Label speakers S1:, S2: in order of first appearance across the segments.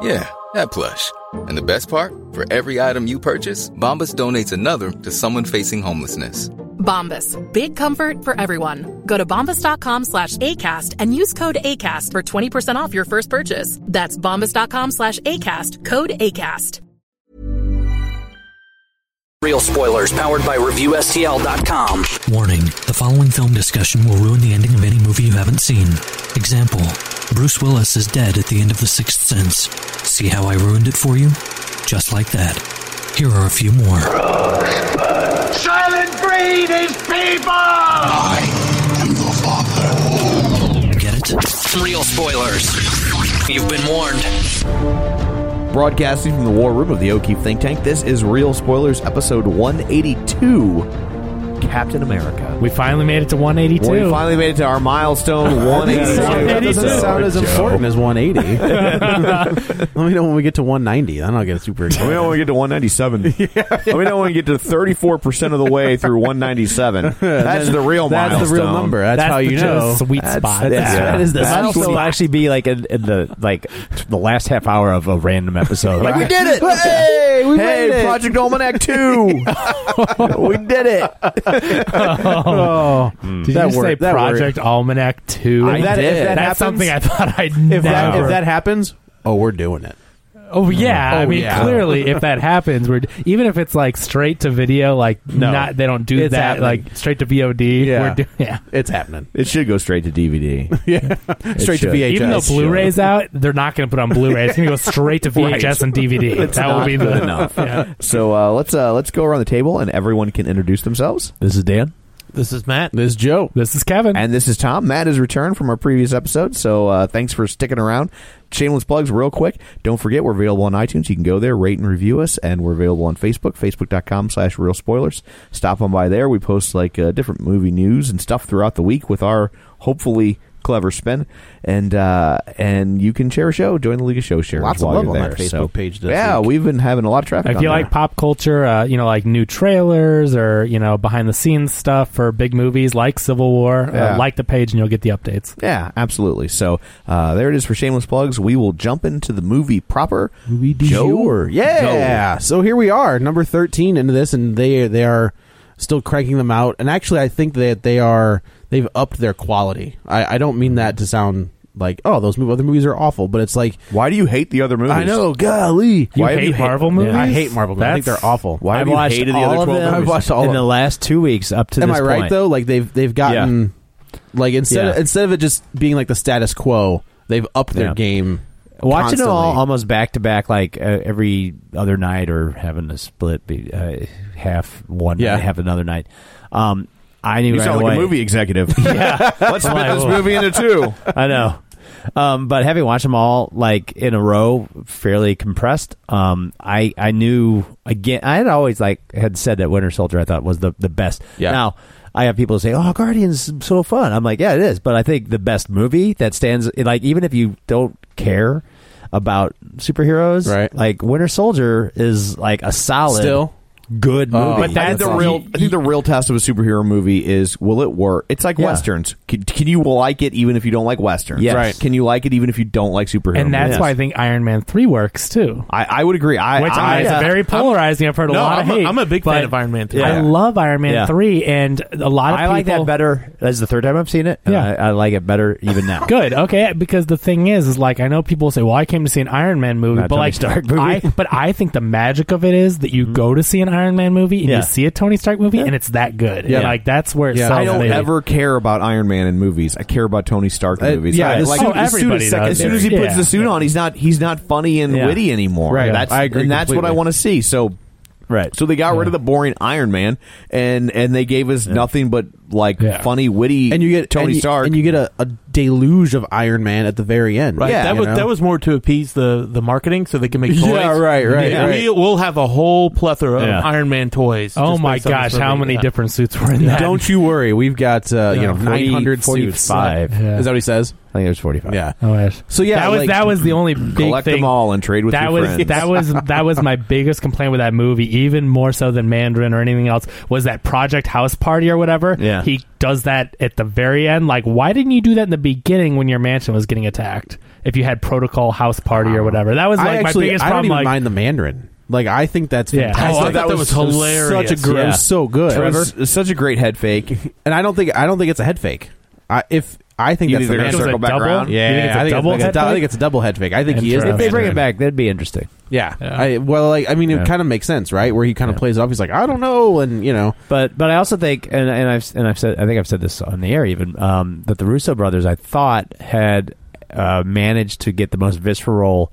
S1: Yeah, that plush. And the best part? For every item you purchase, Bombas donates another to someone facing homelessness.
S2: Bombas. Big comfort for everyone. Go to bombas.com slash ACAST and use code ACAST for 20% off your first purchase. That's bombas.com slash ACAST. Code ACAST.
S3: Real spoilers powered by ReviewSTL.com.
S4: Warning the following film discussion will ruin the ending of any movie you haven't seen. Example Bruce Willis is dead at the end of The Sixth Sense. See how I ruined it for you? Just like that. Here are a few more.
S5: Silent breed is people!
S4: Get it?
S3: Real spoilers. You've been warned.
S6: Broadcasting from the war room of the O'Keefe Think Tank, this is Real Spoilers, episode 182 Captain America.
S7: We finally made it to 182.
S6: We finally made it to our milestone 182.
S7: That doesn't sound as important
S6: as 180.
S8: Let me know when we get to 190. Then I'll get super
S6: Let me
S8: excited.
S6: know when we get to 197. Let me know when we get to 34% of the way through 197. That's the real
S8: That's
S6: milestone.
S8: the real number. That's,
S7: That's
S8: how
S7: the
S8: you know.
S7: sweet spot.
S6: Yeah.
S8: That's, That is the
S6: That's also
S8: sweet spot.
S7: actually
S8: be like in, the like the last half hour of a random episode.
S6: Like, we did it! Hey, we made it! Project Almanac 2! we did it!
S7: Oh, did
S8: Hmm. that
S7: you say
S8: worked, that
S7: Project Almanac 2?
S8: I did. If that
S7: That's
S8: happens-
S7: something I thought I'd
S8: if,
S7: never.
S8: that, if that happens, oh, we're doing it.
S7: oh yeah, I
S8: Oh,
S7: mean
S8: yeah.
S7: clearly, if that happens, we're even if it's like straight to video, like
S8: No.
S7: not they don't do
S8: It's
S7: that,
S8: happening.
S7: like straight to VOD.
S8: Yeah.
S7: We're doing yeah.
S8: It's happening.
S6: It should go straight to DVD.
S8: Straight to
S6: should.
S8: VHS.
S7: Even though Blu-ray's out, they're not going to put on Blu-ray. It's going to go straight to VHS and DVD. that will
S6: not
S7: be the,
S6: good enough.
S7: Yeah.
S6: So uh, let's uh, let's go around the table and everyone can introduce themselves.
S8: This is Dan. This is Matt. This is Joe.
S7: This is Kevin.
S6: And this is Tom. Matt has returned from our previous episode, so uh, thanks for sticking around. Shameless plugs, real quick. Don't forget, we're available on iTunes. You can go there, rate and review us, and we're available on Facebook, facebook.com slash real spoilers. Stop on by there. We post like uh, different movie news and stuff throughout the week with our hopefully clever spin. And uh, and you can share a show, join the League of Show Sharers.
S8: Lots of
S6: while
S8: love
S6: you're
S8: on
S6: there.
S8: that Facebook
S6: So,
S8: page this
S6: yeah,
S8: week.
S6: we've been having a lot of traffic.
S7: If
S6: on
S7: you
S6: there.
S7: like pop culture, uh, you know, like new trailers or you know behind the scenes stuff for big movies like Civil War,
S6: Yeah.
S7: uh, like the page and you'll get the updates.
S6: Yeah, absolutely. So uh, there it is for shameless plugs. We will jump into the movie proper.
S8: Movie du
S6: Joe?
S8: jour. Yeah. So here we are, number thirteen into this, and they they are still cranking them out. And actually, I think that they are they've upped their quality. I, I don't mean that to sound like oh those mov- other movies are awful, but it's like
S6: Why do you hate the other movies?
S8: I know, golly,
S7: You
S6: Why have
S7: hate
S6: you hate-
S7: Marvel movies?
S8: I hate Marvel. Movies. I think
S7: That's-
S8: they're awful.
S6: Why have you hated the other 12 movies?
S8: I've watched all
S9: in
S8: of
S9: the
S8: them.
S9: last two weeks up to
S8: Am
S9: this
S8: I right
S9: point.
S8: though? Like they've they've gotten like instead of,
S9: Yeah.
S8: instead of it just being like the status quo, they've upped their
S9: Yeah.
S8: game.
S9: Watching it all
S8: constantly.
S9: almost back to back, like uh, every other night, or having a split, be, uh, half one,
S8: Yeah.
S9: night, half another night. Um, I knew
S6: You
S9: right
S6: sound like
S9: away.
S6: a movie executive. yeah, let's split
S9: Like,
S6: this
S9: whoa.
S6: movie into two.
S9: I know. Um, but having watched them all like in a row, fairly compressed, um, I I knew again. I had always like had said that Winter Soldier I thought was the the best.
S8: Yeah.
S9: Now I have people say, "Oh, Guardians is so fun." I'm like, "Yeah, it is." But I think the best movie that stands like even if you don't care about superheroes,
S8: Right.
S9: Like Winter Soldier is like a solid,
S8: still
S9: good movie.
S8: Oh. But
S6: I think
S8: that's
S6: the
S8: awesome.
S6: real. I think the real test of a superhero movie is will it work? It's like
S9: Yeah.
S6: westerns. Can, can you like it even if you don't like westerns?
S9: Yes. Right.
S6: Can you like it even if you don't like superhero?
S7: And that's
S6: movies?
S7: why I think Iron Man three works too.
S6: I, I would agree. I,
S7: which
S6: I, uh,
S7: is very polarizing. i have heard a
S8: no,
S7: lot
S8: I'm
S7: of
S8: a-
S7: hate.
S8: I'm a big fan
S7: but
S8: of Iron Man 3.
S7: I
S6: Yeah.
S7: love Iron Man
S9: Yeah.
S7: three, and a lot of
S9: I
S7: people
S9: like that better. That's the third time I've seen it. and
S7: Yeah.
S9: I, I like it better even now.
S7: Good, okay, because the thing is, is like I know people say, "Well, I came to see an Iron Man movie,"
S9: Not
S7: but
S9: Tony
S7: like
S9: Stark movie.
S7: I, but I think the magic of it is that you go to see an Iron Man movie and
S10: Yeah.
S7: you see a Tony Stark movie and it's that good. Yeah. like that's where it
S10: Yeah,
S7: sells.
S10: I don't
S7: me.
S10: ever care about Iron Man in movies. I care about Tony Stark in
S7: Uh,
S10: movies.
S7: yeah,
S10: I,
S7: his
S10: like,
S7: suit-
S10: as, soon
S7: everybody
S10: as,
S7: does
S10: as soon
S7: it.
S10: as he puts
S7: Yeah.
S10: the suit on, he's not he's not funny and
S7: Yeah.
S10: witty anymore.
S7: Right.
S10: That's,
S7: I agree
S10: and that's what I
S7: completely.
S10: want to see. So.
S6: Right.
S10: So they got rid of the boring Iron Man, and and they gave us nothing but like
S9: Yeah.
S10: funny, witty,
S9: and you get
S10: Tony
S9: and you,
S10: Stark,
S9: and you get a, a deluge of Iron Man at the very end.
S8: Right. that
S9: you
S8: was
S9: know?
S8: that was more to appease the the marketing so they can make toys.
S9: Yeah, right, right,
S8: Yeah.
S9: right.
S8: We, we'll have a whole plethora
S9: Yeah.
S8: of Iron Man toys.
S7: Oh
S8: just
S7: my
S8: based on this
S7: gosh, how
S8: movie.
S7: many
S8: Yeah.
S7: different suits were in that?
S9: Don't you worry, we've got uh, you
S7: No,
S9: know
S7: 40,
S9: nine hundred suits.
S7: 45. Yeah.
S9: Is that what he says?
S6: I think there's forty five.
S9: Yeah.
S7: Oh, yes.
S9: So yeah,
S7: that was
S9: like-
S7: that was the only big
S9: Collect
S7: thing.
S9: them all and trade with
S7: that
S9: your
S7: was
S9: friends.
S7: that was that was my biggest complaint with that movie, even more so than Mandarin or anything else. Was that Project House Party or whatever?
S6: Yeah.
S7: he does that at the very end. Like, why didn't you do that in the beginning when your mansion was getting attacked? If you had Protocol House Party or whatever, that was
S9: I
S7: like my
S9: actually-
S7: biggest
S9: I don't
S7: problem.
S9: even
S7: like,
S9: mind the Mandarin. Like I think that's
S7: Yeah.
S9: fantastic.
S7: Oh, I thought that was hilarious.
S9: Such a great,
S7: Yeah.
S9: so good.
S7: It was-
S10: such a great head fake,
S9: and I don't think I don't think it's a head fake. I, if I think
S6: You think
S9: that's the
S6: they're gonna
S9: Mandarin.
S6: circle back
S9: Double?
S6: around?
S9: Yeah,
S6: You think it's a
S9: I, think
S6: double
S9: it's, I
S6: head
S9: think
S6: fake?
S9: it's a double head fake. I think he is. the
S6: If they bring
S9: Mandarin.
S6: it back, that'd be interesting.
S9: Yeah. I, well, like I mean, it
S6: Yeah.
S9: kind of makes sense, right? Where he kind of plays it off. He's like, I don't know, and you know,
S6: But but I also think, and, and I've and I've said, I think I've said this on the air even um, that the Russo brothers, I thought, had uh, managed to get the most visceral,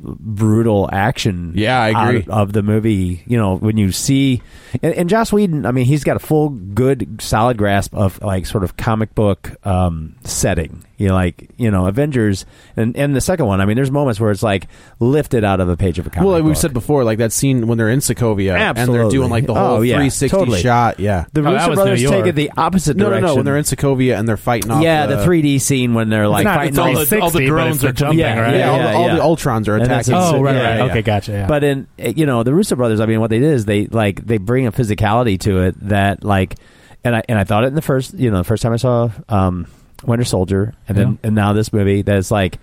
S6: brutal action. Yeah, I
S9: agree.
S6: of the movie. You know, when you see and, and Joss Whedon, I mean, he's got a full, good, solid grasp of like sort of comic book um, setting. You know, like you know Avengers and and the second one. I mean, there's moments where it's like lifted out of a page of a comic.
S9: well, like
S6: book.
S9: we've said before, like that scene when they're in Sokovia and they're
S6: Absolutely.
S9: doing like the whole
S6: Oh, yeah.
S9: 360
S6: Totally.
S9: shot. Yeah,
S6: The Oh, that Russo was brothers New York. take it the opposite
S9: no, No, no,
S6: direction.
S9: when they're in Sokovia and they're fighting off.
S6: yeah, the, 3D scene when they're
S9: It's
S6: like
S9: not-
S6: fighting
S9: it's all the- all the
S6: 360, but
S9: drones
S6: it's the
S9: are jumping,
S6: yeah,
S9: right?
S6: Yeah,
S9: Yeah, all
S6: yeah,
S9: the- all
S6: yeah.
S9: the Ultrons are
S6: And
S9: attacking.
S6: that's-
S9: Oh, right, right,
S6: yeah,
S9: right. Okay,
S7: gotcha, yeah.
S6: But in you know the Russo brothers, I mean, what they did is they like they bring a physicality to it that like, and I and I thought it in the first you know the first time I saw um, Winter Soldier, and then and now this movie that's like.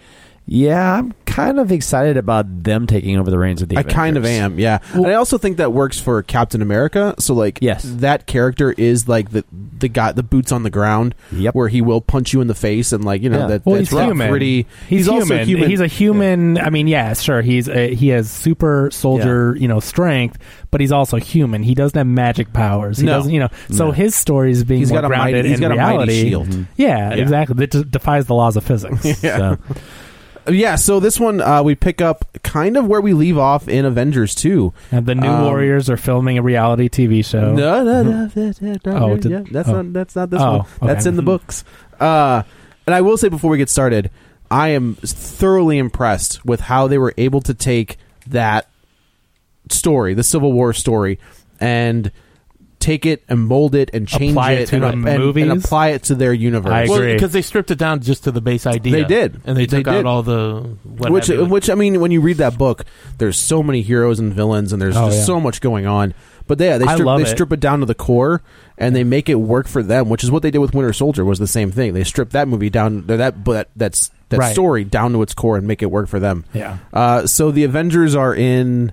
S6: Yeah, I'm kind of excited about them taking over the reins of the.
S9: I
S6: Avengers.
S9: kind of am, yeah. and I also think that works for Captain America. So like, yes. that character is like the the guy, the boots on the ground, yep. where he will punch you in the face and like you know
S7: Yeah.
S9: that
S7: Well,
S9: that's
S7: he's
S9: rough,
S7: human.
S9: gritty.
S7: He's,
S9: also human.
S7: He's a human. I mean, yeah, sure. He's a, he has super soldier, you know, strength, but he's also human. He doesn't have magic powers. He
S9: No.
S7: doesn't, you know. So
S9: No.
S7: his story is being
S9: He's
S7: more
S9: got a mighty-
S7: grounded
S9: he's
S7: in
S9: got a mighty
S7: reality.
S9: shield. Mhm.
S7: Yeah,
S9: Yeah.
S7: exactly. That just defies the laws of physics.
S9: Yeah.
S7: So.
S9: Yeah, so this one uh, we pick up kind of where we leave off in Avengers 2.
S7: And the New
S9: Um,
S7: Warriors are filming a reality TV show.
S9: No, no, no. that- that- that-
S7: Oh,
S9: yeah,
S7: did-
S9: yeah, that's
S7: oh.
S9: not that's not this
S7: Oh,
S9: one.
S7: okay.
S9: That's in the books. Uh, and I will say before we get started, I am thoroughly impressed with how they were able to take that story, the Civil War story, and take it and mold it and change
S8: Apply it to
S9: and,
S8: the
S9: and- and
S8: movies?
S9: apply it to their universe.
S8: because they stripped it down just to the base idea.
S9: They did.
S8: and they
S9: They
S8: took
S9: did.
S8: out all the what
S9: which, uh,
S8: have you.
S9: which I mean, when you read that book, there's so many heroes and villains, and there's
S8: Oh,
S9: just
S8: yeah.
S9: so much going on. But yeah, they
S8: I
S9: strip,
S8: love
S9: they
S8: it.
S9: strip it down to the core, and they make it work for them, which is what they did with Winter Soldier. Was the same thing. They stripped that movie down, or that that that's that
S7: Right.
S9: story down to its core, and make it work for them.
S7: Yeah.
S9: Uh, so the Avengers are in.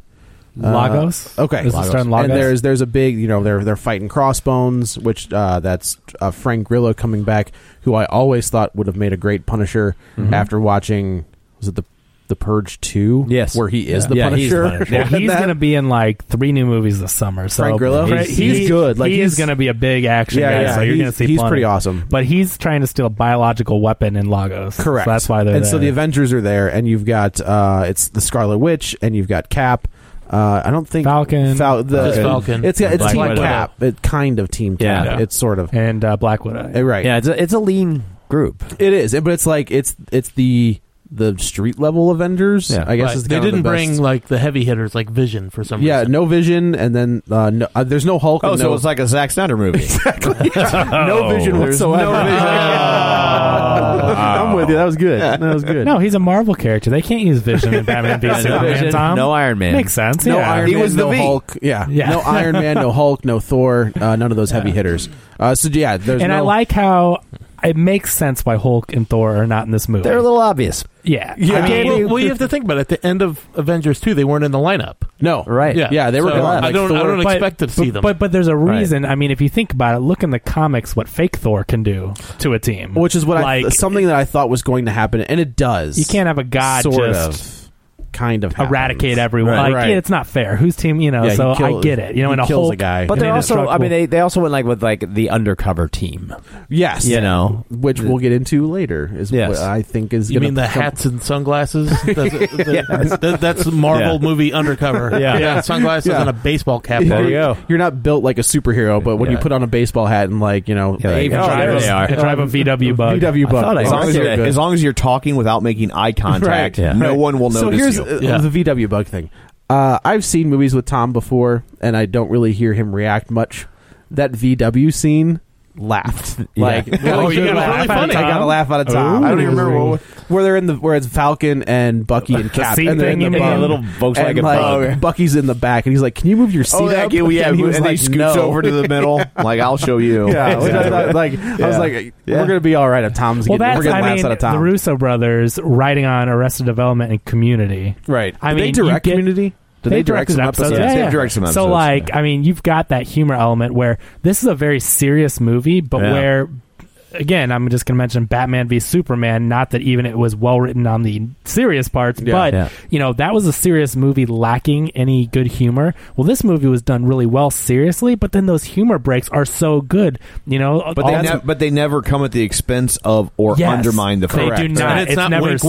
S9: uh,
S7: Lagos?
S9: okay,
S7: Is it starting Lagos?
S9: and there's there's a big you know they're they're fighting Crossbones, which uh, that's uh, Frank Grillo coming back, who I always thought would have made a great Punisher
S7: Mm-hmm.
S6: Mhm.
S9: after watching was it the the Purge two?
S6: Yes.
S9: where he is
S6: Yeah.
S9: the
S6: Yeah, he's
S9: Punisher.
S6: the Punisher.
S7: Well, he's going to be in like three new movies this summer. So
S9: Frank Grillo?
S7: Fra-
S9: He's- he's good. Like,
S7: he
S9: he's-
S7: is going to be a big action
S9: Yeah,
S7: guy.
S9: yeah,
S7: so you're
S9: he's-
S7: going to see.
S9: he's
S7: plenty.
S9: pretty awesome.
S7: But he's trying to steal a biological weapon in Lagos. So
S9: Correct.
S7: that's why they're
S9: and
S7: there.
S9: so the Avengers are there, and you've got uh, it's the Scarlet Witch, and you've got Cap. Uh, I don't think
S7: Falcon.
S9: Fal- the,
S7: Just Falcon.
S9: It's
S7: And
S9: it's
S7: Black
S9: Team
S7: Widow.
S9: Cap. It kind of Team Cap.
S7: Yeah.
S9: It's sort of
S7: and uh, Black Widow.
S9: Uh, right.
S6: Yeah, it's a, it's a lean group.
S9: It is, but it's like it's it's the the street level Avengers. I guess
S8: Right.
S9: is
S8: they
S9: kind of the
S8: didn't bring
S9: best.
S8: like the heavy hitters like Vision for some
S9: Yeah,
S8: reason.
S9: no Vision, and then uh, no, uh, there's no Hulk.
S8: Oh,
S9: and
S8: so
S9: no-
S8: it's like
S10: a Zack Snyder movie.
S9: exactly. no Vision
S10: There's no
S9: whatsoever.
S10: I'm with you. That was good. That was good.
S7: No, he's a Marvel character. They can't use Vision in Batman v
S10: No
S7: Superman.
S10: Vision,
S7: Tom.
S10: no Iron Man.
S7: Makes sense.
S9: No
S7: yeah.
S9: Iron Man, no Hulk. Yeah.
S7: Yeah.
S9: no Iron Man, no Hulk, no Thor. Uh, none of those heavy hitters. Uh, so yeah, there's
S7: and I
S9: no-
S7: like how it makes sense why Hulk and Thor are not in this movie.
S6: They're a little obvious.
S7: yeah.
S8: Yeah,
S7: I mean,
S8: well, well, you have to think about it. At the end of Avengers 2, they weren't in the lineup.
S9: No,
S6: right?
S8: Yeah, so I don't, I don't expect to see
S7: but,
S8: them.
S7: But but there's a
S8: Right.
S7: reason. I mean, if you think about it, look in the comics what fake Thor can do to a team.
S9: which is what
S7: like
S9: I something that I thought was going to happen, and it does.
S7: you can't have a god
S9: sort
S7: just
S9: of. kind of
S7: eradicate everyone. Like, yeah, it's not fair. Whose team? You know.
S9: Yeah, he
S7: so I
S9: kills-
S7: get it. You know,
S9: he
S7: in a
S9: kills
S7: whole
S9: a guy.
S11: But
S7: in
S11: they
S7: an
S11: also, I
S7: indestructible-
S11: mean, they, they also went like with like the undercover team.
S9: Yes,
S11: you know,
S9: which we'll get into later. Is
S11: Yes.
S9: what I think is.
S11: You
S9: gonna
S11: mean the
S9: come-
S8: hats and sunglasses. That's,
S9: Yes.
S8: that- that's the Marvel
S9: Yeah.
S8: movie undercover.
S9: Yeah.
S8: sunglasses
S9: Yeah.
S8: and a baseball cap.
S9: Yeah,
S8: on.
S6: Oh.
S9: you're- You're not built like a superhero, but when you
S8: Yeah.
S9: put on a baseball hat and like you know,
S6: Yeah,
S9: they
S6: like, oh,
S9: drive
S6: there
S9: a-
S6: they are.
S9: they
S6: Drive a
S7: VW
S9: bug. VW bug.
S6: as, long as, you're,
S9: good.
S6: as long as you're talking without making eye contact,
S9: Right.
S6: no
S9: Right.
S6: one will
S9: So
S6: notice
S9: here's
S6: you.
S9: uh, the VW bug thing. Uh, I've seen movies with Tom before, and I don't really hear him react much. That VW scene laughed.
S6: Yeah.
S9: Like,
S6: Oh, you
S9: good
S6: got a
S9: laugh
S6: really
S9: out of
S6: funny
S9: Tom. I got a
S6: Tom.
S9: laugh out of Tom.
S6: Ooh.
S9: I don't even remember what, where they're in the where it's Falcon and Bucky and
S6: The
S9: Cap
S6: seat
S9: and they're in
S6: thing
S9: the
S6: you
S9: bug.
S6: mean? Little Volkswagen
S9: and, like,
S6: bug.
S9: Bucky's in the back, and he's like, "Can you move your seat
S6: Oh, yeah,
S9: up?"
S6: yeah, yeah,
S9: and he was
S6: and he
S9: like,
S6: scoots
S9: "No."
S6: over to the middle, like, "I'll show you."
S9: Yeah, which I
S6: Exactly.
S9: thought, Oh, like I was
S6: Yeah.
S9: like,
S6: Yeah.
S9: "We're gonna be all right if Tom's
S7: Well,
S9: getting, we're
S7: that's
S9: getting
S7: I
S9: laughs
S7: mean,
S9: out of Tom."
S7: the Russo brothers riding on Arrested Development and Community.
S9: Right.
S7: I
S9: Did they
S7: mean,
S9: direct
S7: you get-
S9: Community? Did they direct
S7: directed
S9: some episodes?
S7: Yeah,
S9: They
S7: yeah.
S9: directed some
S7: So,
S9: episodes,
S7: like, I mean, you've got that humor element where this is a very serious movie, but
S11: Yeah.
S7: where, again, I'm just going to mention Batman v Superman. Not that even it was well written on the serious parts,
S11: Yeah.
S7: but
S11: Yeah.
S7: you know that was a serious movie lacking any good humor. Well, this movie was done really well seriously, but then those humor breaks are so good. You know,
S6: But they,
S7: all-
S6: ne- but they never come at the expense of or
S7: Yes.
S6: undermine the
S7: They
S6: correct.
S7: do not. it's, never, It's, it's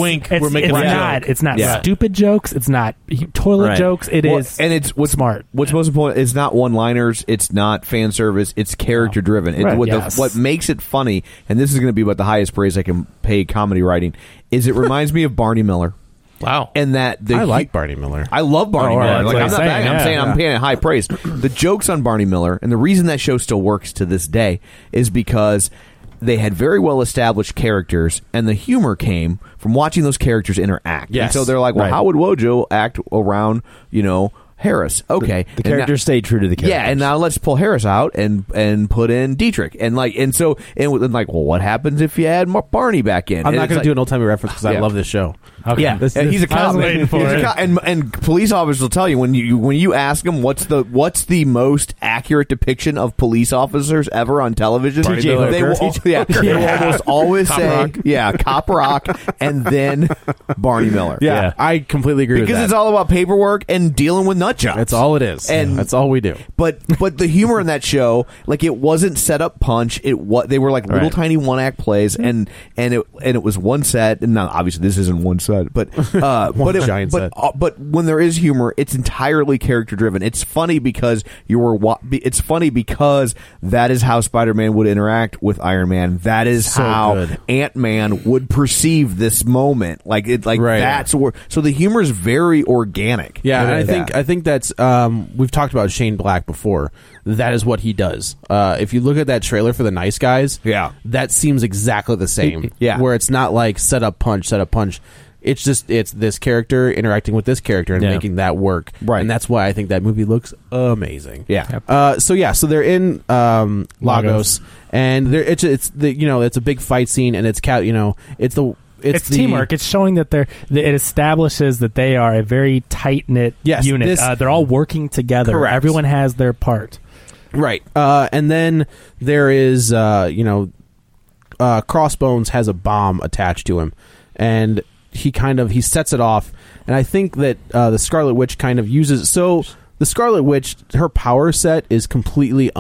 S7: not. It's not stupid jokes. It's not toilet
S6: Right.
S7: jokes. It is
S6: Well, and it's what's smart. What's most important is not one liners. It's not fan service. It's character driven.
S7: Right.
S6: And what,
S7: Yes.
S6: the, what makes it funny, and this is going to be about the highest praise I can pay comedy writing, is it reminds me of Barney Miller.
S8: Wow,
S6: and that the
S9: I like Barney Miller.
S6: I love Barney
S9: Oh, all right.
S6: Miller.
S9: That's
S6: Like,
S9: what
S6: I'm not
S9: I'm saying.
S6: saying, I'm
S9: Yeah,
S6: saying
S9: yeah.
S6: I'm paying it high praise. The jokes on Barney Miller and the reason that show still works to this day is because they had very well established characters and the humor came from watching those characters interact. And
S11: Yes.
S6: so they're like, well,
S11: Right.
S6: how would Wojo act around, you know, Harris? Okay.
S11: The
S6: And
S11: characters
S6: now-
S11: stay true to the character.
S6: yeah, and now let's pull Harris out and and put in Dietrich and like and so and, with- and like well, what happens if you add Mar- Barney back in?
S9: I'm
S6: And
S9: not
S6: it's
S9: going
S6: like-
S9: to do an old timey reference because I
S6: Yeah.
S9: love this show.
S6: Yeah,
S9: This-
S6: and
S9: this-
S6: he's a cop. He's a cop. and and police officers will tell you when you when you ask them what's the what's the most accurate depiction of police officers ever on television.
S11: Barney
S6: they
S11: Miller.
S6: will,
S11: T.J.
S6: yeah, they will
S11: Yeah.
S6: almost always
S11: Cop
S6: say
S11: Rock.
S6: yeah, cop rock, and then Barney Miller.
S9: Yeah, I completely agree
S6: because
S9: with
S6: it's
S9: that.
S6: all about paperwork and dealing with nut jobs.
S9: That's all it is,
S6: And-
S9: and that's all we do.
S6: But but the humor in that show, like it wasn't set up punch. It what they were like little
S9: Right.
S6: tiny one act plays, and and it and it was one set. And now obviously this isn't one set, but uh,
S9: One
S6: but it,
S9: giant
S6: but,
S9: set.
S6: uh, but when there is humor, it's entirely character driven. It's funny because you were. Wa- be- it's funny because that is how Spider Man would interact with Iron Man. That is
S9: So
S6: how
S9: good.
S6: Ant Man would perceive this moment. Like it. Like
S9: Right.
S6: that's where. So the humor is very organic.
S9: Yeah,
S6: It
S9: and I
S6: is.
S9: think I think that's um, we've talked about Shane Black before. That is what he does. Uh, if you look at that trailer for the Nice Guys, yeah, that seems exactly the same.
S6: Yeah.
S9: where it's not like set up punch, set up punch. It's just it's this character interacting with this character and
S6: Yeah.
S9: making that work. Right, and that's why I think that movie looks amazing.
S6: Yeah.
S9: Uh, so yeah, so they're in um, Lagos,
S7: Lagos.
S9: and they're, it's it's the you know it's a big fight scene, and it's cat you know it's the it's,
S7: it's
S9: the,
S7: teamwork. It's showing that they're that it establishes that they are a very tight knit
S9: Yes,
S7: unit.
S9: this-
S7: uh, they're all working together.
S9: Correct.
S7: Everyone has their part.
S9: Right. Uh, and then there is, uh, you know, uh, Crossbones has a bomb attached to him, and he kind of he sets it off. And I think that uh, the Scarlet Witch kind of uses so the Scarlet Witch her power set is completely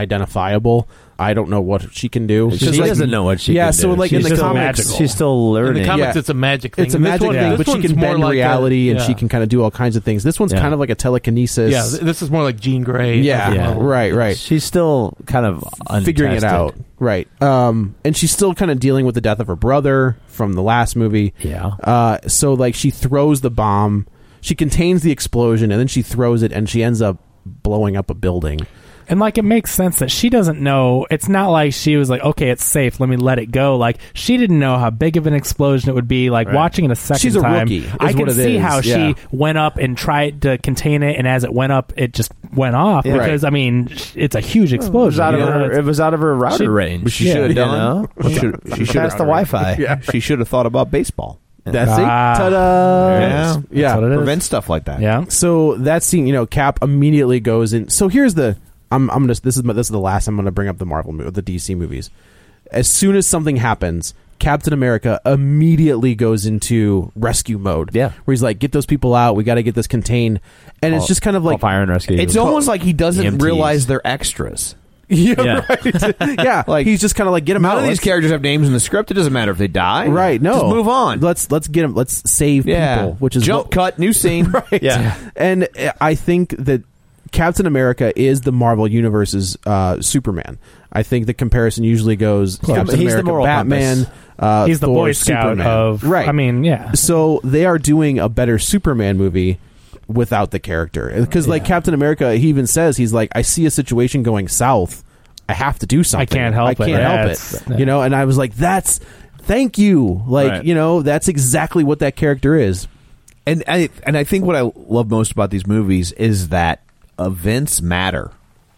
S9: unidentifiable. I don't know what she can do.
S11: She
S9: Just
S11: doesn't know what she
S9: Yeah.
S11: can
S9: so
S11: do.
S9: like
S11: She's
S9: in the
S11: still
S9: comics,
S11: magical. She's still learning.
S8: In the comics,
S9: Yeah.
S8: it's a magic thing.
S9: It's a
S8: This
S9: magic
S8: one-
S9: thing,
S8: this
S9: but she
S8: one's
S9: can
S8: more
S9: bend
S8: like a-
S9: reality and she
S8: yeah.
S9: can kind of do all kinds of things. This one's
S11: Yeah.
S9: kind of like a telekinesis.
S8: Yeah, th- this is more like Jean Grey.
S9: Yeah,
S8: Yeah.
S9: right, right.
S11: She's still kind of
S9: figuring it
S11: untested.
S9: out, right? Um, and she's still kind of dealing with the death of her brother from the last movie.
S11: Yeah.
S9: Uh, so like she throws the bomb, she contains the explosion, and then she throws it, and she ends up blowing up a building.
S7: And like it makes sense that she doesn't know. It's not like she was like, okay, it's safe. Let me let it go. Like she didn't know how big of an explosion it would be. Like watching it a second
S9: She's a
S7: time,
S9: rookie, is
S7: I can
S9: what it
S7: see
S9: is,
S7: how
S9: yeah.
S7: she went up and tried to contain it, and as it went up, it just went off
S11: Yeah.
S7: because I mean, sh- it's a huge explosion.
S11: It was out of
S7: you know?
S11: her.
S7: It's-
S11: It was out of her router
S7: She-
S11: range.
S7: she should've
S11: You
S7: done-
S11: know?
S6: She should- she should
S11: That's the Wi-Fi.
S6: Yeah. She should have thought about baseball.
S9: That's it.
S7: Ah.
S9: Ta-da!
S6: There it is. That's
S9: Yeah.
S7: what it is.
S6: Prevent stuff like that.
S7: Yeah.
S9: So that scene, you know, Cap immediately goes in. So here's the I'm I'm gonna this is my- this is the last I'm gonna bring up the Marvel movie, the DC movies. As soon as something happens, Captain America immediately goes into rescue mode. Yeah, where he's like, "Get those people out. We got to get this contained." And it's
S4: Call-
S9: just kind of
S4: call
S9: like
S4: fire and rescue.
S9: It's
S4: Call
S9: almost like he doesn't
S4: EMTs.
S9: realize they're extras. E Yeah,
S6: Yeah.
S9: right. yeah, like he's just kind of like get him
S6: None
S9: out.
S6: of these
S9: Let's-
S6: characters have names in the script. It doesn't matter if they die.
S9: Right. No.
S6: Just move on.
S9: Let's let's get him. Let's save
S6: Yeah.
S9: people. Which is
S6: Jump
S9: cut. New scene. right.
S6: Yeah.
S9: And uh, I think that Captain America is the Marvel universe's uh, Superman. I think the comparison usually goes
S7: Close.
S9: Captain
S7: He's the
S9: America,
S7: moral
S9: Batman.
S7: compass.
S9: Uh,
S7: He's the
S9: Thor,
S7: Boy Scout
S9: Superman.
S7: of-
S9: Right.
S7: I mean, yeah.
S9: So they are doing a better Superman movie without the character because like Captain America, he even says he's like, I see a situation going south. I have to do something.
S7: can't help
S9: I
S7: it.
S9: can't
S7: Yeah,
S9: help
S7: it's-
S9: it. You know, and I was like, that's thank you. Like,
S6: Right.
S9: you know, that's exactly what that character is.
S6: And I and I think what I love most about these movies is that events matter,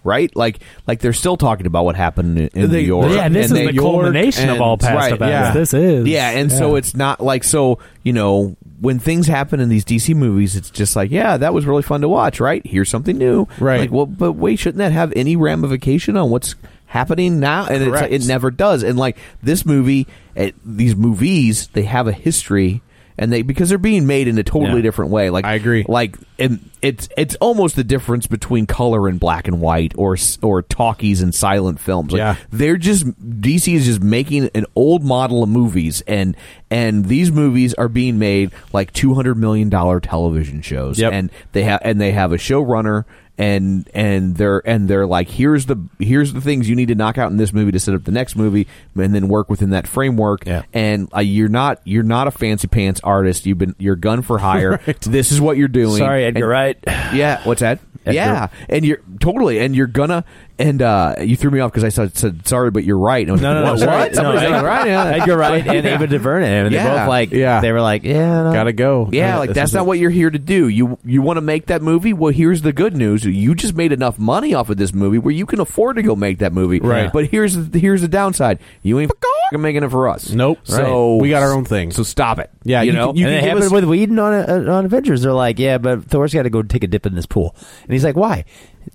S6: right? Like like they're still talking about what happened in, in
S7: They-
S6: New York.
S7: yeah, this
S6: and
S7: is
S6: New
S7: the
S6: York
S7: culmination of
S6: and-
S7: all past
S6: right,
S7: events.
S6: Yeah.
S7: This is.
S6: yeah, and so
S7: Yeah.
S6: it's not like so you know when things happen in these DC movies, it's just like yeah, that was really fun to watch. Right, here's something new. Right, like well, but wait, shouldn't that have any ramification on what's happening now? And it's,
S9: Correct.
S6: it never does. And like this movie, eh, these movies, they have a history. And they because they're being made in a totally
S9: Yeah.
S6: different way. Like I agree. Like and it's it's almost the difference between color and black and white, or s- or talkies and silent films. Like,
S9: Yeah.
S6: they're just DC is just making an old model of movies, and and these movies are being made like two hundred million dollar television shows, and they have and they have a showrunner. And and they're and they're like here's the here's the things you need to knock out in this movie to set up the next movie and then work within that framework and uh, you're not you're not a fancy pants artist you've been you're gun for hire this is what you're doing
S4: Sorry, Edgar
S6: And-
S4: Wright.
S6: yeah what's that
S4: Edgar-
S6: yeah and you're totally and you're gonna and uh you threw me off because i said, said sorry but you're right And I was
S4: No, no, no.
S6: like,
S4: sorry.
S6: what,
S4: No,
S6: Somebody's
S4: Ed-
S6: not right yeah.
S4: Edgar Wright and
S6: Yeah.
S4: Ava DuVernay. And
S6: Yeah.
S4: They both like.
S6: Yeah.
S4: They were like, yeah, no.
S9: Gotta go.
S6: yeah, like that's not what you're here to do. You you want to make that movie? Well, here's the good news: you just made enough money off of this movie where you can afford to go make that movie.
S9: Right.
S6: But here's the, here's the downside: you ain't f***ing making it for us. Nope. So
S9: Right. We got our own thing.
S6: So stop it.
S4: Yeah,
S6: Uh, you, know.
S4: and it happened with Whedon on uh, on Avengers. They're like, yeah, but Thor's got to go take a dip in this pool, and he's like, why?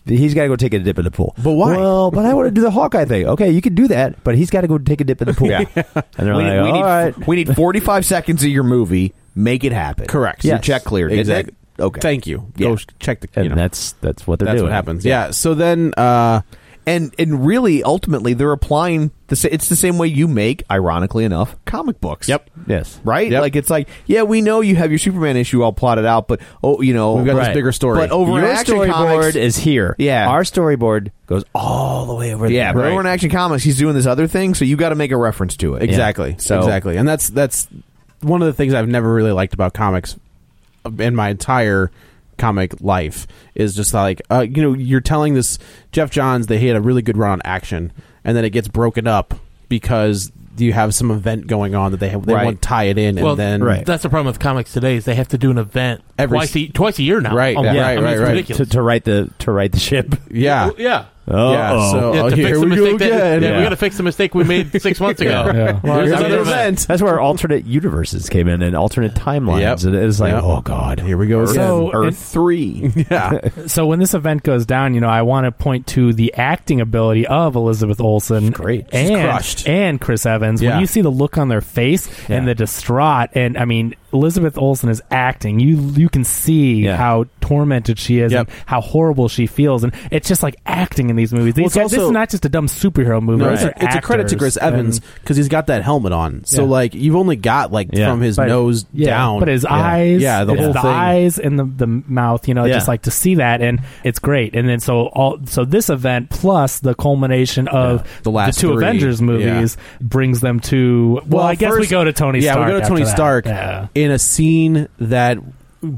S4: He's got to go take a dip in the pool. But why? Well, but I want to do the Hawkeye thing. Okay, you can do that, but he's got to go take a dip in the pool. And they're
S6: we,
S4: like,
S6: we need
S4: all right.
S6: we need 45 seconds of your movie. Make it happen.
S9: Correct.
S6: Your
S9: Yes.
S6: check cleared. And
S9: Exactly.
S6: that- okay.
S9: Thank you.
S6: Yeah.
S9: Go sh- check the. You
S4: And
S9: know,
S4: that's that's what they're
S9: that's
S4: doing.
S9: what happens. Yeah. So then, uh,
S6: and and really ultimately they're applying the sa- it's the same way you make ironically enough comic books yep
S4: Yes.
S6: right like it's like yeah we know you have your superman issue all plotted out but oh you know
S9: We've got this Right. bigger story.
S6: but over
S4: Your
S6: in action
S4: storyboard
S6: comics
S4: is here.
S6: yeah
S4: Our storyboard goes all the way over.
S6: yeah
S4: there.
S6: but over in action comics he's doing this other thing so you got to make a reference to it
S9: Exactly.
S6: so
S9: Exactly. And that's that's one of the things I've never really liked about comics in my entire comic life is just like uh, you know you're telling this Jeff Johns they had a really good run on action and then it gets broken up because you have some event going on that they have, they
S8: Right.
S9: want to tie it in
S8: well,
S9: and then
S8: that's the problem with comics today is they have to do an event
S9: Every
S8: twice
S9: s-
S8: a, twice a year now.
S9: Right,
S8: Almost.
S9: yeah,
S8: oh, I
S9: right,
S8: mean,
S9: right,
S8: it's
S9: right.
S8: ridiculous.
S4: To, to write the to write the ship.
S9: yeah
S8: Yeah.
S4: Oh,
S9: Yeah, so-
S8: yeah,
S9: oh,
S8: to
S9: here
S8: fix the
S9: we go
S8: mistake
S9: again.
S8: That, yeah,
S9: Yeah.
S8: we got to fix the mistake we made six months ago. There's
S4: that's,
S8: another event.
S4: that's where alternate universes came in and alternate timelines.
S9: Yep.
S4: And it was like,
S9: Yep.
S4: oh god,
S9: here we go again
S7: So-
S6: Earth
S7: and-
S6: three
S9: yeah
S7: so when this event goes down, you know, I want to point to the acting ability of Elizabeth Olsen, great,
S9: She's
S7: and
S9: crushed.
S7: and Chris Evans.
S9: Yeah.
S7: When you see the look on their face and the distraught, and I mean, Elizabeth Olsen is acting. You you can see how tormented she is, and how horrible she feels, and it's just like acting in these movies.
S9: Well,
S7: These
S9: it's
S7: guys- this
S9: also-
S7: is not just a dumb superhero movie.
S9: No,
S7: these
S9: it's, a,
S7: are
S9: it's a credit to
S7: actors,
S9: Chris Evans
S7: and-
S9: because he's got that helmet on. So
S7: Yeah.
S9: like you've only got like
S7: Yeah.
S9: from his
S7: But-
S9: nose
S7: yeah,
S9: down,
S7: But his
S9: Yeah.
S7: eyes,
S9: yeah, the
S7: it's
S9: whole thing.
S7: eyes and the the mouth, you know,
S9: Yeah.
S7: just like to see that, and it's great. And then so all so this event plus the culmination of
S9: The last
S7: two
S9: three.
S7: Avengers movies brings them to. Well, I guess we
S9: first-
S7: go to Tony.
S9: Yeah,
S7: Stark
S9: we go to
S7: after
S9: Tony
S7: that.
S9: Stark
S7: Yeah.
S9: in a scene that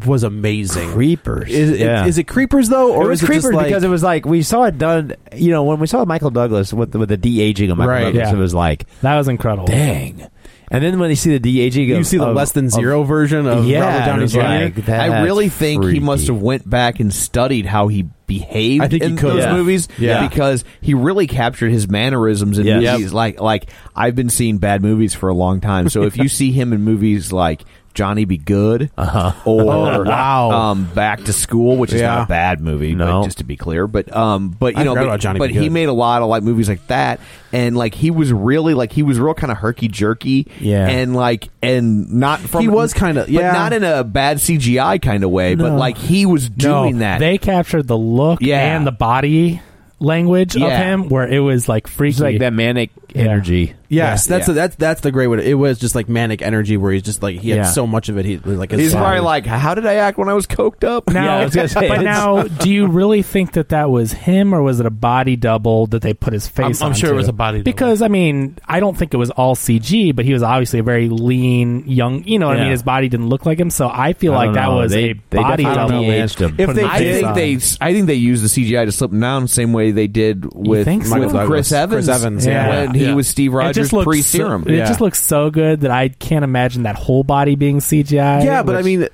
S9: was amazing.
S4: Creepers.
S9: Is, it-
S4: Yeah.
S9: is it creepers though, or
S4: it was
S9: is it
S4: creepers
S9: just like
S4: because it was like we saw it done. You know, when we saw Michael Douglas with with the de aging of Michael
S9: Right.
S4: Douglas,
S9: Yeah.
S4: it was like,
S7: That was incredible.
S4: dang. And then when they see the de aging,
S9: you see the less than zero version of
S4: Yeah,
S9: Robert
S4: it
S9: Downey
S4: was
S9: Jr.
S4: like, that's
S6: I really think
S4: freaky.
S6: he must have went back and studied how he behaved
S9: I think he
S6: in
S9: could
S6: those
S9: have.
S6: movies
S9: Yeah.
S6: because he really captured his mannerisms in
S4: Yes.
S6: movies. Like like I've been seeing bad movies for a long time, so if you see him in movies like
S10: Johnny Be Good or
S9: Oh, wow.
S10: um, Back to School, which is not
S9: Yeah.
S10: a bad movie, but just to be clear. But um, but you
S9: I
S10: know,
S9: forgot
S10: but,
S9: about Johnny
S10: but
S9: Be
S10: he
S9: Good.
S10: made a lot of like movies like that, and like he was really like he was real kind of herky jerky,
S9: Yeah.
S10: and like and not from
S9: He was kinda-
S10: but
S9: yeah.
S10: not in a bad CGI kind of way, but
S7: No.
S10: like he was
S7: No,
S10: doing that.
S7: They captured the look
S10: Yeah.
S7: and the body language of
S10: Yeah.
S7: him where it was like freaky.
S6: like that manic energy.
S9: Yes, that's A, that's that's the great way. To, it was just like manic energy, where he's just like he had
S7: Yeah.
S9: so much of it. He like his
S10: He's
S9: body-
S10: probably like, how did I act when I was coked up?
S7: Now, but now, do you really think that that was him, or was it a body double that they put his face?
S8: I'm- I'm
S7: onto?
S8: sure it was a body double.
S7: because I mean, I don't think it was all CG, but he was obviously a very lean, young. You know, what I mean,
S6: Yeah.
S7: his body didn't look like him, so I feel
S6: I
S7: like
S6: don't
S7: that
S6: know.
S7: was
S6: They-
S7: a
S6: they
S7: body
S6: definitely
S7: double.
S6: managed him.
S10: If they
S7: Put him
S10: I
S7: face
S10: think
S7: on.
S10: they, I think they used the CGI to slip him down the same way they did with
S7: think so?
S10: with
S7: Michael
S10: Chris Evans,
S7: Douglas. Chris Evans, yeah.
S10: when
S7: Yeah.
S10: he was Steve
S7: It
S10: Rogers
S7: just looks
S10: pre serum.
S7: So, It just looks so good that I can't imagine that whole body being CGI.
S9: yeah, but I
S7: which-
S9: mean,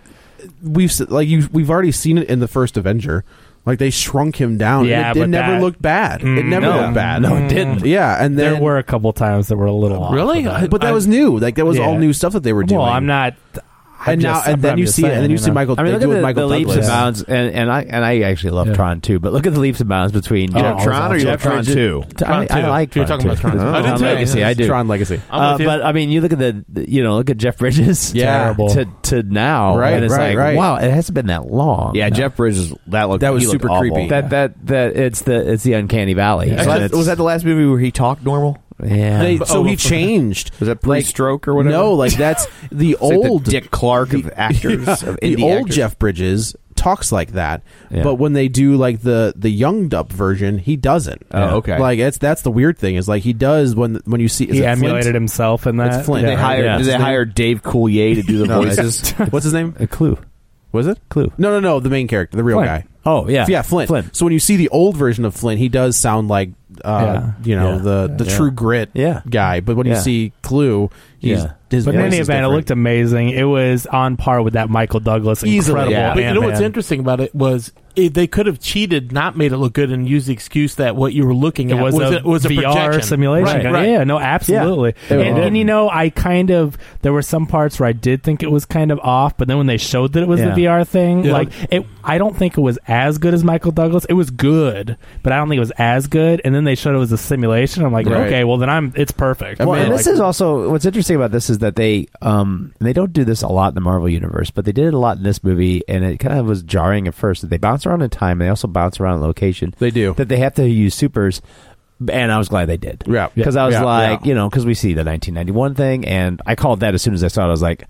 S9: we've s- like you we've already seen it in the first Avenger. Like they shrunk him down.
S7: Yeah,
S9: and it, it
S7: but
S9: never
S7: that-
S9: looked bad. it
S7: Mm,
S9: never
S7: no.
S9: looked bad.
S7: No, it didn't.
S9: Yeah, and then
S7: there were a couple times that were a little off
S9: Really?
S7: of that.
S9: But that was new. Like that was
S7: Yeah.
S9: all new stuff that they were doing.
S7: Well, I'm not. I'm
S9: And now-
S7: just-
S9: and
S7: I'm-
S9: then
S7: I'm
S9: you
S7: just
S9: see it, and
S7: saying,
S9: then you
S7: know.
S9: see Michael-
S6: I mean,
S9: they
S6: look
S9: do
S6: at
S9: with
S6: the,
S9: Michael
S6: the leaps
S9: Douglas.
S6: and bounds, and, and I and I actually love Tron too. But look at the leaps and bounds between
S10: Oh,
S6: Jeff Tron or
S10: Jeff
S6: Jeff Tron
S10: Tron
S6: two.
S10: Tron
S6: I, I
S10: two. Oh,
S6: like
S10: You're
S6: Tron
S10: talking about Tron two. I did
S6: Tron
S10: too.
S6: Legacy. I do.
S9: Tron Legacy.
S8: I'm
S6: Uh,
S8: with you.
S6: but I mean, you look at the you know look at Jeff Bridges.
S9: Yeah. Terrible.
S6: To to now,
S9: Right,
S6: And it's
S9: right,
S6: like
S9: right.
S6: wow, it hasn't been that long.
S10: Yeah, Jeff Bridges that looked
S9: That was
S10: he looked
S9: super
S10: awful.
S9: creepy.
S6: That that that it's the it's the uncanny valley.
S10: Was
S6: So
S10: that-
S6: it's-
S10: was that the last movie where he talked normal?
S6: yeah.
S9: They- so he changed.
S10: oh, Was that pre-stroke or whatever?
S9: No, like that's the
S10: like the
S9: old
S10: Dick Clark of actors, of
S9: the
S10: indie
S9: old
S10: actors.
S9: Jeff Bridges talks like that,
S10: Yeah.
S9: but when they do like the the young up version, he doesn't.
S10: Oh, Yeah. okay.
S9: Like that's that's the weird thing is like he does when when you see is
S7: he
S9: it
S7: emulated
S9: Flint?
S7: himself in that.
S9: It's Flint.
S10: They
S9: Yeah.
S10: hired.
S9: Yeah.
S10: Did they hire Dave Coulier to do the
S9: No, that's-
S10: voices?
S9: What's his name?
S6: a clue?
S9: Was it
S6: Clue?
S9: No, no, no. The main character, the real
S6: Flint.
S9: guy.
S6: Oh yeah,
S9: yeah, Flint.
S6: Flint.
S9: So when you see the old version of Flint, he does sound like uh,
S6: Yeah.
S9: you know
S6: Yeah.
S9: the the
S6: Yeah.
S9: True Grit
S6: Yeah.
S9: guy, but when you
S6: Yeah.
S9: see Clue, he's
S6: Yeah.
S9: his
S7: But in
S9: voice
S7: any
S9: is
S7: event, it
S9: different.
S7: looked amazing. It was on par with that Michael Douglas
S9: Easily,
S7: incredible.
S9: yeah.
S8: But you know what's
S7: Ant-Man.
S8: interesting about it was it, they could have cheated, not made it look good, and used the excuse that what you were looking
S7: It
S8: at
S7: was,
S8: was
S7: a,
S8: was a
S7: VR
S8: projection.
S7: simulation.
S8: Right, right.
S7: Yeah, no, absolutely.
S8: Yeah.
S7: And, and, you know, I kind of there were some parts where I did think it was kind of off, but then when they showed that it was
S6: Yeah.
S7: the VR thing,
S8: Yeah.
S7: like it, I don't think it was as good as Michael Douglas. It was good, but I don't think it was as good. And then they showed it was a simulation. I'm like,
S9: Right.
S7: okay, well then I'm it's perfect.
S6: Well,
S7: You know,
S6: and this
S7: like-
S6: is also what's interesting about this is that they um they don't do this a lot in the Marvel universe, but they did it a lot in this movie, and it kind of was jarring at first that they bounce around in time, and they also bounce around in location.
S9: They do.
S6: that they have to use supers. And I was glad they did.
S9: Yeah.
S6: Because I was
S9: Yeah.
S6: like,
S9: Yeah.
S6: you know, because we see the 1991 thing, and I called that as soon as I saw it. I was like,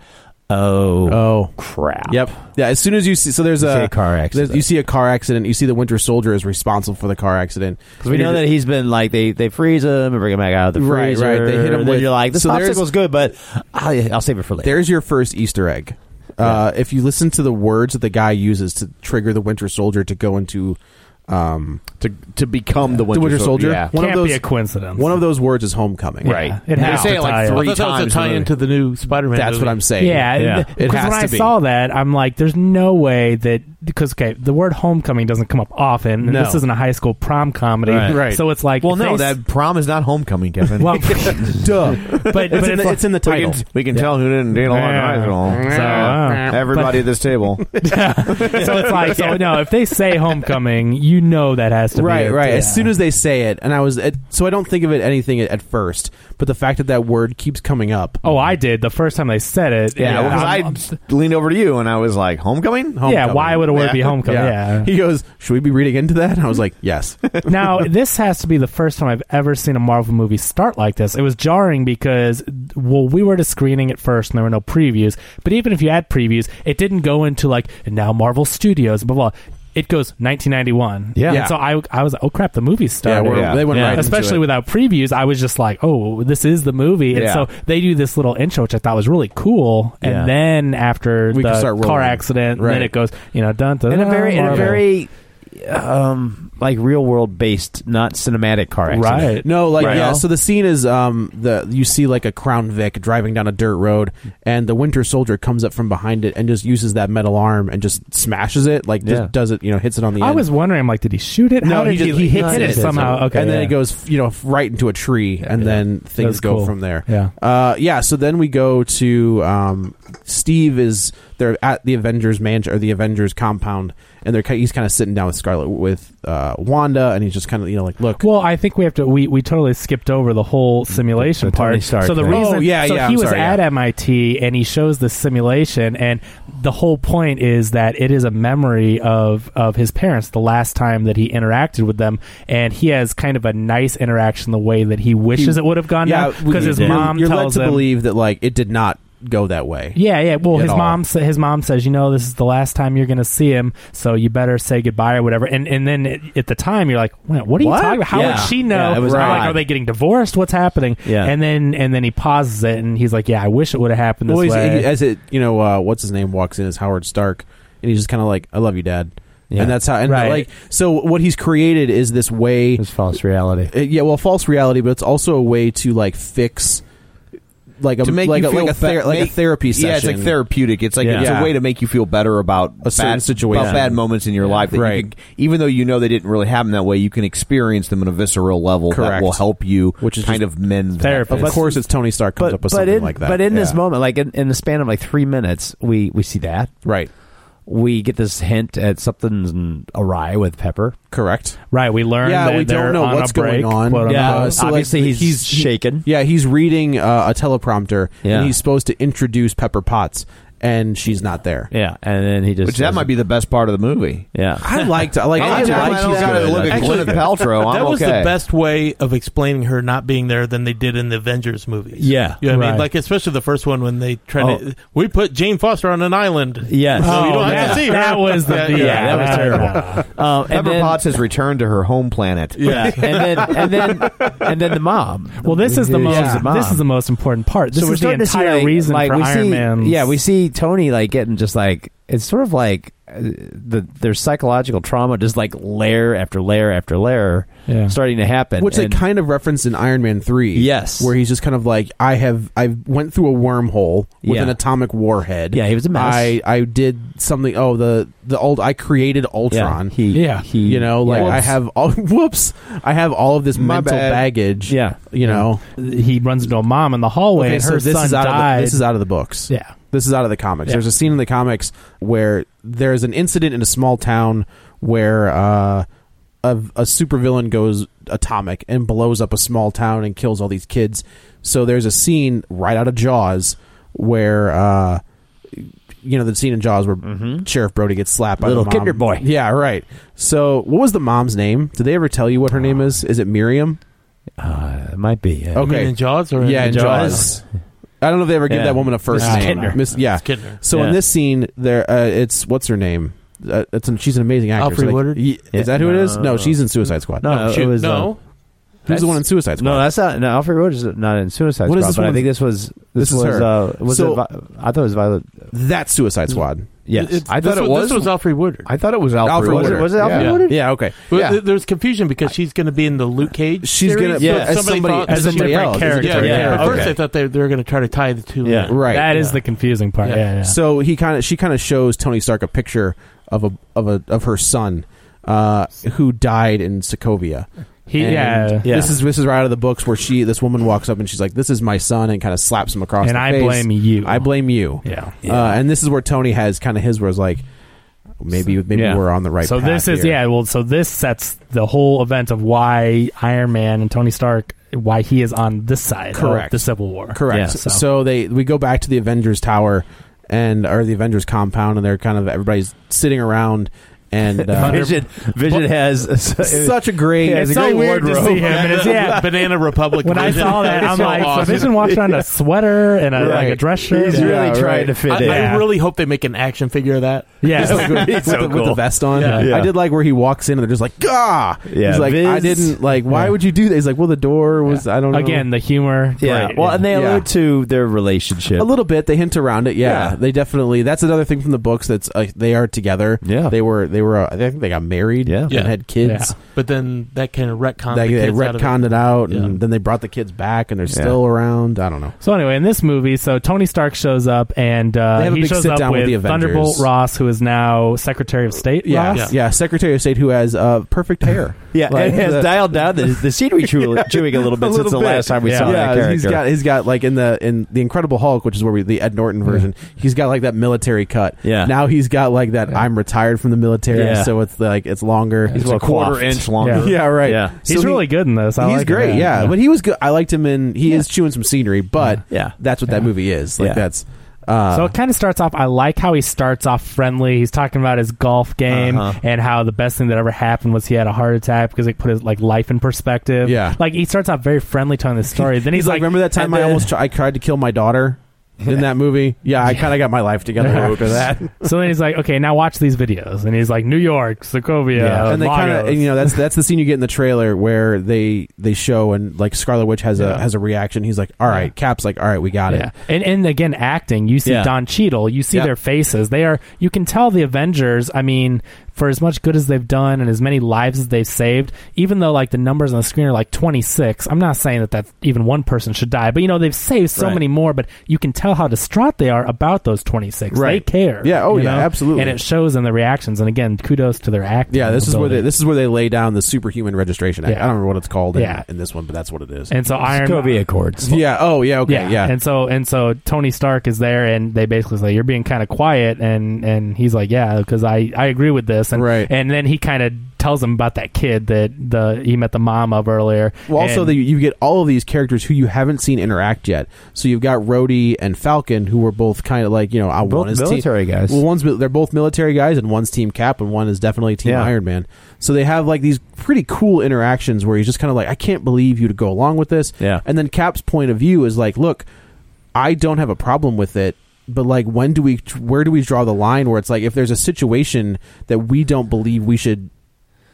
S6: oh,
S9: Oh.
S6: crap.
S9: Yep. Yeah. As soon as you see, so there's
S6: You
S9: a,
S6: see a car
S9: there's-
S6: accident.
S9: You see a car accident. You see the Winter Soldier is responsible for the car accident.
S6: Because we know that he's been like, they, they freeze him and bring him back out of the
S9: Right,
S6: freezer.
S9: right. They hit him
S6: and
S9: with-
S6: You're like, this
S9: So there's-
S6: popsicle's good, but I'll, I'll save it for later.
S9: There's your first Easter egg. Uh, If you listen to the words that the guy uses to trigger the Winter Soldier to go into um,
S10: to to become the
S9: the
S10: Winter,
S9: Winter Soldier,
S10: Yeah.
S9: one
S7: Can't
S9: of
S7: be
S9: those
S7: a coincidence.
S9: One of those words is homecoming.
S7: Yeah.
S10: They
S7: It has
S10: say
S7: to
S10: it like
S7: tie in.
S8: I
S10: three
S8: thought that was
S10: times
S8: a tie
S10: in the
S8: into the new Spider-Man.
S9: That's
S8: movie.
S9: what I'm saying.
S7: Yeah,
S6: Yeah.
S7: yeah.
S9: It has
S7: when
S9: to
S7: I
S9: be.
S7: saw that, I'm like, there's no way that because okay, the word homecoming doesn't come up often. and
S9: No.
S7: This isn't a high school prom comedy,
S6: Right.
S9: Right.
S7: So it's like,
S10: Well,
S7: if
S10: no,
S7: they s-
S10: that prom is not homecoming, Kevin.
S7: well,
S9: Duh.
S7: but but
S9: It's, in
S7: it's
S9: the,
S7: like-
S9: it's in the
S10: we
S9: title.
S10: can, we can tell who didn't date along
S7: Yeah.
S10: high school.
S7: So, uh,
S10: Everybody at this table.
S7: so it's like, so no, if they say homecoming, you know that has to
S9: right,
S7: be it.
S9: right.
S7: Yeah.
S9: As soon as they say it, and I was it, so I don't think of it anything at, at first, but the fact that that word keeps coming up.
S7: oh, I did the first time they said it.
S10: Yeah,
S7: I'm-
S10: because I leaned over to you and I was like, "Homecoming?
S7: yeah. Why would a word be homecoming? yeah.
S9: He goes, "Should we be reading into that?" And I was like, "Yes."
S7: now this has to be the first time I've ever seen a Marvel movie start like this. It was jarring because well, we were to screening at first and there were no previews. But even if you had previews, it didn't go into like and now Marvel Studios blah blah. It goes 1991.
S9: Yeah.
S7: And so I I was like, oh crap, the movie started.
S9: we're- Yeah. they went right into
S7: Especially
S9: it.
S7: without previews, I was just like, oh, this is the movie. And
S10: Yeah.
S7: so they do this little intro, which I thought was really cool. And
S6: Yeah.
S7: then after
S9: We can
S7: the
S9: start
S7: car
S9: rolling.
S7: accident, and
S9: Right.
S7: then it goes, you know, dun dun
S6: in a
S7: dun,
S6: very in a
S7: Marvel.
S6: very um like real world based, not cinematic car accident.
S9: No, like
S6: Right.
S9: yeah. So the scene is um the you see like a Crown Vic driving down a dirt road, and the Winter Soldier comes up from behind it and just uses that metal arm and just smashes it. Like
S7: Yeah.
S9: just does it, you know, hits it on the.
S7: I
S9: end.
S7: was wondering, like, did he shoot it? How did he, he hits it, somehow? Okay,
S9: and then
S7: yeah.
S9: it goes, you know, right into a tree, and then things
S7: That's
S9: go
S7: cool.
S9: from there.
S7: Yeah.
S9: uh, yeah. So then we go to um, Steve is they're at the Avengers mansion or the Avengers compound, and they're ki- he's kind of sitting down with Scarlet with uh, Wanda, and he's just kind of you know like, look,
S7: Well, I think we have to. We, we totally skipped over the whole simulation
S9: The- the Tony
S7: part.
S9: Stark
S7: so the
S9: thing.
S7: reason,
S9: Oh, yeah,
S7: so
S9: yeah,
S7: he
S9: I'm
S7: was
S9: sorry,
S7: at MIT and he shows the simulation, and the whole point is that it is a memory of of his parents, the last time that he interacted with them, and he has kind of a nice interaction the way that he wishes
S9: He-
S7: it would have gone down
S9: yeah,
S7: because
S9: we-
S7: his
S9: you're-
S7: mom
S9: you're
S7: tells
S9: led to
S7: him.
S9: believe that like it did not go that way.
S7: Yeah, yeah. Well,
S9: At
S7: his
S9: all.
S7: mom sa- his mom says, you know, this is the last time you're going to see him, so you better say goodbye or whatever. And and then at, at the time you're like, "Wait, what are you
S9: What?
S7: talking about? How would
S9: Yeah.
S7: she know?
S9: Yeah, it was
S7: Like,
S9: odd.
S7: are they getting divorced? What's happening?
S9: Yeah.
S7: And then and then he pauses it and he's like, yeah, I wish it would have happened this
S9: Well, he's-
S7: way.
S9: he- as it, you know, uh, what's his name walks in as Howard Stark, and he's just kind of like, "I love you, Dad,"
S6: Yeah.
S9: and that's how. And
S6: Right.
S9: like, so what he's created is this way, this
S6: false reality.
S9: Uh, yeah, well, false reality, but it's also a way to like fix, like a
S12: to make
S9: like
S12: you
S9: a,
S12: feel
S9: like a,
S12: fe-
S9: ther- like a
S12: make-
S9: therapy session.
S12: Yeah, it's like therapeutic. It's like
S9: Yeah.
S12: it's
S9: Yeah.
S12: a way to make you feel better about
S9: A certain
S12: bad,
S9: situation.
S12: about bad moments in your life. That you
S9: Right.
S12: can- even though you know they didn't really happen that way, you can experience them on a visceral level that
S9: Correct.
S12: will help you,
S9: Which is
S12: kind
S9: just
S12: of mend
S9: Of
S12: That.
S9: course, it's Tony Stark comes up with something
S6: in,
S9: like that.
S6: But in this
S9: Yeah.
S6: moment, like in, in the span of like three minutes, we we see that
S9: right.
S6: We get this hint at something's awry with Pepper.
S9: Correct.
S7: right, we learn
S9: yeah,
S7: that
S9: we
S7: they're
S9: don't know
S7: on
S9: what's
S7: a break,
S9: going on.
S7: quote
S9: yeah,
S7: unquote.
S9: so, like,
S6: Obviously, he's
S9: he-
S6: shaken.
S9: yeah, he's reading uh, a teleprompter,
S6: Yeah.
S9: and he's supposed to introduce Pepper Potts, and she's not there.
S6: Yeah, and then he just
S12: Which that might be the best part of the movie.
S6: Yeah,
S9: I liked. I like.
S12: I
S9: Oh, I,
S12: liked it. I
S9: liked.
S12: don't
S9: he's
S12: gotta
S9: good.
S12: look at
S9: Actually,
S12: Gwyneth Paltrow.
S8: that
S12: I'm
S8: was
S12: okay.
S8: the best way of explaining her not being there than they did in the Avengers movies.
S6: Yeah,
S8: you know what I
S6: right.
S8: mean, like especially the first one when they tried
S6: Oh.
S8: to we put Jane Foster on an island.
S6: Yes.
S8: so you
S6: Oh,
S8: don't
S6: yeah.
S8: have to see her.
S7: That was the-
S8: yeah.
S6: yeah, that was terrible. Um, and
S12: Pepper
S6: then-
S12: Potts has returned to her home planet.
S6: Yeah, and then and then and then the mom.
S7: Well, this is the
S6: She's
S7: most.
S6: the mom.
S7: This is the most important part. This
S6: we're
S7: is the
S6: starting to see,
S7: entire
S6: like-
S7: reason
S6: like,
S7: for
S6: we
S7: Iron
S6: see,
S7: Man.
S6: Yeah, we see Tony like getting just like it's sort of like uh, the their psychological trauma just like layer after layer after layer
S9: Yeah.
S6: starting to happen.
S9: which
S6: And-
S9: they kind of referenced in Iron Man three.
S6: Yes.
S9: where he's just kind of like, I have, I went through a wormhole with
S6: Yeah.
S9: an atomic warhead.
S6: Yeah, he was a mess.
S9: I, I did something. Oh, the the old, I created Ultron.
S6: he- Yeah. he-
S9: you know, like
S6: yeah.
S9: I have all. Whoops, I have all of this
S6: My
S9: mental
S6: bad.
S9: baggage.
S6: Yeah.
S9: you know.
S7: he runs into a mom in the hallway,
S9: Okay,
S7: and
S9: so
S7: her
S9: this
S7: son
S9: is out Of
S7: died.
S9: the, this is out of the books.
S7: Yeah.
S9: this is out of the comics.
S7: Yeah.
S9: There's a scene in the comics where there's an incident in a small town where uh, a, a supervillain goes atomic and blows up a small town and kills all these kids. So there's a scene right out of Jaws where. Uh, you know the scene in Jaws where Sheriff Brody gets slapped by
S6: Little
S9: the mom.
S6: Kinder Boy.
S9: Yeah, right. So, what was the mom's name? Did they ever tell you what her name is? Is it Miriam?
S6: Uh, it might be. yeah.
S9: Okay.
S8: mean in Jaws or in
S9: yeah, in
S8: Jaws?
S9: Jaws. I don't know if they ever give
S6: Yeah.
S9: that woman a first
S6: Mrs.
S9: name.
S6: Kidner.
S9: Miss, yeah.
S8: It's Kidner.
S9: So
S6: Yeah.
S9: in this scene, there uh, it's what's her name? Uh, it's an, she's an amazing actress.
S8: Alfred Woodard?
S9: y-
S6: Yeah.
S9: Is that who it is?
S6: No.
S9: No, she's in Suicide Squad.
S6: No, no,
S8: shoot,
S6: it was uh,
S8: no.
S9: Who's the one in Suicide Squad?
S6: No, that's not. No, Alfred Rhodes is not in Suicide
S9: What is
S6: Squad.
S9: this
S6: but I
S9: one?
S6: think this was. This,
S9: This is
S6: was.
S9: her.
S6: Uh, was
S9: So-
S6: it? Vi- I thought it was Violet.
S9: That's Suicide Squad.
S6: Yes,
S9: uh,
S8: It-
S12: I
S8: this
S12: thought it
S8: was-
S12: was-
S8: This was Alfred Woodard.
S12: I thought it was Alfred,
S9: Alfred
S12: Woodard.
S9: Woodard.
S6: Was it Alfred
S9: yeah.
S6: Woodard?
S9: Yeah. Okay.
S8: Well,
S9: Yeah.
S8: th- There's confusion because she's going to be in the Luke Cage.
S9: She's
S8: series,
S9: gonna- yeah,
S8: but
S9: as
S8: somebody,
S9: somebody-
S8: thought
S9: as
S8: that
S9: a
S8: she-
S9: different
S8: yeah,
S9: character.
S8: Yeah,
S9: Yeah,
S8: At first,
S9: okay.
S8: I thought they, they were going to try to tie the two.
S6: Yeah.
S8: in.
S9: Right.
S7: That is
S8: Yeah.
S7: the confusing part.
S8: Yeah.
S7: Yeah, yeah.
S9: So he kind of she kind of shows Tony Stark a picture of a of a of her son, uh, who died in Sokovia.
S7: He-
S9: And
S7: yeah.
S6: Yeah.
S9: This is this is right out of the books where she this woman walks up and she's like, "This is my son," and kind of slaps him across.
S7: And
S9: the
S7: I
S9: face.
S7: blame you.
S9: I blame you.
S7: Yeah.
S9: Uh, and this is where Tony has kind of his where it's like, maybe maybe
S6: Yeah.
S9: we're on the right.
S7: so
S9: path
S7: this is
S9: here.
S7: yeah. Well, so this sets the whole event of why Iron Man and Tony Stark, why he is on this side of
S9: Correct.
S7: the Civil War.
S9: Correct.
S7: Yeah,
S9: so.
S7: so.
S9: they we go back to the Avengers Tower and or the Avengers compound, and they're kind of everybody's sitting around. And uh,
S6: Vision. Vision has
S9: such a great,
S6: Yeah, it's
S9: it's
S6: a
S9: a
S6: great
S9: great
S6: wardrobe.
S7: to see him. And it's, yeah.
S8: Banana Republic.
S7: When I
S8: version.
S7: saw that,
S8: It's
S7: I'm
S8: so
S7: like,
S8: awesome.
S7: Vision walks around in a sweater and a, like a
S9: Right.
S7: dress shirt.
S6: He's
S7: Yeah.
S6: really
S9: Yeah,
S6: trying
S9: right.
S6: to fit
S8: I,
S6: in.
S8: I really hope they make an action figure of that.
S7: Yeah.
S9: with, the, with the vest on.
S8: Yeah.
S6: Yeah.
S9: I did like where he walks in and they're just like, gah.
S6: Yeah,
S9: He's like, I
S6: Viz.
S9: didn't like. Why would you do that? He's like, well, the door was. I don't know.
S7: Again, the humor.
S6: Yeah.
S7: great,
S6: well, and they
S9: Yeah.
S6: allude to their relationship.
S9: a little bit. They hint around it. Yeah,
S6: Yeah.
S9: they definitely. That's another thing from the books. That's uh, they are together.
S6: Yeah.
S9: they were. they were uh, I think they got married yeah. and had kids.
S8: Yeah. But then that kind of retconned
S9: They,
S8: the
S9: they
S8: kids out of it.
S9: retconned it out, and then they brought the kids back, and they're still around. I don't know.
S7: So anyway, in this movie, so Tony Stark shows up and uh,
S9: They have a
S7: he
S9: big
S7: shows
S9: sit
S7: up
S9: down with
S7: with,
S9: the Avengers.
S7: Thunderbolt Ross, who is now Secretary of State.
S9: Yeah,
S7: Ross?
S9: yeah, Secretary of State who has uh, perfect hair.
S6: Yeah, it
S9: Like,
S6: has
S9: the-
S6: dialed down the, the scenery chew- chewing a little bit since the last time we saw that character.
S9: He's got he's got like in the in the Incredible Hulk, which is where we the Ed Norton version. He's got like that military cut.
S6: Yeah.
S9: Now he's got like that. I'm retired from the military,
S6: Yeah.
S9: so it's like it's longer.
S6: He's It's well a quarter coiffed. inch longer.
S9: Yeah,
S6: Yeah.
S9: right.
S6: Yeah.
S7: He's really good in this. I
S9: he's
S7: like him.
S9: great.
S7: Yeah.
S9: Yeah.
S7: Yeah.
S9: but he was good. I liked him in. He is chewing some scenery, but
S6: yeah,
S9: that's what that movie is. Like
S7: Yeah.
S9: that's. Uh,
S7: so it kind of starts off. I like how he starts off friendly. He's talking about his golf game
S9: Uh-huh.
S7: and how the best thing that ever happened was he had a heart attack because it put his like life in perspective.
S9: Yeah.
S7: like he starts off very friendly telling this story. Then he's,
S9: like, remember that time
S7: and
S9: I
S7: then-
S9: almost tr- I tried to kill my daughter in that movie? Yeah, I kind of got my life together after that.
S7: so then he's like, okay, now watch these videos, and he's like, New York, Sokovia,
S9: Yeah, and they kind
S7: Lagos.
S9: of you know that's that's the scene you get in the trailer where they they show and like Scarlet Witch has a
S7: Yeah.
S9: has a reaction. He's like, "All right, Cap's like, all right, we got
S7: Yeah.
S9: it."
S7: And and again, acting. You see
S9: Yeah.
S7: Don Cheadle. You see
S9: Yep.
S7: their faces. They are. You can tell the Avengers. I mean, for as much good as they've done and as many lives as they've saved, even though like the numbers on the screen are like twenty six. I'm not saying that that even one person should die, but you know they've saved so
S9: Right.
S7: many more. But you can tell how distraught they are about those twenty six.
S9: Right.
S7: They care.
S9: Yeah, oh,
S7: you
S9: yeah,
S7: know?
S9: absolutely.
S7: And it shows in the reactions. And again, kudos to their acting.
S9: Yeah, this is where
S7: ability.
S9: they this is where they lay down the superhuman registration act.
S7: Yeah.
S9: I don't remember what it's called in,
S7: Yeah.
S9: in this one, but that's what it is.
S7: And so Iron
S6: Accords.
S9: Yeah. Oh, yeah. Okay. Yeah.
S7: And so and so Tony Stark is there, and they basically say you're being kind of quiet, and and he's like, yeah, because I I agree with this, and
S9: Right.
S7: and then he kind of tells him about that kid that the he met the mom of earlier.
S9: well, also
S7: and-
S9: that you get all of these characters who you haven't seen interact yet. So you've got Rhodey and Falcon, who were both kind of like you know, I
S6: Both
S9: want his
S6: military
S9: team.
S6: guys.
S9: Well, one's they're both military guys, and one's Team Cap, and one is definitely Team
S6: Yeah.
S9: Iron Man. So they have like these pretty cool interactions where he's just kind of like, I can't believe you to go along with this.
S6: Yeah.
S9: And then Cap's point of view is like, look, I don't have a problem with it. But like, when do we? Where do we draw the line? Where it's like, if there's a situation that we don't believe we should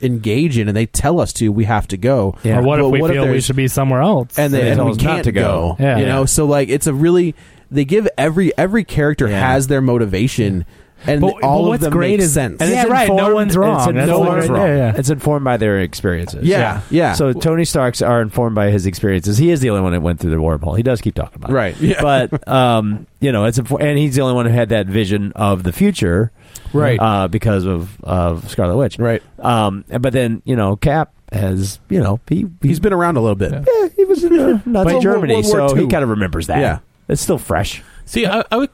S9: engage in, and they tell us to, we have to go.
S7: Or what if
S9: But
S7: we feel we
S9: there's-
S7: should be somewhere else?
S9: and they, and we can't go.
S7: Yeah.
S9: you know, so like it's a really they give every every character has their motivation, and
S7: But- but
S9: all of
S7: what's
S9: them
S7: great
S9: make
S7: is-
S9: sense.
S7: and Yeah,
S6: It's
S7: right, no
S6: informed-
S7: one's
S6: it's
S7: wrong.
S6: in-
S7: That's
S6: no
S7: like
S6: one's
S7: right
S6: wrong.
S7: there, yeah.
S6: It's informed by their experiences.
S9: Yeah, yeah.
S6: So Tony Starks are informed by his experiences. He is the only one that went through the wormhole. He does keep talking about it.
S9: Right, yeah.
S6: But um, you know, it's infor- and he's the only one who had that vision of the future.
S9: Right.
S6: Uh, because of of Scarlet Witch.
S9: Right.
S6: Um, but then you know Cap has you know he
S9: He's been around a little bit.
S6: Yeah, he was in uh, Nazi
S8: World-
S6: Germany,
S8: World War
S6: so
S8: II.
S6: he kind of remembers that.
S8: Yeah.
S6: It's still fresh.
S8: See, I, I was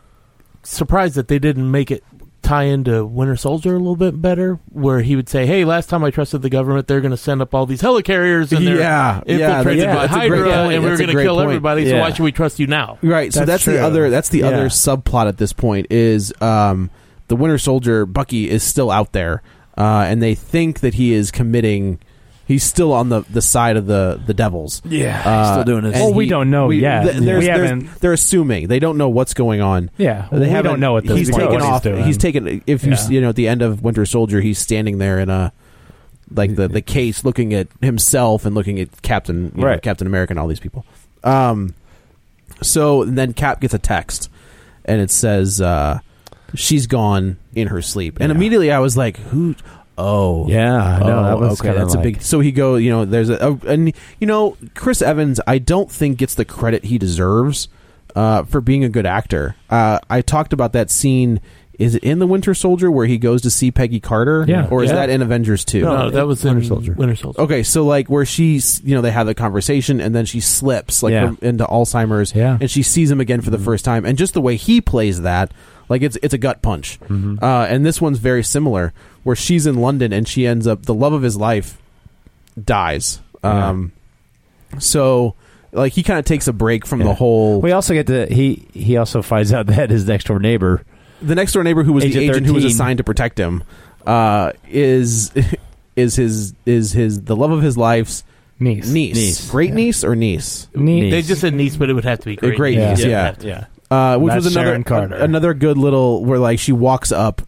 S8: surprised that they didn't make it tie into Winter Soldier a little bit better, where he would say, "Hey, last time I trusted the government, they're going to send up all these helicarriers and they're
S9: Yeah, yeah,
S8: infiltrated
S9: yeah,
S8: by
S9: that's a great
S8: Hydra,
S9: point.
S8: and we're
S9: That's a
S8: going to
S9: great
S8: kill
S9: point.
S8: everybody. So
S9: Yeah.
S8: why should we trust you now?"
S9: Right. So that's, the other that's the other subplot at this point is um, the Winter Soldier Bucky is still out there, uh, and they think that he is committing. He's still on the, the side of the the devils.
S7: Yeah, he's
S9: Uh,
S7: still doing his-
S9: and
S7: Well, Oh, we don't know yet.
S9: th-
S7: Yeah.
S9: there's-
S7: We
S9: there's-
S7: haven't-
S9: they're assuming they don't know what's going on.
S7: Yeah.
S9: they
S7: We don't
S9: haven't-
S7: know at this
S9: he's
S7: point
S9: taken
S7: what he's
S9: off.
S7: doing.
S9: taken. If you s
S7: Yeah.
S9: you know at the end of Winter Soldier, he's standing there in a like the the case, looking at himself and looking at Captain you know,
S6: Right.
S9: Captain America and all these people. Um, so and then Cap gets a text, and it says uh, she's gone in her sleep. And immediately I was like, "Who? Oh,
S6: Yeah, I know.
S9: Oh,
S6: That was
S9: okay,
S6: kinda
S9: that's
S6: like-
S9: a big." So he go, you know, there's a, a- and you know, Chris Evans, I don't think gets the credit he deserves uh, for being a good actor. Uh, I talked about that scene. Is it in the Winter Soldier where he goes to see Peggy Carter?
S8: Yeah.
S9: or is
S8: Yeah.
S9: that in Avengers Two?
S8: No, that was Winter Soldier. Winter Soldier.
S9: Okay, so like where she's, you know, they have the conversation and then she slips like
S6: Yeah.
S9: from- into Alzheimer's,
S6: Yeah. Mm-hmm.
S9: and she sees him again for the first time, and just the way he plays that, like it's it's a gut punch.
S6: Mm-hmm.
S9: Uh, and this one's very similar, where she's in London and she ends up the love of his life dies. Um, so like he kind of takes a break from the whole
S6: We also get to he he also finds out that his next door neighbor
S9: the next door neighbor who was the
S6: Agent
S9: agent who was
S6: 13.
S9: assigned to protect him uh, is is his is his the love of his life's
S7: niece
S9: niece,
S8: Niece,
S9: great niece or niece
S7: Niece.
S8: They just said niece, but it would have to be
S9: A
S8: great.
S9: great niece yeah Uh, which
S7: That's
S9: was another
S7: Sharon Carter.
S9: a- another good little where like she walks up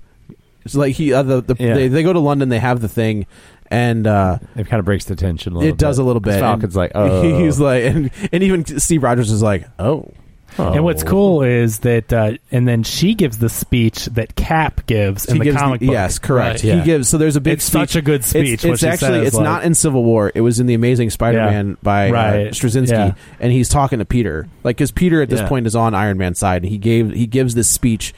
S9: it's like he uh, the, the
S6: Yeah.
S9: they, they go to London they have the thing and uh,
S6: it kind of breaks the tension a
S9: it
S6: little bit.
S9: does a little bit
S6: Falcon's
S9: and
S6: like oh
S9: he's like and, and even Steve Rogers is like oh
S6: Oh.
S7: And what's cool is that, uh, and then she gives the speech that Cap gives in
S9: He
S7: the
S9: gives
S7: comic
S9: the-
S7: book.
S9: Yes, correct.
S7: Right.
S9: He gives. So there's a big.
S7: It's
S9: speech.
S7: such a good
S9: It's-
S7: speech.
S9: It's,
S7: what she
S9: actually.
S7: says,
S9: it's
S7: like-
S9: not in Civil War. It was in the Amazing Spider-Man
S7: Yeah.
S9: by
S7: Right.
S9: uh, Straczynski,
S7: Yeah.
S9: and he's talking to Peter. Like, because Peter at this
S7: Yeah.
S9: point is on Iron Man's side, and he gave he gives this speech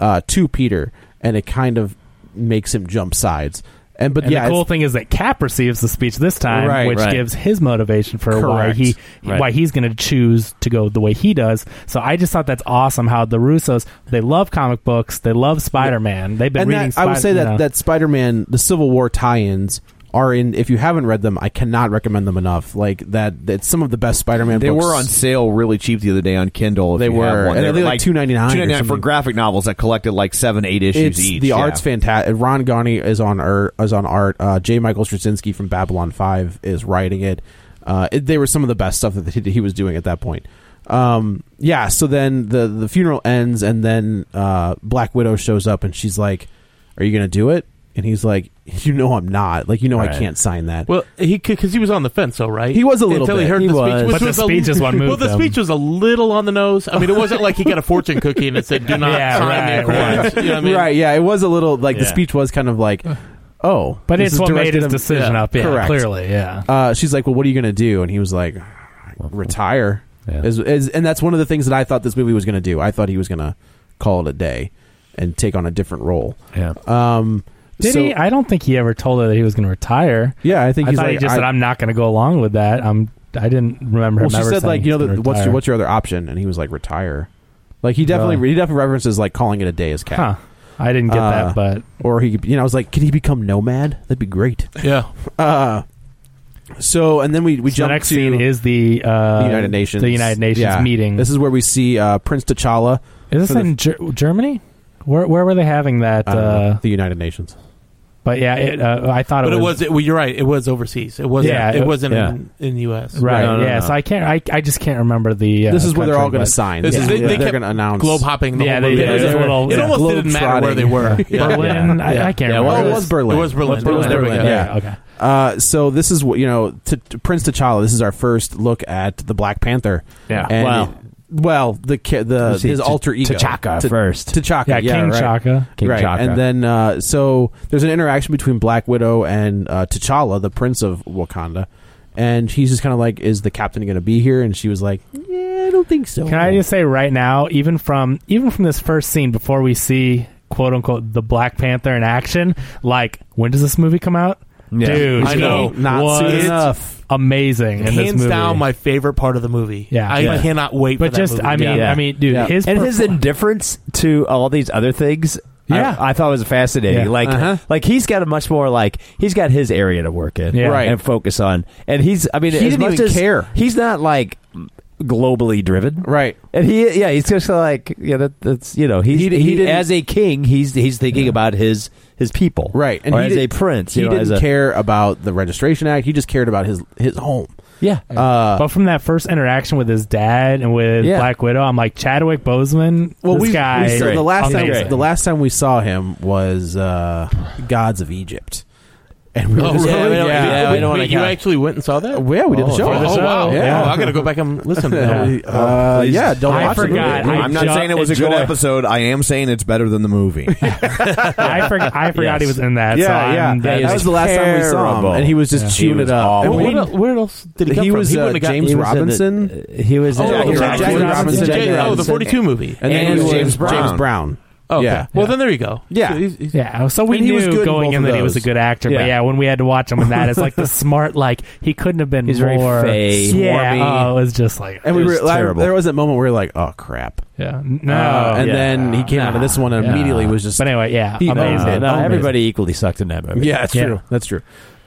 S9: uh, to Peter, and it kind of makes him jump sides. And but
S7: and
S9: yeah,
S7: the cool
S9: it's-
S7: thing is that Cap receives the speech this time,
S9: Right.
S7: which
S9: Right.
S7: gives his motivation for why
S9: Correct.
S7: he
S9: Right.
S7: why he's going to choose to go the way he does. So I just thought that's awesome how the Russos they love comic books, they love Spider Man, they've been
S9: and
S7: reading.
S9: that, I would
S7: Spider-
S9: say
S7: you
S9: that
S7: know.
S9: that Spider-Man, the Civil War tie-ins are in. If you haven't read them, I cannot recommend them enough. Like that, that's some of the best Spider-Man.
S12: They
S9: books.
S12: were on sale really cheap the other day on Kindle. If
S9: They
S12: you have
S9: were.
S12: one.
S9: And
S12: they
S9: I think,
S12: were
S9: like, $2.99 or
S12: $2.99 for
S9: something.
S12: graphic novels that collected like seven, eight issues
S9: It's-
S12: each.
S9: The
S12: yeah.
S9: art's fantastic. Ron Gawney is on art. Is on art. Uh, J. Michael Straczynski from Babylon Five is writing it. Uh, it- they were some of the best stuff that he, he was doing at that point. Um, yeah. So then the the funeral ends, and then uh, Black Widow shows up, and she's like, "Are you gonna do it?" And he's like, "You know I'm not. Like you know I
S8: Right.
S9: can't sign that."
S8: Well, he because he was on the fence, though, right?
S9: He was a little
S8: until
S9: bit.
S8: he heard
S9: He
S8: the
S9: was.
S8: speech. which
S9: But the
S8: was a-
S9: speech is what
S8: Well,
S9: moved
S8: the
S9: him.
S8: speech was a little on the nose. I mean, it wasn't like he got a fortune cookie and it said, "Do not
S7: Yeah,
S8: sign the
S7: right,
S8: accordions." You know what I mean?
S9: Right? Yeah. It was a little like the
S8: Yeah.
S9: speech was kind of like, "Oh,"
S7: But
S9: this
S7: it's
S9: is
S7: what made
S9: directed
S7: his
S9: at-
S7: decision up, yeah,
S9: Correct.
S7: clearly, yeah.
S9: Uh, she's like, "Well, what are you going to do?" And he was like, "Retire." Is, is, and that's one of the things that I thought this movie was going to do. I thought he was going to call it a day and take on a different role.
S7: Yeah.
S9: Um,
S7: Did
S9: so-
S7: he? I don't think he ever told her that he was going to retire.
S9: Yeah, I think
S7: I
S9: he's
S7: thought he
S9: like,
S7: just
S9: I-
S7: said, "I'm not going to go along with that." I'm. I didn't remember. him
S9: Well, she
S7: ever
S9: said
S7: saying
S9: like, you know,
S7: he's gonna
S9: the, what's your,
S7: retire.
S9: what's your other option? And he was like, retire. Like he definitely
S7: Really?
S9: he definitely references like calling it a day as cat.
S7: Huh. I didn't get
S9: Uh,
S7: that, but
S9: or he, you know, I was like, can he become nomad? That'd be great.
S8: Yeah.
S9: Uh, so and then we we
S7: So the
S9: jump
S7: next
S9: to
S7: scene is the, uh,
S9: the United Nations
S7: the United Nations
S9: Yeah.
S7: meeting.
S9: This is where we see uh, Prince T'Challa.
S7: Is
S9: for
S7: this
S9: the-
S7: in Ger- Germany? Where where were they having that?
S9: I don't know,
S7: Uh,
S9: the United Nations.
S7: but yeah, it, uh, I thought
S8: But
S7: it
S8: it
S7: was.
S8: was. It, well, you're right. It was overseas. It wasn't.
S7: Yeah,
S8: it,
S7: it-
S8: wasn't
S7: yeah.
S8: in, in the U.S.
S7: Right. yeah. So I can't. I, I just can't remember the. Uh,
S9: This is where they're
S7: country,
S9: all gonna
S7: but-
S9: sign. This is- they- Yeah. they kept
S8: globe hopping. The
S7: yeah,
S8: whole
S7: they,
S8: movie.
S7: yeah, it was a little-
S8: it
S7: yeah.
S8: almost didn't matter where they were. Yeah.
S7: Berlin.
S8: Yeah.
S7: I, I can't.
S9: Yeah,
S7: remember.
S9: well, Oh, it was Berlin.
S8: It was Berlin.
S9: It was
S8: There we
S9: Berlin.
S8: go.
S9: Yeah.
S8: Yeah.
S7: Okay.
S9: Uh, so this is what you know, to, to Prince T'Challa. This is our first look at the Black Panther.
S7: Yeah.
S9: And
S7: Wow.
S9: well, the ki- the
S6: You see
S9: his
S6: T-
S9: alter ego
S6: T'Chaka
S9: T-
S6: first.
S9: T'Chaka,
S7: Yeah,
S9: yeah,
S7: King
S9: right.
S7: Chaka. King
S9: right.
S7: Chaka.
S9: And then uh, so there's an interaction between Black Widow and uh, T'Challa, the Prince of Wakanda, and he's just kind of like, "Is the captain going to be here?" And she was like, "Yeah, I don't think so."
S7: Can I just say right now, even from even from this first scene before we see quote unquote the Black Panther in action, like when does this movie come out?
S8: Yeah.
S7: Dude,
S8: I know.
S7: he
S8: Not soon
S7: was
S8: enough.
S7: Amazing in this
S8: Hands
S7: movie.
S8: down, my favorite part of the movie.
S7: Yeah.
S8: I
S7: Yeah.
S8: cannot wait.
S7: But
S8: for that
S7: just-
S8: movie.
S7: I mean- I mean, dude, Yeah. his
S6: and
S7: perf-
S6: his indifference to all these other things. I-
S7: Yeah.
S6: I, thought was fascinating.
S7: Yeah.
S6: Like,
S7: Uh-huh.
S6: like he's got a much more like he's got his area to work in,
S7: Yeah. Right.
S6: and focus on. And he's, I mean,
S9: He
S6: as
S9: didn't
S6: much
S9: even
S6: as-
S9: care.
S6: He's not like globally driven,
S9: right?
S6: And he, yeah, he's just like, yeah, that, that's you know, he's,
S9: He
S6: he,
S9: d- he didn't-
S6: as a king, he's he's thinking about his his people,
S9: right?
S6: or
S9: he
S6: as
S9: did-
S6: a prince,
S9: he
S6: you know,
S9: didn't
S6: as a,
S9: care about the Registration Act. He just cared about his his home.
S6: yeah. Um,
S9: Uh,
S7: but from that first interaction with his dad and with
S9: Yeah.
S7: Black Widow, I'm like Chadwick Boseman.
S9: Well,
S7: this
S9: we,
S7: guy,
S9: we saw- the last
S7: amazing.
S9: time the last time we saw him was uh, Gods of Egypt, and we were
S8: Oh,
S9: just-
S8: really? Yeah, we don't- yeah, we don't wanna
S9: Wait,
S8: count. went and saw that?
S9: Yeah, we did the
S8: Oh,
S9: show.
S8: for the show.
S9: wow! Yeah,
S8: Oh, I gotta go back and listen to that.
S6: Oh,
S9: Uh, yeah, don't
S7: I
S9: watch
S7: forgot.
S9: The movie.
S7: I
S12: I'm not
S7: ju-
S12: saying it was a good
S7: enjoy-
S12: episode. I am saying it's better than the movie.
S7: I forgot. I forgot
S12: Yes.
S7: he was in that.
S12: Yeah,
S7: so I'm-
S12: yeah.
S7: that-
S12: Yeah,
S9: that was the last time we saw him,
S12: terrible.
S9: and he was just
S12: Yeah.
S9: chewing
S12: He was
S9: it up.
S12: awful.
S9: And
S8: Where,
S9: we-
S8: el- where else did he come
S9: Oh, he
S8: from?
S9: was
S8: he
S9: uh,
S8: wouldn't have
S9: James
S8: gotten-
S9: Robinson.
S6: He was
S8: Oh,
S6: in-
S8: Jackie
S6: Jackie
S8: Robinson.
S6: Robinson.
S8: Robinson.
S6: Jackie
S8: Jackie- oh, the
S6: Robinson.
S8: 42 movie.
S6: And
S9: and then
S6: he
S9: he was
S6: was
S9: James Brown.
S12: James Brown.
S8: Oh, okay.
S9: Yeah.
S8: Well, then there you go.
S9: Yeah.
S8: So he's- he's-
S7: Yeah, so we
S9: And he
S7: knew
S9: was good in
S7: going
S9: both
S7: in
S9: of
S7: that he was a
S9: those.
S7: good actor,
S6: Yeah.
S7: but yeah, when we had to watch him in that, it's like the smart, like he couldn't have been
S6: He's very
S7: more.
S6: fey.
S7: yeah,
S6: Swarmy.
S7: oh, it was just like
S9: And we
S6: It
S9: were
S6: was
S9: like,
S6: terrible.
S9: there was that moment where we were like, oh crap.
S7: yeah, no,
S9: Uh, and
S7: Oh, yeah.
S9: then he came out of this one and
S7: Yeah.
S9: immediately was just
S7: But anyway, yeah,
S9: He-
S7: amazing.
S9: No,
S6: No,
S9: Amazing.
S6: everybody equally sucked in that movie.
S9: Yeah, that's
S7: Yeah.
S9: true. That's true.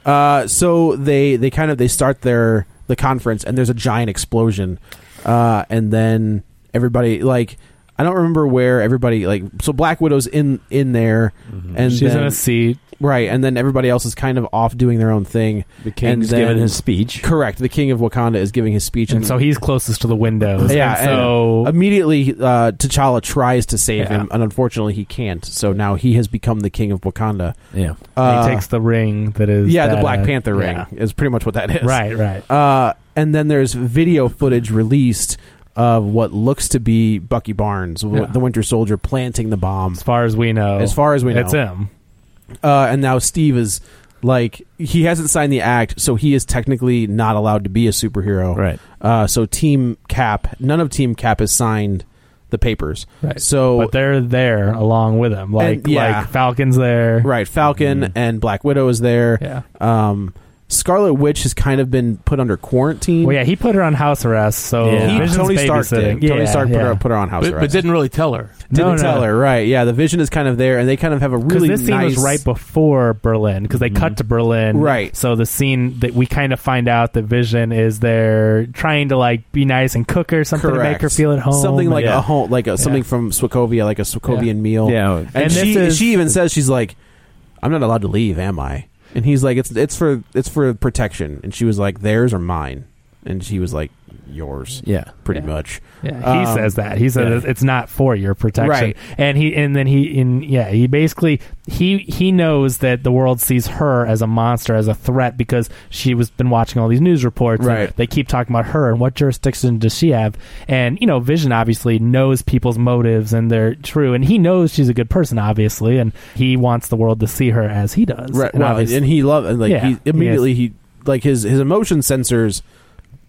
S9: Uh, so they they kind of they start their the conference and there's a giant explosion, uh, and then everybody like I don't remember where everybody like so Black Widow's in in there, and
S7: She's
S9: then,
S7: in a seat.
S9: right, and then everybody else is kind of off doing their own thing.
S6: The king's
S9: and then-
S6: giving his speech.
S9: Correct. The king of Wakanda is giving his speech,
S7: And so he's closest to the windows.
S9: yeah,
S7: And so
S9: and immediately uh, T'Challa tries to save
S7: Yeah.
S9: him, and unfortunately he can't. So now he has become the king of Wakanda.
S6: Yeah.
S9: Uh,
S7: he takes the ring that is
S9: yeah, the
S7: that,
S9: Black
S7: uh,
S9: Panther ring
S7: yeah.
S9: is pretty much what that is.
S7: Right, right.
S9: Uh, and then there's video footage released of what looks to be Bucky Barnes, w-
S7: Yeah.
S9: the Winter Soldier, planting the bomb. As
S7: far as we know,
S9: as far as we know,
S7: it's him.
S9: Uh, and now Steve is like he hasn't signed the act, so he is technically not allowed to be a superhero. Right. Uh, so Team Cap, none of Team Cap has signed the papers.
S7: Right.
S9: So
S7: But they're there along with him. Like
S9: And- yeah.
S7: like Falcon's there.
S9: Right, Falcon and Black Widow is there.
S7: Mm-hmm. Yeah.
S9: Um, Scarlet Witch has kind of been put under quarantine.
S7: Well, yeah, he put her on house arrest. So
S9: Yeah. He-
S7: Vision's
S9: Tony Stark
S7: babysitting.
S9: did. Tony
S7: Yeah,
S9: Stark put her-
S7: yeah.
S9: put her on house
S8: but, but
S9: arrest.
S8: didn't really tell her.
S9: Didn't
S7: No, no.
S9: tell her, right? Yeah, the Vision is kind of there, and they kind of have a
S7: because
S9: really
S7: this scene
S9: nice. Mm-hmm.
S7: was right before Berlin because they cut to Berlin,
S9: Right.
S7: So the scene that we kind of find out that Vision is there trying to like be nice and cook her something to make her feel at home,
S9: Something like
S7: Yeah.
S9: a home, like a, something
S7: Yeah.
S9: from Sokovia, like a Sokovian
S7: Yeah.
S9: meal.
S7: Yeah.
S9: Oh. and,
S7: And
S9: she
S7: this is-
S9: she even says she's like, "I'm not allowed to leave, am I?" And he's like, "It's it's for it's for protection." And she was like, "Theirs or mine?" And she was like, "Yours."
S6: Yeah,
S9: pretty much.
S7: Yeah, he
S9: Um,
S7: says that. He
S9: yeah.
S7: says it's not for your protection.
S9: Right.
S7: And he and then he in yeah, he basically he he knows that the world sees her as a monster, as a threat because she was been watching all these news reports. and
S9: Right.
S7: They keep talking about her and what jurisdiction does she have? And you know, Vision obviously knows people's motives and they're true and he knows she's a good person obviously and he wants the world to see her as he does.
S9: right
S7: And
S9: well, and,
S7: obviously-
S9: and he loved and like
S7: Yeah,
S9: he immediately he, like his his emotion sensors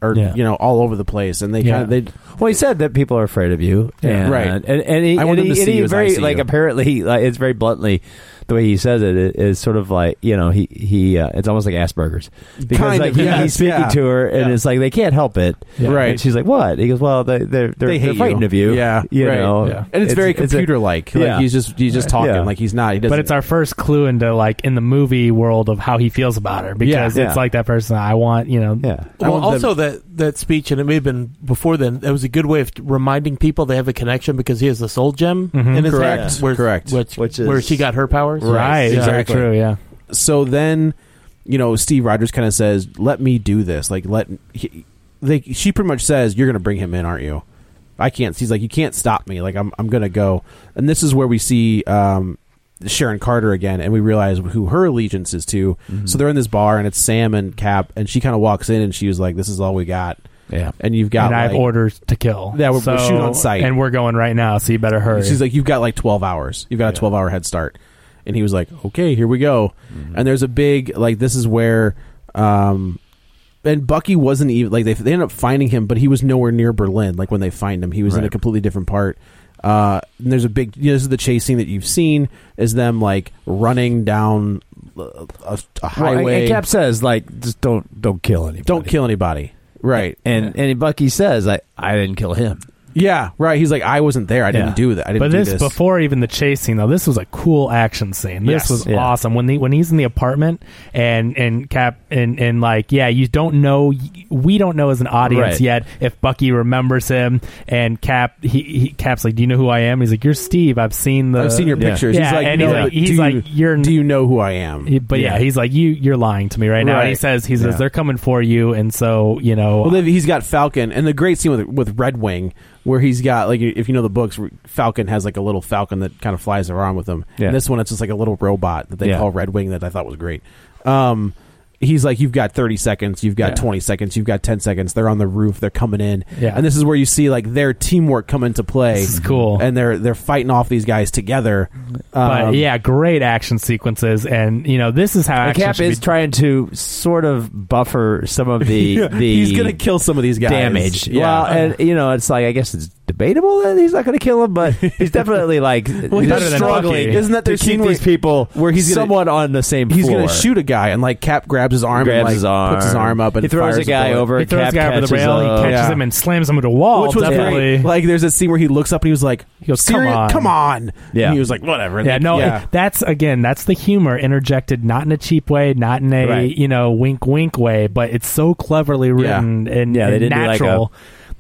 S9: are
S6: Yeah.
S9: you know all over the place and they
S6: Yeah.
S9: kind of they
S6: Well, he said that people are afraid of you,
S9: Yeah.
S6: and,
S9: Right.
S6: And, and he,
S9: I want
S6: and he,
S9: them to
S6: and
S9: see
S6: he
S9: you as I
S6: very
S9: see
S6: like
S9: you.
S6: apparently like, it's very bluntly the way he says it it is sort of like you know he he uh, it's almost like Asperger's because
S9: Kind
S6: like
S9: of,
S6: he,
S9: yes,
S6: he's speaking
S9: yeah.
S6: to her and it's like they can't help it,
S9: Yeah. Right.
S6: And she's like, "What?" He goes, "Well, they they're they're,
S9: they
S6: are
S9: hate
S6: frightened
S9: you.
S6: of you,
S9: yeah
S6: you
S9: right.
S6: know."
S9: Yeah. and it's, very
S6: a-
S9: computer like
S6: yeah.
S9: like he's just he's just talking
S6: Yeah.
S9: like he's not he doesn't
S7: but it's our first clue into like in the movie world of how he feels about her because
S8: Yeah.
S7: it's
S8: Yeah.
S7: like that person I want, you know.
S6: Yeah.
S8: Well, also that that speech, and it may have been before then. That was a good way of reminding people they have a connection because he has the soul gem
S7: Mhm.
S8: in his
S9: Correct.
S8: head, where,
S9: Correct.
S8: which,
S9: Which
S8: where
S9: is-
S8: she got her powers.
S7: Right,
S8: Yeah.
S7: exactly. Very true, yeah.
S9: so then you know Steve Rogers kind of says let me do this like let he, they she pretty much says you're gonna bring him in aren't you I can't he's like you can't stop me like I'm I'm gonna go and this is where we see um Sharon Carter again, and we realize who her allegiance is to. So they're in this bar, and it's Sam and Cap, and she kind of walks in, and she was like, "This is all we got."
S6: Yeah,
S9: and you've got.
S7: and I have
S9: like-
S7: orders to kill.
S9: Yeah, we're-
S7: So-
S9: we're shooting on sight.
S7: and we're going right now. So you better hurry.
S9: She's like, "You've got like twelve hours. You've got a twelve hour head start." And he was like, "Okay, here we go." And there's a big like this is where, um, and Bucky wasn't even like they they ended up finding him, but he was nowhere near Berlin. Like when they find him, he was in a
S6: Right.
S9: completely different part. Uh, and there's a big. You know, this is the chase scene that you've seen. Is them like running down uh, a, a
S6: Well, and-
S9: highway?
S6: and Cap says like, "Just don't don't kill anybody."
S9: Don't kill anybody. Right.
S6: And and Bucky says, "I I didn't kill him."
S9: Yeah, right. He's like, I wasn't there. I didn't do that. I didn't
S7: but
S9: do
S7: this,
S9: this.
S7: before even the chase scene though, this was a cool action scene. This
S9: Yes.
S7: was
S9: Yeah.
S7: awesome when the when he's in the apartment and and Cap and and like yeah, you don't know we don't know as an audience
S6: Right.
S7: yet if Bucky remembers him and Cap he, he Cap's like, do you know who I am? He's like, you're Steve. I've seen the
S9: I've seen your
S7: Yeah.
S9: pictures.
S7: Yeah,
S9: he's like,
S7: and
S9: no,
S7: he's like,
S9: but
S7: he's
S9: do
S7: like
S9: you, do you know who I am?
S7: He- but yeah. he's like you. You're lying to me right now. And he
S9: Right.
S7: says he says
S9: Yeah.
S7: they're coming for you, and so you know.
S9: Well, they've- he's got Falcon, and the great scene with with Red Wing, where he's got like, if you know the books, Falcon has like a little Falcon that kind of flies around with him.
S6: Yeah.
S9: And this one, it's just like a little robot that they
S6: Yeah.
S9: call Red Wing that I thought was great. Um, he's like, you've got thirty seconds, you've got
S6: Yeah.
S9: twenty seconds, you've got ten seconds. They're on the roof, they're coming in,
S7: Yeah.
S9: and this is where you see like their teamwork come into play.
S7: This is cool.
S9: and they're they're fighting off these guys together.
S7: but
S9: Um,
S7: yeah, great action sequences, and you know this is how
S6: And
S7: action
S6: Cap
S7: should
S6: is
S7: be-
S6: trying to sort of buffer some of the
S9: Yeah,
S6: the
S9: he's gonna kill some of these guys.
S6: damage.
S9: Yeah.
S6: Well, and you know, it's like I guess it's debatable that he's not going to kill him, but he's definitely like
S9: Well, he's
S6: he's
S9: better than
S6: struggling.
S9: Bucky. Isn't that
S6: to
S9: their
S6: keep
S9: scene where-
S6: these people
S9: where he's gonna-
S6: somewhat on the same
S9: He's
S6: floor?
S9: gonna shoot a guy, and like Cap grabs his arm,
S6: Grabs
S9: and, like,
S6: his arm.
S9: puts his arm up, and
S6: He throws
S9: fires
S6: a guy
S9: bullet.
S6: over.
S7: He throws the guy over the
S6: Cap
S7: rail,
S6: catches
S7: he catches
S9: up.
S7: him and slams him to a wall.
S9: Which was
S7: definitely.
S9: great. Like there's a scene where he looks up and he was like,
S7: He goes, "Come
S9: "Serious?
S7: on."
S9: come on!"
S6: Yeah.
S9: And he was like, "Whatever."
S7: Yeah,
S9: Like,
S7: no,
S9: yeah.
S7: that's again, that's the humor interjected not in a cheap way, not in a
S6: Right.
S7: you know wink wink way, but it's so cleverly written and,
S6: Yeah, they
S7: and
S6: didn't do like
S7: natural.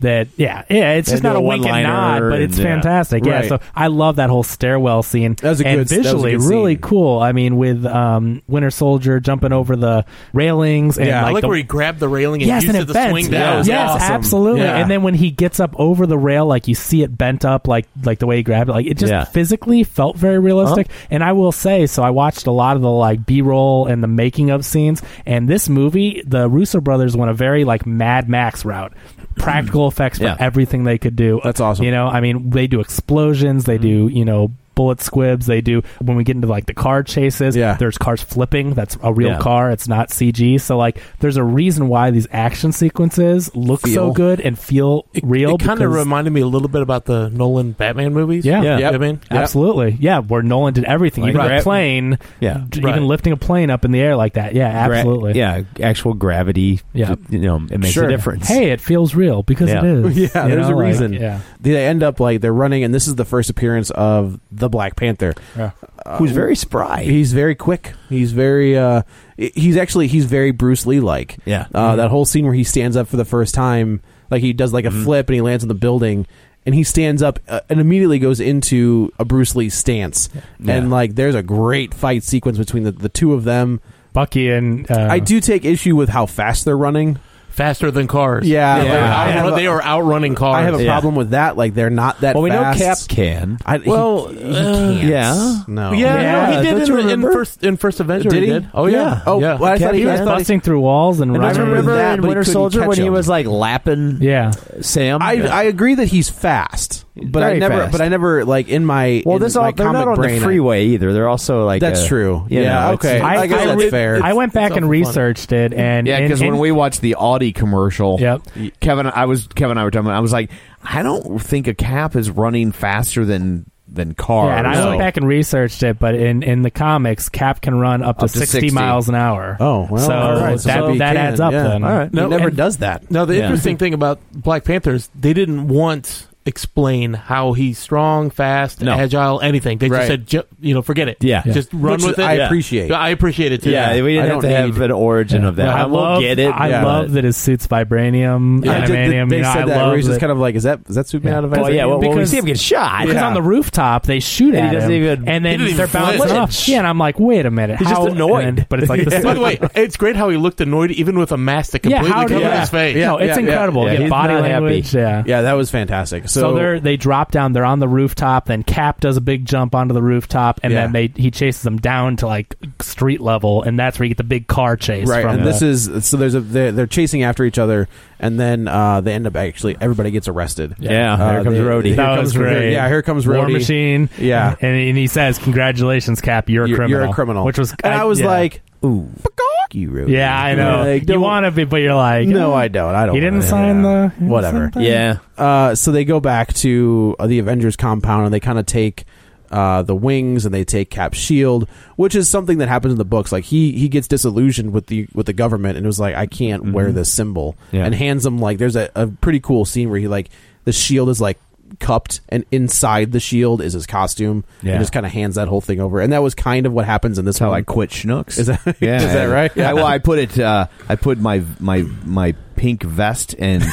S7: that yeah yeah it's
S6: They
S7: just
S6: do
S7: not
S6: a
S7: a wink and nod
S6: one-liner
S7: but it's
S6: and, yeah.
S7: fantastic yeah
S6: Right.
S7: so I love that whole stairwell scene that
S9: was a
S7: and
S9: good- that was a
S7: visually
S9: good
S7: really
S9: scene.
S7: cool I mean with um, Winter Soldier jumping over the railings and
S9: Yeah. I
S7: like
S8: I like
S7: the,
S8: where he grabbed the railing and
S7: yes,
S8: used
S7: and
S8: it
S7: it
S8: to
S7: bent.
S8: swing
S7: Yeah.
S8: down.
S7: Yes,
S9: awesome.
S7: absolutely.
S9: Yeah.
S7: And then when he gets up over the rail, like you see it bent up, like like the way he grabbed it, like it just
S6: Yeah.
S7: physically felt very realistic.
S8: Uh-huh.
S7: And I will say, so I watched a lot of the like B roll and the making of scenes, and this movie, the Russo brothers went a very like Mad Max route. Practical
S8: Mm.
S7: visual effects for
S13: Yeah.
S7: everything they could do. That's awesome. You know, I mean, they do explosions, they do
S8: Mm.
S7: you know bullet squibs, they do when we get into like the car chases. Yeah. there's cars flipping. That's a real
S13: Yeah.
S7: car. It's not CG. So like, there's a reason why these action sequences look so
S8: Feel.
S7: good and feel real.
S8: It kind of
S7: because-
S8: reminded me a little bit about the Nolan Batman movies.
S7: yeah,
S8: You know what I mean,
S7: absolutely. Yeah, where Nolan did everything,
S8: Like
S7: even a
S8: grab-
S7: plane,
S8: Yeah.
S7: d-
S8: Right.
S7: even lifting a plane up in the air like that. Yeah,
S13: Gra-
S7: absolutely.
S13: yeah, actual gravity.
S7: Yeah.
S13: you know, it makes a difference.
S7: Hey, it feels real because it is.
S9: Yeah,
S7: You
S9: there's
S7: know,
S9: a
S7: like,
S9: reason.
S7: yeah.
S9: They end up like they're running, and this is the first appearance of the Black Panther,
S7: Yeah.
S6: Uh,
S13: Who's very spry.
S9: He's very quick. He's very. Uh, he's actually he's very Bruce Lee like.
S13: Yeah.
S9: Uh, That whole scene where he stands up for the first time, like he does
S8: Mm-hmm.
S9: like a flip and he lands on the building. And he stands up uh, and immediately goes into a Bruce Lee stance, and like there's a great fight sequence between the, the two of them.
S7: Bucky and
S8: Uh-huh.
S7: uh,
S9: I do take issue with how fast they're running.
S8: faster than cars.
S9: Yeah,
S8: They, were
S9: Yeah. I
S8: outrun-
S9: have a-
S8: they were outrunning cars.
S9: I have a problem with that. Like they're not that.
S8: Well, we know
S9: fast.
S8: Cap
S13: can.
S9: I, he-
S8: Well,
S9: he,
S8: uh,
S9: can't.
S13: yeah.
S9: No.
S8: Yeah, no, he
S13: don't
S8: did
S13: you
S8: in, in
S13: remember?
S8: first in first Avenger.
S9: Did
S8: he?
S9: he?
S8: did. Oh yeah.
S13: Yeah.
S9: Oh,
S8: yeah.
S9: well, I thought
S7: he
S9: I
S7: was
S9: thought he-
S7: busting through walls and
S13: And don't
S7: running.
S13: you remember
S9: that,
S13: in
S9: but he
S13: Winter
S9: couldn't
S13: Soldier
S9: catch
S13: when he
S9: him.
S13: was like lapping
S7: Yeah,
S13: Sam?
S9: I, I agree that he's fast, but
S13: Very
S9: I never,
S13: fast.
S9: but I never like in my
S13: well,
S9: in
S13: this
S9: my
S13: all, they're
S9: comic
S13: not on
S9: brain,
S13: the freeway either. They're also like
S9: That's
S13: a-
S9: true.
S13: you
S9: Yeah,
S13: know,
S9: okay.
S13: it's-
S9: I guess that's
S7: re-
S9: fair.
S7: I went back and
S8: awful funny.
S7: researched it, and
S6: Yeah,
S7: and-
S6: because when
S7: and-
S6: we watched the Audi commercial,
S7: Yep.
S6: Kevin, I was Kevin and I were talking. About, I was like, I don't think a cap is running faster than than cars.
S7: yeah, and I went back and researched it, but in, in the comics, Cap can run up to,
S6: Up to
S7: 60,
S6: 60.
S7: miles an hour.
S9: Oh, well,
S7: so
S9: all right, so
S7: that,
S9: maybe he
S7: that
S9: can,
S7: adds up
S9: yeah.
S7: then.
S9: All right.
S8: No,
S9: he never
S8: and-
S9: does that.
S8: Now the
S13: Yeah.
S8: interesting thing about Black Panthers, they didn't once explain how he's strong, fast,
S13: No.
S8: agile, anything. They
S13: Right.
S8: just said, "Ju- you know, forget it.
S13: Yeah.
S8: just run
S9: Which
S8: with it.
S9: I
S8: Yeah.
S9: appreciate.
S8: Yeah, I appreciate it too.
S13: yeah, we didn't
S9: I
S13: have to
S9: don't
S13: have
S9: need-
S13: an origin of that.
S7: I,
S13: I,
S7: love,
S13: won't get it.
S7: I
S13: but-
S7: love that his suit's vibranium.
S9: Yeah, did- did-
S7: Animanium.
S9: they
S7: you know,
S9: said
S7: I
S9: that.
S7: love
S9: where he's just
S7: that-
S9: kind of like, is that is that Superman out of
S13: Well,
S9: Isaac?
S13: yeah, well, when we
S7: Because-
S13: see him get shot.
S7: Because
S9: Yeah.
S7: on the rooftop they shoot
S13: And he
S7: at
S13: doesn't
S7: him,
S13: even-
S7: and
S8: He
S7: then
S8: didn't even
S7: they're bouncing
S8: flinch.
S7: off. Yeah, and I'm like, wait a minute,
S13: He's just
S7: how
S13: annoyed.
S7: and- but it's like,
S8: By the way, it's great how he looked annoyed, even with a mask that
S7: yeah,
S8: completely
S7: how did
S8: covered
S7: yeah.
S8: his face.
S7: No, it's
S9: yeah, yeah.
S7: incredible.
S13: Yeah,
S7: Yeah,
S13: he's
S7: body
S13: not happy.
S7: language. Yeah,
S9: yeah, that was fantastic. So,
S7: So, they're they drop down. They're on the rooftop. Then Cap does a big jump onto the rooftop, and
S9: Yeah.
S7: then they he chases them down to like street level, and that's where you get the big car chase.
S9: right,
S7: from
S9: and
S7: the-
S9: this is so there's a they're, they're chasing after each other, and then uh, they end up actually everybody gets arrested.
S13: Yeah,
S9: Uh,
S13: here comes
S9: they-
S13: Rhodey.
S9: here
S7: that
S9: comes-
S7: was great.
S9: Yeah, here comes
S7: War
S9: Rhodey.
S7: Machine.
S9: Yeah.
S7: and, and he says, "Congratulations, Cap. You're a
S9: You're,
S7: criminal.
S9: you're a criminal,
S7: Which was
S9: and I, was
S7: yeah.
S9: like, ooh, fuck you Rhodey.
S7: yeah, I know.
S9: Like,
S7: you
S9: don't-
S7: want to be, but you're like,
S9: No, I don't. I don't.
S7: He didn't
S9: wanna-
S7: sign
S9: yeah.
S7: the-
S9: whatever.
S13: Yeah.
S9: Uh, so they go back to uh, the Avengers compound and they kind of take uh, the wings and they take Cap's shield, which is something that happens in the books. Like he he gets disillusioned with the with the government and was like, I can't wear this symbol,
S13: Yeah.
S9: and hands them like there's a, a pretty cool scene where he like the shield is like cupped and inside the shield is his costume
S13: Yeah.
S9: and just kind of hands that whole thing over and that was kind of what happens in this
S6: That's how
S9: one.
S6: I quit Schnucks.
S9: Is that-
S6: yeah,
S9: is that right?
S6: I, well, I put it. Uh, I put my my my pink vest and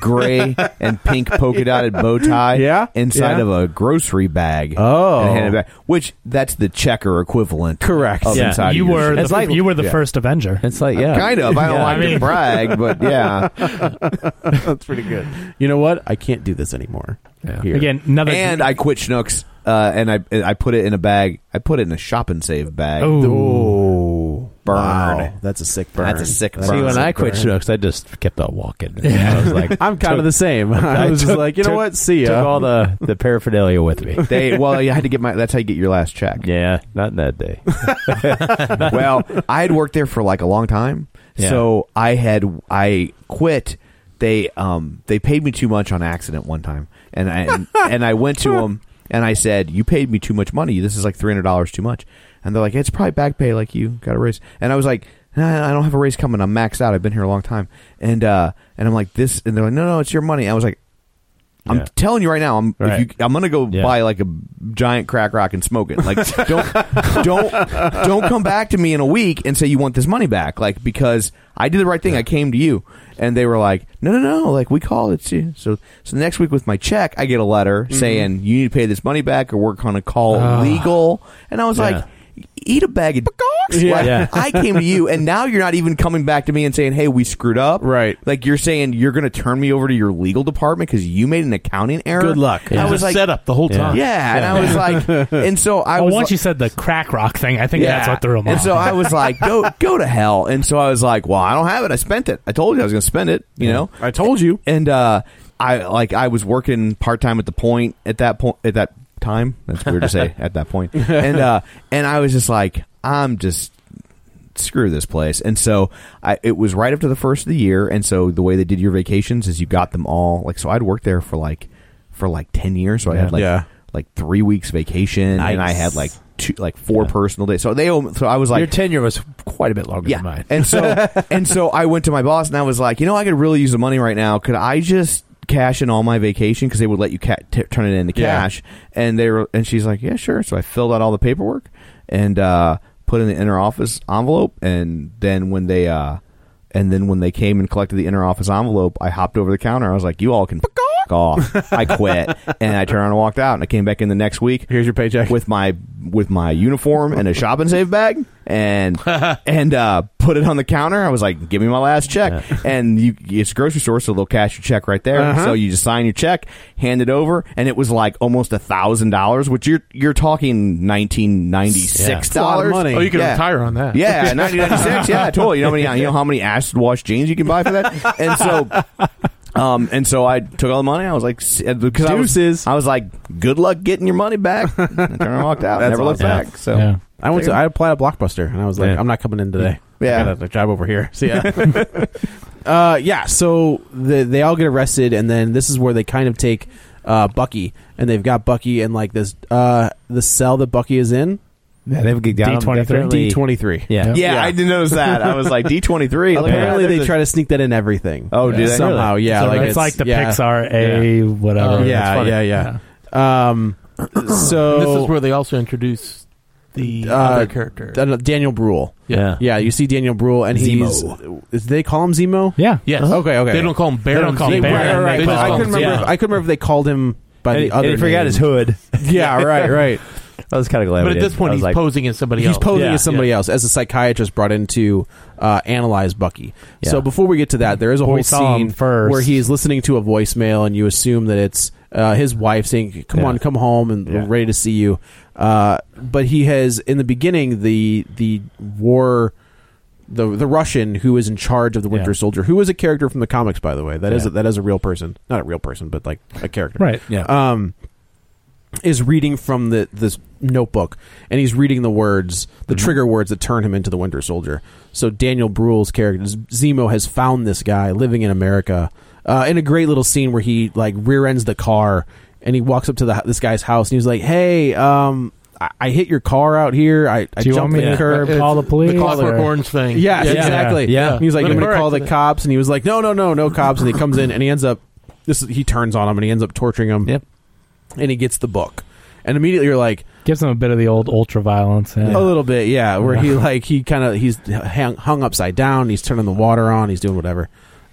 S6: gray and pink polka dotted bow tie.
S9: Yeah?
S6: inside
S9: Yeah.
S6: of a grocery bag.
S9: Oh.
S6: and handed it back. Which that's the checker equivalent.
S9: Correct.
S6: Of
S13: Yeah.
S6: inside
S7: you
S6: of your
S7: were
S6: shirt.
S7: the,
S13: It's like-
S7: you were the
S6: yeah.
S7: first Avenger.
S13: It's like, yeah.
S6: Kind of. I don't
S13: Yeah.
S6: like
S7: I mean-
S6: to brag, but yeah.
S9: that's pretty good you know what i can't do this anymore Here.
S7: Again, another
S6: and I quit Schnucks, uh, and I I put it in a bag. I put it in a shop and save bag.
S9: Oh,
S6: Burn.
S9: Wow. That's a sick burn.
S6: That's a sick burn.
S13: See, when I
S9: Sick
S13: quit
S9: burn.
S13: Schnucks, I just kept on walking. I was like,
S9: I'm kind of the same. I, was just
S13: took-
S9: like, you know
S13: took-
S9: what? See ya.
S13: Took all the, the paraphernalia with me.
S6: They well, you had to get my. That's how you get your last check.
S13: Yeah, not that day.
S6: well, I had worked there for like a long time,
S13: Yeah.
S6: so I had I quit. They um they paid me too much on accident one time, and I and, I went to them and I said, "You paid me too much money. This is like three hundred dollars too much." And they're like, "It's probably back pay. Like you got a raise." And I was like. Nah, I don't have a raise coming. I'm maxed out. I've been here a long time, and uh, and I'm like this, and they're like, no, no, it's your money. I was like, I'm
S13: Yeah.
S6: telling you right now, I'm
S13: Right.
S6: if you, I'm gonna go
S13: Yeah.
S6: buy like a giant crack rock and smoke it. Like don't don't don't come back to me in a week and say you want this money back. Like because I did the right thing. I came to you, and they were like, no, no, no. Like we call it too. So so the next week with my check, I get a letter
S9: Mm-hmm.
S6: saying you need to pay this money back or we're gonna call
S9: Ah.
S6: legal. And I was like. Eat a bag of dogs.
S9: Yeah.
S6: Like,
S13: Yeah.
S6: I came to you, and now you're not even coming back to me and saying, "Hey, we screwed up."
S9: Right.
S6: Like you're saying you're going to turn me over to your legal department because you made an accounting error.
S9: Good luck.
S6: And I was like,
S8: set up the whole
S13: Yeah.
S8: time.
S6: yeah. and I was like, and so I
S7: Well,
S6: was
S7: once
S6: like,
S7: you said the crack rock thing, I think
S6: yeah.
S7: that's what threw him
S6: And
S7: off.
S6: so I was like, go go to hell. And so I was like, well, I don't have it. I spent it. I told you I was going to spend it. You know,
S9: I told you.
S6: and uh I like I was working part time at the point at that point at that time. That's weird to say at that point. And uh, and I was just like, I'm just screw this place. And so I, it was right up to the first of the year. And so the way they did your vacations is you got them all. Like so, I'd worked there for like for like ten years. So I had like
S9: Yeah.
S6: like three weeks vacation, and I had
S14: Nice.
S6: like two like four personal days. So they so I was like
S14: Your tenure was quite a bit longer than mine.
S6: and so and so I went to my boss and I was like, you know, I could really use the money right now. Could I just cash in all my vacation because they would let you ca- t- turn it into
S15: Yeah.
S6: cash? And they were and she's like, yeah, sure. So I filled out all the paperwork and uh, put in the inner office envelope, and then when they uh, and then when they came and collected the inner office envelope, I hopped over the counter. I was like, you all can. f- Off. I quit, and I turned around and walked out. And I came back in the next week. Here's your paycheck with my with my uniform and a shop and save bag, and and uh, put it on the counter. I was like, "Give me my last check." And you, it's a grocery store, so they'll cash your check right there.
S15: Uh-huh.
S6: So you just sign your check, hand it over, and it was like almost a thousand dollars, which you're you're talking nineteen ninety six dollars.
S8: Oh, you could retire on that.
S6: Yeah, nineteen ninety six. Yeah, totally. You know how many you know how many acid wash jeans you can buy for that? And so um, and so I took all the money. I was like, s- uh, because I was, I was like, good luck getting your money back. And I turned around and walked out.
S9: That's
S6: never looked
S9: awesome.
S6: back. So
S9: I went to I applied at Blockbuster and I was like,
S6: Yeah.
S9: I'm not coming in today.
S6: Yeah.
S9: I got a, a job over here. So yeah, uh, yeah. So the, they all get arrested, and then this is where they kind of take uh, Bucky, and they've got Bucky in like this uh, the cell that Bucky is in.
S14: Yeah, they've got him D23. definitely-
S9: D twenty three.
S14: Yeah. Yeah, I didn't notice that. I was like,
S6: D23.
S9: Apparently,
S14: Yeah.
S9: they try to sneak that in everything.
S14: Oh, do they?
S9: somehow?
S14: Really?
S9: Yeah,
S14: So
S9: like
S14: it's like the
S9: yeah.
S14: Pixar A
S9: Yeah.
S14: whatever.
S9: Oh,
S14: That's
S9: yeah,
S14: funny.
S9: yeah, yeah, Um, so
S8: this is where they also introduce the
S9: uh,
S8: other character.
S9: Dan- Daniel Bruhl.
S8: Yeah.
S9: yeah. You see Daniel Bruhl, and he's.
S8: Zemo.
S9: Is they call him Zemo?
S7: Yeah.
S8: Yes.
S9: Okay. Okay.
S8: They don't call him
S9: Oh, They
S8: Baron
S9: don't call
S8: Zemo.
S9: him Baron.
S8: Right, right, right.
S9: They just- I
S8: Call
S9: couldn't
S8: him
S9: remember.
S8: Zemo.
S9: If, I couldn't remember if they called him by
S14: And
S9: the
S14: he-
S9: other.
S14: and he forgot
S9: name.
S14: his hood.
S9: Yeah. Right. Right.
S14: I was kind of glad.
S9: But
S14: we
S9: at
S14: did.
S9: this point,
S14: I was
S9: he's
S14: like,
S8: posing as somebody
S9: He's posing
S14: Yeah.
S9: as somebody else, as a psychiatrist brought in to uh, analyze Bucky.
S14: Yeah.
S9: So before we get to that, there is a
S14: Well, we
S9: whole
S14: saw him
S9: scene
S14: first.
S9: where he's listening to a voicemail, and you assume that it's uh, his wife saying, "Come on, come home, and we're ready to see you." Uh, but he has, in the beginning, the the war. The, the Russian who is in charge of the Winter
S14: Yeah.
S9: Soldier, who is a character from the comics, by the way, that is
S14: Yeah.
S9: that is a real person, not a real person, but like a character,
S14: Right. Yeah.
S9: Um, is reading from the this notebook and he's reading the words the
S7: Mm-hmm.
S9: trigger words that turn him into the winter soldier so daniel bruhl's character Z- zemo has found this guy living in america uh, in a great little scene where he like rear ends the car and he walks up to the, this guy's house and he's like hey um I- I hit your car out here. I, I
S7: Do you want
S9: jumped
S7: me
S9: the
S7: to
S9: curb.
S7: call the police
S9: call
S7: or-
S9: the-
S8: Orange thing.
S9: Yes,
S8: Yeah.
S9: exactly.
S8: Yeah.
S9: And he's like,
S8: Yeah.
S9: I'm going to
S8: Car
S9: call the
S8: accident.
S9: cops. And he was like, no, no, no, no cops. And he comes in and he ends up, this is, he turns on him and he ends up torturing him. Yep. And he gets the book. And immediately you're like,
S7: Gives him a bit of the old ultra violence.
S9: a little bit, yeah, where he like, he kind of, he's hung, hung upside down. He's turning the water on. He's doing whatever.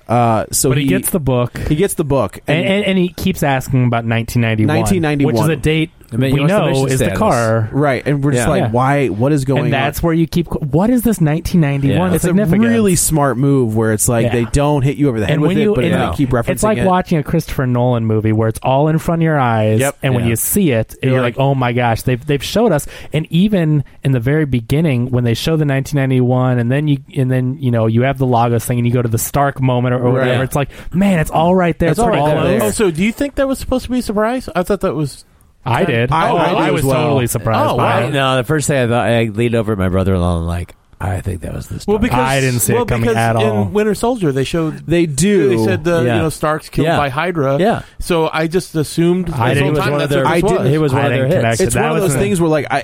S9: Uh, so
S7: But he gets the book.
S9: He gets the book.
S7: And, and, and he keeps asking about 1991,
S9: 1991,
S7: which is a date
S9: I mean,
S7: we
S9: you know,
S7: know
S9: submission
S7: is the
S9: status.
S7: car,
S9: right? And we're just
S7: Yeah.
S9: like,
S7: Yeah.
S9: why? What is going?
S7: and
S9: on?
S7: that's where you keep. What is this 1991?
S9: It's a really smart move where it's like
S7: Yeah.
S9: they don't hit you over the head
S7: and
S9: with
S7: when you
S9: it, but
S7: and
S9: they keep referencing
S7: it's like
S9: it.
S7: watching a Christopher Nolan movie where it's all in front of your eyes,
S9: Yep.
S7: and when
S9: Yeah.
S7: you see it, you're,
S9: You're
S7: like,
S9: like-
S7: "Oh my gosh!" They've they've showed us, and even in the very beginning when they show the 1991, and then you and then you know you have the Lagos thing, and you go to the Stark moment or, or
S8: Right.
S7: whatever.
S8: Yeah.
S7: It's like, man, it's all right there.
S8: That's
S7: it's
S8: all
S7: all
S8: right there.
S7: close.
S8: Oh, so do you think that was supposed to be a surprise? I thought that was.
S7: I did.
S8: I,
S7: Oh,
S8: I did
S7: I
S8: as
S7: was
S8: well.
S7: totally surprised
S8: Oh,
S7: by
S8: wow.
S7: it.
S14: no, the first thing I thought, I leaned over at my brother-in-law and like, I think that was this.
S8: Well, because
S7: I didn't see it
S8: well,
S7: coming
S8: because
S7: at all.
S8: In Winter Soldier, they showed
S9: they do.
S8: They said the
S7: Yeah.
S8: you know Stark's killed
S7: Yeah.
S8: by Hydra.
S7: Yeah.
S8: So I just assumed.
S7: I didn't-
S8: this whole
S7: it was
S8: time
S7: one of
S8: that's
S7: their-
S8: what
S7: I
S8: this
S7: didn't- it was one of their hits.
S9: It's
S7: That
S9: one of
S7: was
S9: those
S7: an-
S9: things where like I,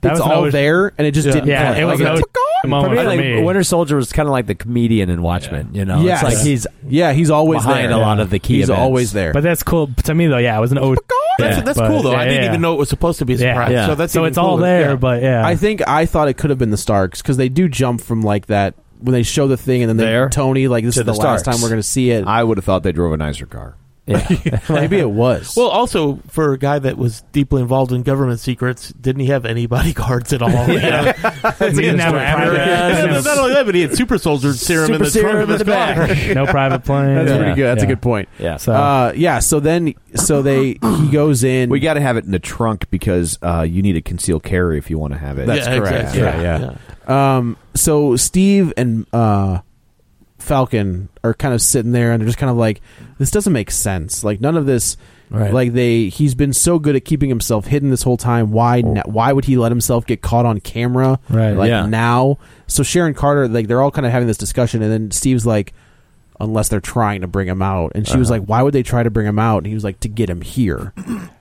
S7: that was
S9: it's
S7: an
S9: all
S7: always-
S9: there and it just
S7: Yeah.
S9: didn't.
S7: Yeah,
S9: click.
S7: it was
S9: Like, "Oh,
S7: an
S9: it's-
S7: always- moment
S14: For me,
S7: for
S14: like,
S7: me.
S14: Winter Soldier was kind of like the comedian in Watchmen. You know,
S9: Yes.
S14: it's like he's
S9: yeah, he's always
S14: behind
S9: there.
S14: a lot of the key.
S9: He's
S14: events.
S9: always there.
S7: But that's cool to me though. Yeah, it was an O.
S8: That's, that's
S7: but-
S8: cool though. I
S7: yeah,
S8: didn't
S7: yeah.
S8: even know it was supposed to be a
S7: Yeah.
S8: surprise.
S7: Yeah.
S8: So that's
S7: So
S8: even
S7: it's all
S8: cooler.
S7: there, but yeah.
S9: I think I thought it could have been the Starks because they do jump from like that when they show the thing and then they Tony like this
S15: To
S9: is the,
S15: the
S9: last
S15: Starks.
S9: time we're going to see it.
S15: I would have thought they drove a nicer car.
S9: Maybe it was.
S8: Well, also for a guy that was deeply involved in government secrets, didn't he have any bodyguards at all? yeah.
S7: He didn't have a private-
S8: not only that, but he had super soldier serum in
S9: Super
S8: the trunk of his car.
S7: no private plane.
S9: That's pretty good. That's
S7: Yeah.
S9: a good point.
S14: Yeah.
S7: So
S9: Uh, yeah. So then, so they he goes in.
S15: We got to have it in the trunk because uh, you need a concealed carry if you want to have it.
S9: That's
S8: Yeah,
S9: correct.
S8: exactly.
S9: Yeah,
S8: Yeah,
S9: yeah. Um, so Steve and uh, Falcon are kind of sitting there and they're just kind of like, this doesn't make sense. Like none of this.
S6: Right.
S9: Like they, he's been so good at keeping himself hidden this whole time. Why?
S7: Oh.
S9: na- why would he let himself get caught on camera?
S6: Right,
S9: Like
S6: yeah.
S9: now. So Sharon Carter, like they're all kind of having this discussion, and then Steve's like, unless they're trying to bring him out. And she was
S6: Uh-huh.
S9: like, why would they try to bring him out? And he was like, to get him here.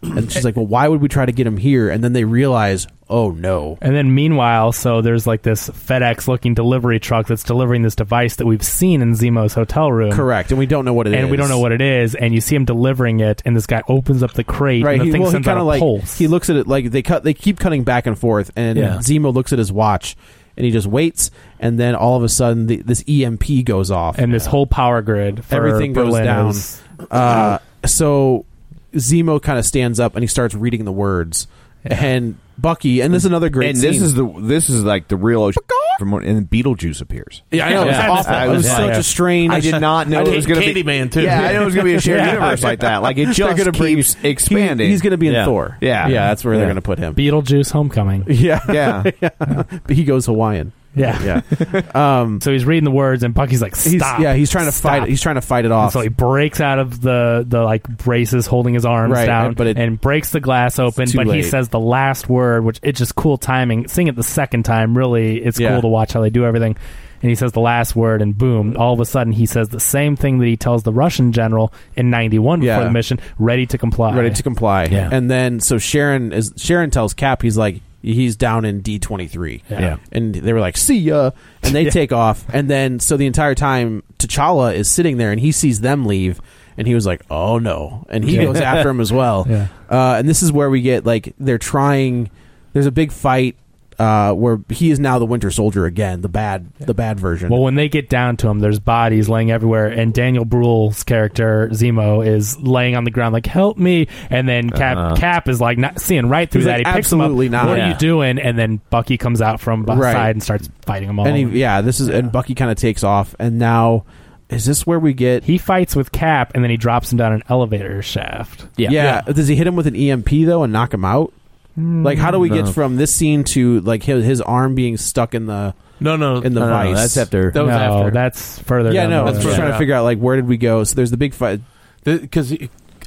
S9: And she's like, well, why would we try to get him here? And then they realize, oh no.
S7: And then meanwhile, so there's like this FedEx looking delivery truck that's delivering this device that we've seen in Zemo's hotel room.
S9: Correct. And we don't know what it
S7: and
S9: is.
S7: we don't know what it is, and you see him delivering it, and this guy opens up the crate,
S9: Right,
S7: and the
S9: he,
S7: thing
S9: well, he
S7: sends out
S9: kind
S7: a
S9: of like
S7: pulse.
S9: he looks at it like they cut. They keep cutting back and forth, and
S7: Yeah.
S9: Zemo looks at his watch, and he just waits, and then all of a sudden the, this EMP goes off,
S7: and this whole power grid, for
S9: everything
S7: Berlin
S9: goes
S7: is-
S9: down. Uh, so Zemo kind of stands up and he starts reading the words, and Bucky, and this is another great.
S12: And this
S9: scene.
S12: is the this is like the real ocean from when, and Beetlejuice appears.
S9: Yeah, I know. It was awful. It was such a strange-
S12: I did not know
S9: I
S12: it was
S9: did
S12: going to be
S9: Candyman, too.
S12: Yeah, I know it was going to be a shared
S9: Yeah.
S12: universe like that. Like it
S9: They're
S12: just
S9: gonna bring-
S12: keeps expanding.
S9: He- he's gonna be in
S12: Yeah.
S9: Thor.
S12: Yeah,
S9: Yeah, that's where they're
S12: Yeah.
S9: gonna put him.
S7: Beetlejuice Homecoming.
S9: Yeah,
S12: Yeah.
S9: But he goes Hawaiian.
S7: Yeah.
S9: yeah. Um,
S7: so he's reading the words, and Bucky's like,
S9: He's-
S7: "Stop!"
S9: yeah, he's trying to fight it- he's trying to fight it off.
S7: And so he breaks out of the the like braces, holding his arms
S9: Right,
S7: down,
S9: and- but it-
S7: and breaks the glass open.
S9: too
S7: But he
S9: late.
S7: says the last word, which it's just cool timing. Seeing it the second time, really, it's
S9: Yeah.
S7: cool to watch how they do everything. And he says the last word, and boom! All of a sudden, he says the same thing that he tells the Russian general in '91 before
S9: Yeah.
S7: the mission, ready to comply.
S9: ready to comply.
S7: Yeah.
S9: And then so Sharon is Sharon tells Cap he's like he's down in D twenty three.
S7: Yeah. Yeah.
S9: And they were like, see ya and they take off. And then so the entire time T'Challa is sitting there and he sees them leave and he was like, Oh no and he
S6: Yeah.
S9: goes after him as well.
S6: Yeah.
S9: Uh, and this is where we get like they're trying there's a big fight uh, where he is now the Winter Soldier again, the bad the bad version.
S7: Well, when they get down to him, there's bodies laying everywhere, and Daniel Bruhl's character Zemo is laying on the ground like "Help me!" And then Cap
S6: Uh-huh.
S7: Cap is like not seeing right through
S9: He's
S7: that.
S9: like,
S7: he picks him up,
S9: "Absolutely not."
S7: What are
S9: Yeah.
S7: you doing? And then Bucky comes out from beside
S9: Right.
S7: and starts fighting him all.
S9: and he, yeah, this is and Bucky kind of takes off, and now is this where we get
S7: he fights with Cap, and then he drops him down an elevator shaft.
S9: Yeah. Does he hit him with an EMP though and knock him out?
S7: Hmm.
S9: Like, how do we get
S7: No.
S9: from this scene to like his, his arm being stuck in the
S8: no no
S9: in the
S6: No, no,
S9: vice?
S6: that's after-
S9: That was
S7: no,
S9: after.
S7: that's further.
S9: yeah,
S7: down
S9: no.
S7: the
S9: I'm just
S7: road.
S9: trying to figure out like where did we go? So there's the big fight.
S8: because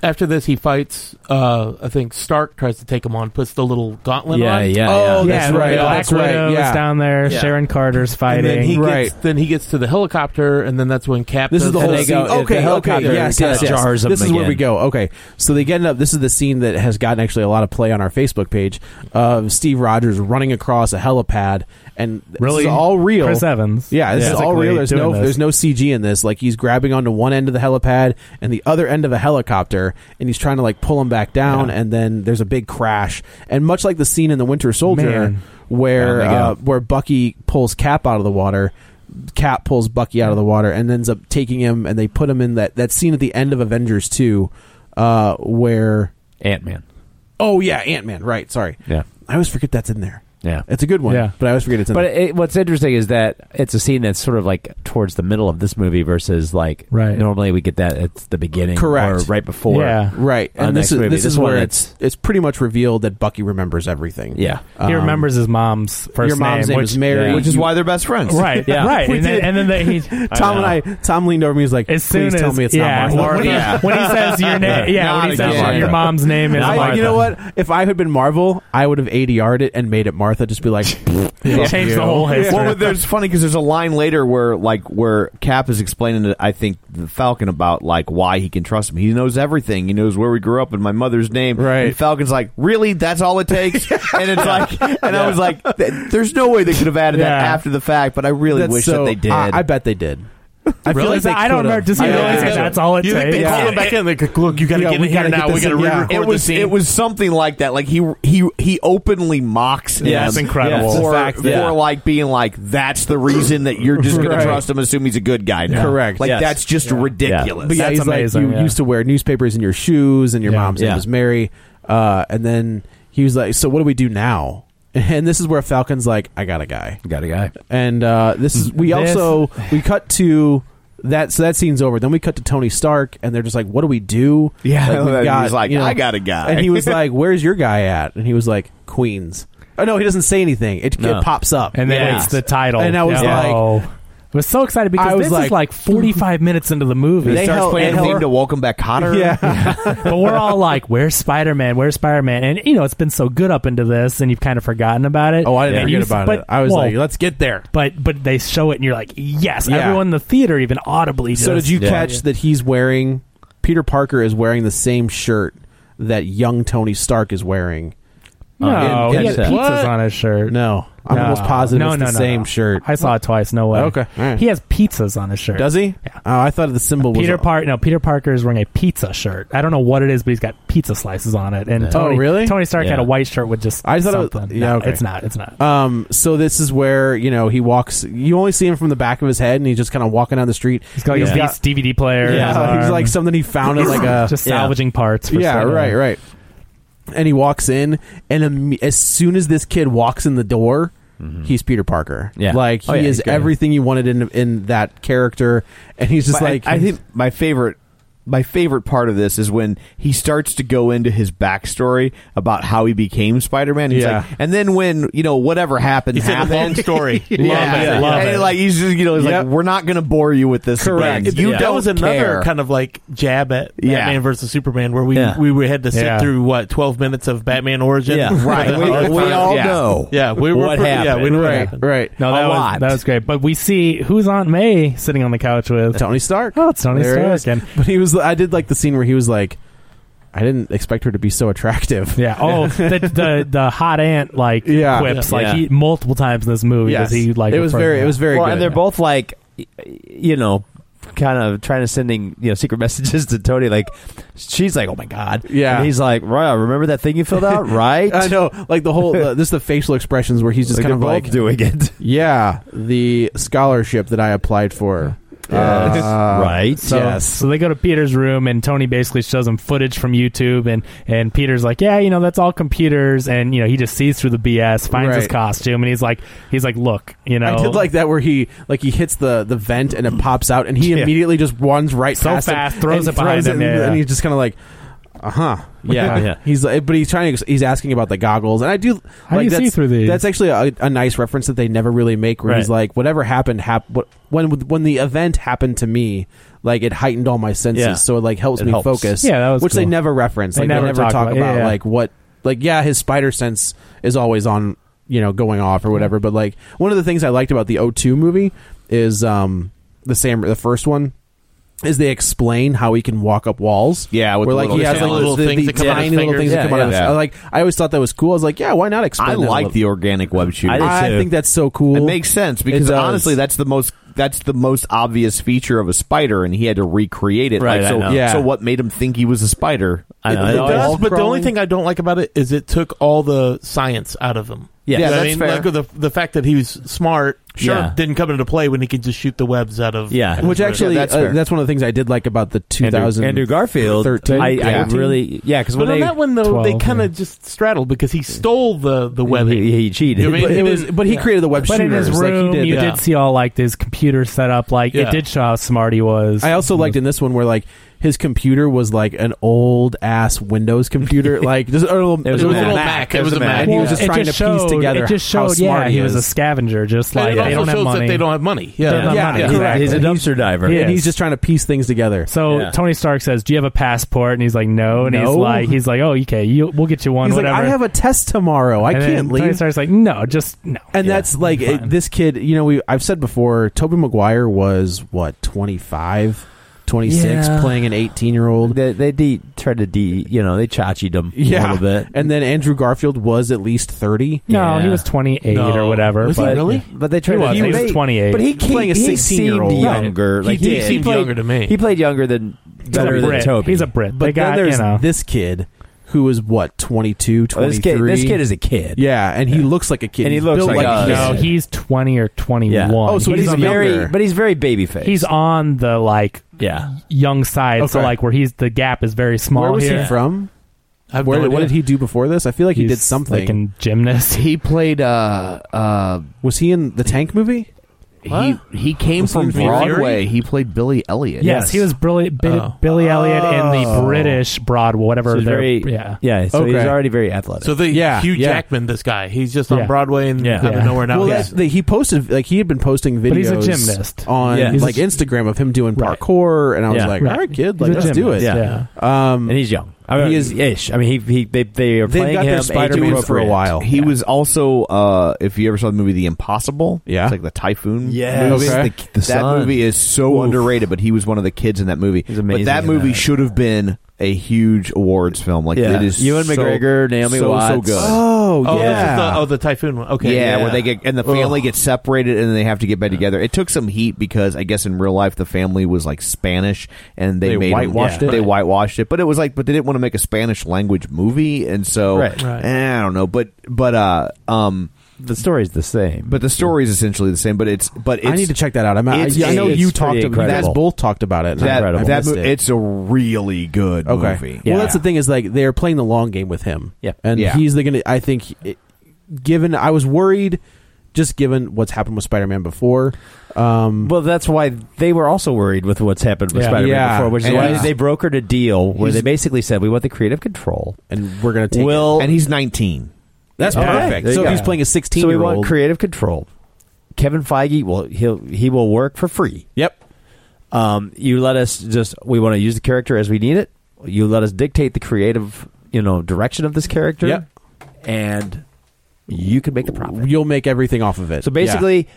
S8: after this he fights. Uh, I think Stark tries to take him on, puts the little gauntlet
S6: Yeah,
S8: on.
S6: yeah,
S9: Oh,
S7: Yeah,
S9: that's
S7: Black
S9: right. that's
S7: Widow
S9: right.
S7: is
S9: Yeah.
S7: down there.
S8: Yeah.
S7: Sharon Carter's
S8: And
S7: fighting.
S8: then he
S9: Right.
S8: gets then he gets to the helicopter, and then that's when Cap.
S9: This is
S8: does
S9: the whole
S8: thing.
S9: scene. okay, okay, yes, yes, yes.
S6: jars them
S9: This is where
S6: again.
S9: we go. Okay, so they get up. This is the scene that has gotten actually a lot of play on our Facebook page of Steve Rogers running across a helipad, and
S7: Really?
S9: this is all real.
S7: Chris Evans.
S9: Yeah, this is all
S7: Physically
S9: real. There's
S7: doing
S9: no
S7: this.
S9: there's no CG in this. Like he's grabbing onto one end of the helipad and the other end of a helicopter, and he's trying to like pull him back down, and then there's a big crash. And much like the scene in The Winter Soldier,
S7: Man.
S9: where
S6: Down they go.
S9: uh, where Bucky pulls Cap out of the water. Cap pulls Bucky out of the water and ends up taking him, and they put him in that, that scene at the end of Avengers Two, uh, where
S6: Ant Man.
S9: oh yeah, Ant Man, right? Sorry,
S6: Yeah.
S9: I always forget that's in there.
S6: Yeah.
S9: It's a good one,
S7: Yeah.
S9: but I always forget it's in
S6: But
S9: there.
S6: it, what's interesting is that it's a scene that's sort of like towards the middle of this movie versus like
S7: Right.
S6: normally we get that at the beginning
S9: Correct.
S6: or right before.
S7: Yeah.
S9: Right,
S6: Uh,
S9: and
S6: next
S9: this is
S6: movie.
S9: this,
S6: This
S9: is
S6: one
S9: where
S6: that's-
S9: it's it's pretty much revealed that Bucky remembers everything.
S6: Yeah.
S7: He
S9: Um,
S7: remembers his mom's first
S9: your mom's name
S7: which,
S9: is Mary,
S6: yeah.
S12: which is why they're best friends.
S7: Right,
S6: Yeah.
S7: right.
S9: We
S7: And then,
S9: did.
S7: and then the, he,
S9: Tom and I, Tom leaned over me. He's like,
S7: as soon
S9: "Please
S7: as
S9: tell me it's
S7: yeah,
S9: not Martha."
S7: When,
S12: Yeah.
S7: He, when he says your name, yeah,
S12: Not
S7: when he says
S12: again.
S7: your mom's name is
S9: I-
S7: Martha.
S9: you know what? If I had been Marvel, I would have ADR'd it and made it Martha. Just be like,
S7: It changed the whole history.
S12: Well, but there's funny because there's a line later where like where Cap is explaining to I think the Falcon about like why he can trust him. He knows everything. He knows where we grew up and my mother's name.
S9: Right.
S12: And Falcon's like, really? That's all it takes? and it's like, and I was like, th- there's no way they could have added that
S7: Yeah.
S12: after the fact. But I really
S9: That's
S12: wish that
S9: so-
S12: they did.
S9: I, I bet they did. I feel
S7: Really?
S9: like they
S7: I don't
S9: could've.
S7: remember- does he
S9: I don't
S7: realize
S9: think
S7: that
S9: so.
S7: that's all it
S8: You think they
S7: takes?
S8: call him back in? They go, look, you got to
S9: Yeah,
S8: get
S9: we
S8: in here
S9: gotta get
S8: now. We
S9: this
S8: got to
S9: in, yeah.
S8: re-record
S12: it was
S8: the scene.
S12: it was something like that. Like he he he openly mocks.
S7: Yeah,
S12: him
S7: it's incredible.
S12: For,
S7: Yeah, it's a fact,
S12: for
S7: yeah.
S12: like being like that's the reason that you're just going
S9: Right.
S12: to trust him, assume he's a good guy. Now.
S9: Correct.
S12: Like
S6: Yes.
S12: that's just ridiculous.
S9: But yeah,
S7: That's
S9: he's
S7: amazing,
S9: like you
S7: yeah.
S9: used to wear newspapers in your shoes, and your
S7: Yeah.
S9: mom's name
S6: Yeah.
S9: was Mary. Uh, and then he was like, "So what do we do now?" And this is where Falcon's like, "I got a guy."
S6: Got a guy.
S9: and uh, this is we
S7: This-
S9: also we cut to that so that scene's over then we cut to tony stark and they're just like what do we do
S12: Yeah,
S9: we've
S12: and he's like, "I got a guy."
S9: and he was like where's your guy at and he was like queens oh no he doesn't say anything it,
S6: No.
S9: it pops up
S7: and then
S6: Yeah.
S7: it's the title.
S9: And I was
S7: Yeah.
S9: like,
S7: Oh. was so excited because
S12: I was
S7: this is
S12: like-
S7: like 45 minutes into the movie.
S12: They starts playing a theme to welcome back Cotter.
S7: Yeah. but we're all like, "Where's Spider Man? Where's Spider Man?" And you know, it's been so good up into this, and you've kind of forgotten about it.
S9: Oh, I didn't
S7: And
S9: forget
S7: you-
S9: about
S7: but-
S9: it. I was
S7: well,
S9: like, let's get there.
S7: But but they show it, and you're like, "Yes!"
S9: Yeah.
S7: Everyone in the theater even audibly.
S9: So
S7: just-
S9: did you
S7: Yeah.
S9: catch that he's wearing Peter Parker is wearing the same shirt that young Tony Stark is wearing?
S7: No,
S9: Uh,
S7: he had
S9: What?
S7: pizzas on his shirt.
S9: No, I'm
S7: No.
S9: almost positive
S7: No,
S9: it's
S7: no,
S9: the
S7: no,
S9: same
S7: no.
S9: shirt.
S7: I saw it twice. No way.
S9: Okay, all right.
S7: He has pizzas on his shirt.
S9: Does he? Yeah. Oh, I thought the symbol was
S7: Peter Park. No, Peter Parker is wearing a pizza shirt. I don't know what it is, but he's got pizza slices on it. And
S9: Yeah.
S7: Tony,
S9: Oh, really?
S7: Tony Stark
S9: Yeah.
S7: had a white shirt with just
S9: I thought
S7: something.
S9: it was, yeah,
S7: No,
S9: okay.
S7: it's not. It's not.
S9: Um, so this is where you know he walks. You only see him from the back of his head, and he's just kind of walking down the street.
S7: He's got like a VCD DVD player. in his
S9: Yeah, he's
S7: arm.
S9: like something he found in like a
S7: just salvaging parts. For
S9: yeah,
S7: Spider-Man.
S9: right, right. And he walks in, and im- as soon as this kid walks in the door, he's Peter Parker.
S6: Yeah.
S9: like he
S6: Oh, yeah, he's
S9: is
S6: great.
S9: everything you wanted in in that character, and he's just
S12: But I-
S9: like
S12: I, think my favorite my favorite part of this is when he starts to go into his backstory about how he became Spider-Man. He's
S9: Yeah.
S12: like, and then when you know whatever happened
S9: He said the
S12: happened.
S9: long story.
S12: yeah,
S9: Love it,
S12: yeah.
S9: love
S12: and
S9: it.
S12: like he's just you know he's
S9: Yep.
S12: like we're not going to bore you with this.
S8: Correct.
S12: Again. You
S8: that
S12: don't
S8: was another
S12: care.
S8: kind of like jab at
S12: Yeah.
S8: Batman versus Superman, where we
S12: Yeah.
S8: we, were- had to sit
S12: Yeah.
S8: through what twelve minutes of Batman origin.
S12: Yeah, right. We- we all
S8: Yeah.
S12: know
S8: Yeah, we were
S12: what
S8: pretty- Yeah, we
S12: happened.
S8: know what
S12: Right,
S8: happened.
S9: right.
S7: No, that
S8: A
S7: was
S8: lot.
S7: that was great. But we see who's Aunt May sitting on the couch with
S9: Tony Stark.
S7: Oh, it's Tony
S9: There it
S7: Stark.
S9: is. But he was. I did like the scene where he was like, I didn't expect her to be so attractive.
S7: Yeah. Oh, the, the the hot aunt like
S9: Yeah.
S7: quips
S9: Yeah.
S7: like he, multiple times in this movie.
S9: Yes.
S7: does He like
S9: It was
S7: refer to
S9: very- it
S7: that.
S9: was very
S6: well, and they're both like, y- you know, kind of trying to sending you know secret messages to Tony. Like, she's like, "Oh my god,"
S9: Yeah.
S6: And he's like, "Right, remember that thing you filled out, right?"
S9: I know, like the whole the, this is the facial expressions where he's just
S6: Like,
S9: kind of
S6: they're
S9: like
S6: both doing it.
S9: Yeah, the scholarship that I applied for. Uh,
S7: So,
S9: Yes.
S7: So they go to Peter's room, and Tony basically shows him footage from YouTube, and and Peter's like, "Yeah, you know, that's all computers," and you know, he just sees through the BS, finds his
S9: Right.
S7: costume, and he's like, he's like, "Look, you know,
S9: I did like that where he like he hits the the vent and it pops out and he
S7: Yeah.
S9: immediately just runs right
S7: So
S9: past him
S7: fast, throws
S9: and
S7: it behind him,
S9: and,
S7: yeah, yeah.
S9: and he's just kind of like, uh huh,
S7: Yeah, yeah.
S9: He's like, but he's trying to he's asking about the goggles and I do
S7: How do
S9: like
S7: you see
S9: that's,
S7: through these?
S9: That's actually a, a nice reference that they never really make where he's
S7: Right.
S9: like, whatever happened hap- what when when the event happened to me. Like it heightened all my senses,
S7: Yeah.
S9: so it like helps
S7: It
S9: me
S7: helps.
S9: focus.
S7: Yeah, that was
S9: which they
S7: cool.
S9: never reference.
S7: They
S9: Like
S7: never
S9: they never
S7: talk
S9: talk
S7: about-
S9: about,
S7: yeah, yeah.
S9: like what like yeah his spider sense is always on you know going off or whatever but like one of the things i liked about the o2 movie is um the same the first one is they explain how he can walk up walls
S12: Yeah, with
S9: where
S12: the
S9: like
S12: little
S9: he has like
S12: talons.
S9: little
S12: Little
S9: the,
S12: things
S9: the
S12: that come out of
S9: tiny
S12: his
S9: little things
S12: fingers.
S9: that come out of
S12: Yeah,
S9: his
S12: yeah.
S9: I like i always thought that was cool i was like yeah why not explain
S12: I
S9: that a
S12: like
S9: little-
S12: the organic web shooting.
S9: I think that's so cool
S12: It makes sense
S9: It
S12: because
S9: does.
S12: honestly, that's the most that's the most obvious feature of a spider, and he had to recreate it.
S6: Right,
S12: Like,
S6: I
S12: so,
S6: know.
S9: Yeah.
S12: so what made him think he was a spider?
S6: I know,
S8: It
S6: know.
S8: does,
S6: Wall
S8: but the only
S6: crawling.
S8: thing I don't like about it is it took all the science out of him.
S6: Yeah. Yeah,
S8: You know what
S6: that's
S8: I mean?
S6: fair.
S8: Like the, the fact that he was smart
S9: Sure.
S8: yeah, didn't come into play when he could just shoot the webs out of
S9: which actually that's, uh, that's one of the things i did like about the 2000
S6: Andrew Garfield,
S9: 13,
S6: I- I
S9: 14.
S6: really- yeah, 'cause
S8: but
S6: when
S8: on
S6: they-
S8: that one though they
S6: 12,
S8: kind of just straddled because he stole the the webbing.
S6: He, he cheated.
S8: You know what I mean?
S9: but it
S8: They
S9: was
S8: didn't-
S9: but he
S8: yeah.
S9: created the web
S7: But in his
S9: shooters, like he
S7: room,
S9: did.
S7: you
S9: Yeah.
S7: did see all like his computer set up. Like
S9: Yeah.
S7: it did show how smart he was.
S9: I also liked in this one where like his computer was like an old ass Windows computer, like just a little,
S6: It was a
S9: an
S6: Mac.
S9: old
S8: It was a Mac.
S9: And he was
S7: Well,
S9: just
S7: it
S9: trying
S7: just
S9: to piece
S7: showed-
S9: together.
S7: It just
S9: how
S7: showed,
S9: smart
S7: yeah,
S9: he,
S7: he was a
S9: is.
S7: scavenger, just
S8: And
S7: like
S8: it also
S7: they don't have
S8: shows
S7: money.
S8: that they don't have money. Yeah,
S7: They don't have
S9: Yeah,
S7: money.
S9: yeah,
S7: Exactly.
S6: He's a dumpster diver.
S7: He
S9: and
S7: is.
S9: he's just trying to piece things together.
S7: So
S6: Yeah.
S7: Tony Stark says, "Do you have a passport?" And he's like, "No." And
S9: No.
S7: he's like, "He's like, oh, okay, you, we'll get you one.
S9: he's like,
S7: whatever."
S9: I have a test tomorrow. I
S7: And then
S9: can't
S7: Tony
S9: leave.
S7: Stark's like, "No, just no."
S9: And that's like
S7: fine.
S9: it- this kid. You know, we I've said before. Toby Maguire was what 25, 26,
S6: Yeah.
S9: playing an eighteen year old.
S6: They, they de- tried to de, you know, they chachied him a
S9: Yeah,
S6: little bit.
S9: and then Andrew Garfield was at least thirty.
S7: No, he
S6: Yeah.
S7: was 28 or whatever.
S9: Was he
S7: but,
S9: really?
S6: But they tried
S7: He
S6: to.
S7: was. He was
S6: they-
S7: 28.
S6: But he came,
S9: Playing a
S6: he
S9: 16-year-old.
S6: seemed
S9: Right.
S6: younger.
S9: He
S6: Like
S9: did.
S6: he,
S9: He seemed
S6: played,
S8: younger to me.
S6: He played younger than
S7: He's a
S6: better than
S7: Brit.
S6: Toby.
S7: He's a Brit.
S9: But
S7: they got
S9: then there's
S7: you know.
S9: this kid who was what 22,
S6: Oh, this
S9: 23.
S6: kid. This kid is a kid.
S9: yeah, and he looks like a kid,
S6: And he
S9: He's
S6: looks
S9: built
S6: like
S9: a
S6: us.
S9: kid.
S7: no, he's 20 or
S6: Yeah.
S7: 21.
S9: Oh, so
S6: but
S9: he's
S6: he's, very.
S9: younger.
S6: But he's very baby faced.
S7: he's on the like
S6: yeah.
S7: young side, so
S9: Okay.
S7: like where he's the gap is very small.
S9: Where was
S7: here.
S9: he from?
S8: I have
S9: Where,
S8: no
S9: what
S8: idea.
S9: did he do before this? I feel like he
S7: He's
S9: did something.
S7: like in gymnast.
S12: He played. Uh, uh,
S9: was he in the Tank movie?
S10: He he came from Broadway. He played Billy Elliot.
S7: Yes, he was Billy, Billy,
S10: Oh.
S7: Billy Elliot in the
S10: Oh.
S7: British Broadway, whatever.
S6: So he's
S7: their-
S6: very-
S7: yeah,
S6: yeah, so he's already very athletic.
S8: So the
S9: Yeah,
S8: Hugh
S9: yeah.
S8: Jackman, this guy, he's just on
S9: Yeah.
S8: Broadway and out of nowhere now.
S9: Well,
S8: he's-
S9: that's- they- he posted like he had been posting videos
S8: But he's a gymnast.
S9: on
S8: Yeah. He's a
S9: like
S8: g-
S9: Instagram of him doing parkour, and I was like, all right, kid, like let's do it.
S6: Um, and he's young. I mean,
S9: he
S6: he
S9: is-
S6: is ish. I mean, he, he they they are playing him age appropriate.
S10: He was also, uh, if you ever saw the movie The Impossible, yeah, it's like the typhoon.
S6: Yes.
S10: movie.
S6: Okay.
S10: The-
S6: The
S10: that
S6: sun.
S10: movie is so underrated. But he was one of the kids in that movie. but that
S6: in
S10: movie
S6: that.
S10: should have been a huge awards film. Like
S6: Yeah.
S10: it is.
S6: Ewan
S10: so-
S6: McGregor, Naomi
S10: so, so
S6: Watts.
S10: good.
S9: Oh,
S8: oh, this is the, oh, the typhoon one. Okay,
S10: yeah, where they get and the family gets separated and they have to get back together. It took some heat because I guess in real life the family was like Spanish and they,
S9: They
S10: made
S9: whitewashed it.
S10: They whitewashed it, but it was like, but they didn't want to make a Spanish language movie, and so
S6: Right. Right.
S10: eh, I don't know, but but uh um.
S6: The story's the same,
S10: but the story is essentially the same. But it's but it's,
S9: I need to check that out. I'm, I,
S10: it's-
S9: I know
S10: it's
S9: you
S10: pretty
S9: talked. About, you guys
S10: incredible.
S9: both talked about it. and I-
S10: That,
S9: I
S10: that
S9: missed
S10: mo-
S9: it.
S10: it's a really good movie.
S9: Well, that's the thing is like they're playing the long game with him.
S6: Yeah.
S9: and
S10: Yeah.
S9: he's the gonna. I think, it- given I was worried, just given what's happened with Spider Man before. Um,
S6: well, that's why they were also worried with what's happened with
S9: Yeah.
S6: Spider-Man
S9: Yeah.
S6: before, which is
S9: And
S6: why
S9: he's-
S6: they brokered a deal where
S9: He's-
S6: they basically said we want the creative control
S9: and we're going to take
S6: Will
S10: and he's nineteen.
S9: That's
S6: Okay.
S9: perfect.
S6: There you
S9: So if
S6: go.
S9: he's playing a
S6: so we
S9: 16-year-old
S6: want creative control. Kevin Feige will he'll he will work for free.
S9: Yep.
S6: Um, you let us just we want to use the character as we need it. You let us dictate the creative you know direction of this character.
S9: Yep.
S6: And you can make the profit.
S9: You'll make everything off of it.
S6: So basically,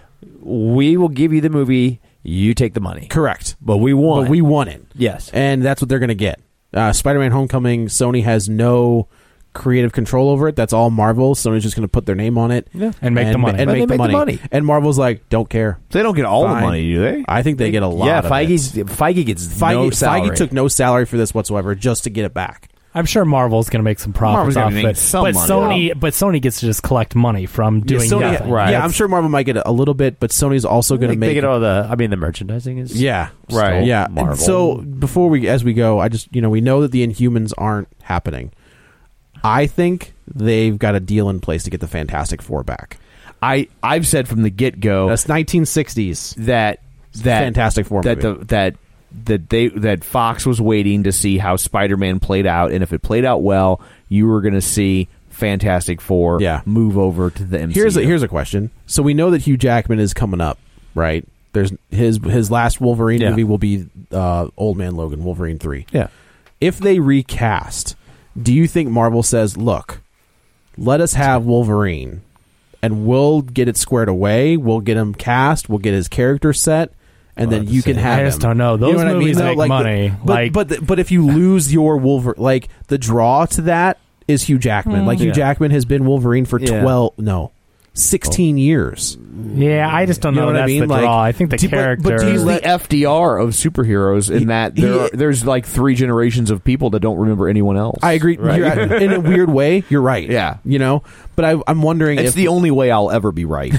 S6: we will give you the movie. You take the money.
S9: Correct.
S6: But we want.
S9: But we want it.
S6: Yes.
S9: And that's what they're going to get. Uh, Spider Man Homecoming, Sony has no creative control over it. That's all Marvel. Sony's just going to put their name on it
S7: Yeah. And make the money.
S9: And
S7: But
S9: make,
S7: they
S9: the,
S7: make
S9: money.
S7: the
S9: And Marvel's like, don't care.
S10: They don't get all the money, do they?
S9: I think they get a lot.
S6: Yeah,
S9: of it.
S6: Feige's Feige gets
S9: Feige,
S6: no
S9: Feige
S6: salary.
S9: took no salary for this whatsoever, just to get it back.
S7: I'm sure Marvel's going to make some profits
S9: Marvel's gonna
S7: off of
S9: make
S7: it,
S9: some
S7: but
S9: money.
S7: Sony, but Sony gets to just collect money from doing
S9: yeah, Sony,
S7: nothing.
S9: right? Yeah, I'm sure Marvel might get a little bit, but Sony's also going to
S6: They- they
S9: make
S6: get all the. I mean, the merchandising is
S9: Yeah.
S6: still
S9: Yeah. And
S6: Marvel.
S9: So before we, as we go, I just you know we know that the Inhumans aren't happening. I think they've got a deal in place to get the Fantastic Four back.
S10: I I've said from the get go
S9: That's 1960s.
S10: that that
S9: Fantastic Four
S10: that
S9: movie.
S10: the, that that they that Fox was waiting to see how Spider Man played out, and if it played out well, you were going to see Fantastic Four
S9: Yeah.
S10: move over to the MCU.
S9: Here's a, here's a question. So we know that Hugh Jackman is coming up, right? There's his his last Wolverine
S6: Yeah.
S9: movie will be uh, Old Man Logan, Wolverine three.
S6: Yeah.
S9: If they recast, do you think Marvel says, "Look, let us have Wolverine, and we'll get it squared away. We'll get him cast. We'll get his character set." And then you can have.
S7: I just
S9: him."
S7: don't know.
S9: You
S7: Those
S9: what I mean,
S7: movies
S9: though?
S7: make
S9: Like, the-
S7: money.
S9: but
S7: Like-
S9: but the- but if you lose your Wolverine, like the draw to that is Hugh Jackman. Like Hugh
S7: Hmm. Yeah.
S9: Jackman has been Wolverine for
S7: Yeah.
S9: twelve, no, sixteen years.
S7: Yeah, I just don't
S9: You know
S7: know.
S9: what I
S7: that's
S9: mean?
S7: the
S9: Like,
S7: draw. I think the
S9: do- but-
S7: character.
S9: but do you
S10: He's the FDR of superheroes in that there are, there's like three generations of people that don't remember anyone else.
S9: I agree.
S10: Right.
S9: You're at- in a weird way, you're right.
S10: Yeah.
S9: you know. But I, I'm wondering.
S10: It's
S9: if,
S10: the only way I'll ever be right.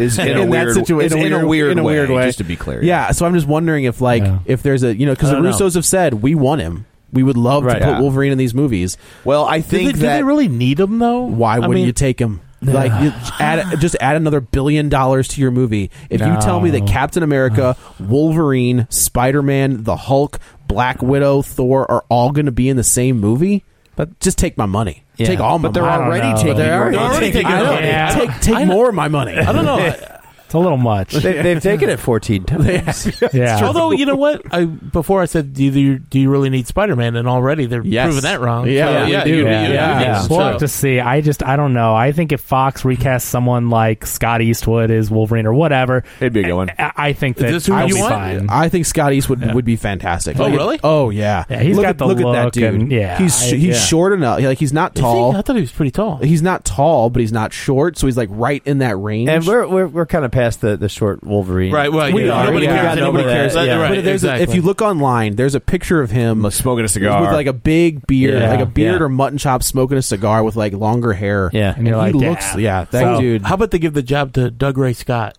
S10: Is in, a
S9: in
S10: weird,
S9: that situation,
S10: it's in a weird,
S9: in a weird way,
S10: Just to be clear,
S9: Yeah, so I'm just wondering if like if there's a you know because
S10: I
S9: the
S10: don't know.
S9: Russos have said we want him, we would love
S10: Right.
S9: to put
S10: Yeah.
S9: Wolverine in these movies.
S10: Well, I
S8: Do they,
S10: think
S8: do
S10: that
S8: they really need him though?
S9: Why
S8: I
S9: wouldn't
S8: mean-
S9: you take him? Like you add just add another billion dollars to your movie. If you tell me that
S7: No.
S9: Captain America, Wolverine, Spider Man, the Hulk, Black Widow, Thor are all going to be in the same movie, but just take my money.
S6: Yeah.
S9: Take all my
S6: But they're
S9: money.
S6: I don't already know.
S9: But
S6: taking
S9: they're
S6: your
S9: already
S6: money.
S9: taking
S6: They're
S9: my
S6: already
S9: money.
S6: taking your money.
S9: Take take more of my money.
S8: I don't know.
S7: it's a little much.
S6: They, they've taken it fourteen times.
S7: yeah.
S8: Although you know what, I before I said, do you do you really need Spider Man? And already they're
S7: Yes.
S8: proving that wrong.
S7: Yeah,
S8: So,
S7: we
S8: yeah,
S7: do.
S8: you- you-
S7: Yeah.
S8: you-
S7: Yeah.
S8: you-
S7: We'll
S8: so-
S7: have to see. I just I don't know. I think if Fox recasts someone like Scott Eastwood as Wolverine or whatever,
S10: it'd be a good one.
S7: I, I think that
S8: this who
S7: I'll
S8: you
S7: be
S8: want?
S7: fine.
S9: I think Scott Eastwood would be fantastic.
S8: Oh,
S9: Like,
S8: really?
S9: Oh yeah.
S7: Yeah, he's
S9: look
S7: got
S9: at,
S7: the
S9: look at that
S7: look
S9: dude.
S7: and- yeah,
S9: he's
S7: I-
S9: he's
S7: yeah.
S9: short enough. Like he's not
S8: Is he?
S9: tall.
S8: I thought he was pretty tall.
S9: He's not tall, but he's not short, so he's like right in that range.
S6: and we're we're, we're kind of past the, the short Wolverine.
S8: Right, well,
S6: We
S8: yeah,
S6: are,
S8: nobody
S6: yeah.
S8: cares,
S6: We've gotten
S8: nobody
S6: over
S8: cares.
S6: that, yeah.
S8: Right,
S9: But there's a- if
S8: exactly.
S9: you look online, there's a picture of him
S10: smoking a
S9: with
S10: cigar
S9: like a big beard,
S6: Yeah.
S9: like a beard
S6: Yeah.
S9: or mutton chop, smoking a cigar with like longer hair.
S6: Yeah.
S9: and,
S7: you're
S9: he
S7: like,
S9: looks,
S7: "Damn."
S9: yeah, that
S7: So-
S9: dude.
S8: How about they give the job to Doug Ray Scott?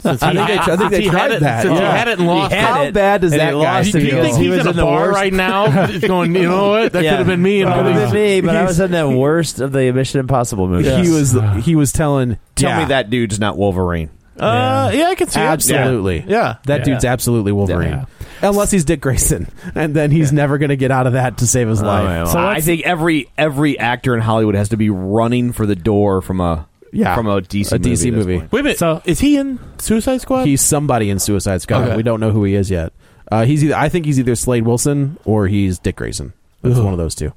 S8: Since
S9: I think they- I think
S8: since
S9: they
S8: he
S9: tried
S8: had it,
S9: that.
S8: Since
S9: Yeah.
S8: he had it and
S9: He
S8: lost,
S9: had How it, bad does and that he guy lost
S8: Do
S9: feel?
S8: you think
S6: He
S8: he's
S6: was
S8: in a
S6: in the
S8: bar
S6: worst-
S8: right now? He's going, you know what? That
S6: Yeah.
S8: could have been me. And
S6: That
S8: all
S6: could've
S8: these-
S6: been me, but I was in the worst of the Mission Impossible movies.
S9: He was he was telling
S10: Tell
S9: yeah.
S10: me that dude's not Wolverine.
S8: Uh, yeah, I can see it.
S9: absolutely.
S8: Yeah. Yeah.
S9: that
S8: Yeah.
S9: dude's absolutely Wolverine, unless he's Dick Grayson, and then he's never going to get out of that to save his
S6: Oh,
S9: life.
S12: so I think every every actor in Hollywood has to be running for the door from a
S9: Yeah.
S12: from a DC
S9: A
S12: movie
S9: DC
S12: at this
S9: movie.
S12: point.
S8: Wait a minute. So is he in Suicide Squad?
S9: he's somebody in Suicide Squad.
S8: Okay.
S9: We don't know who he is yet. Uh, he's either I think he's either Slade Wilson or he's Dick Grayson. It's
S7: Ugh.
S9: one of those two.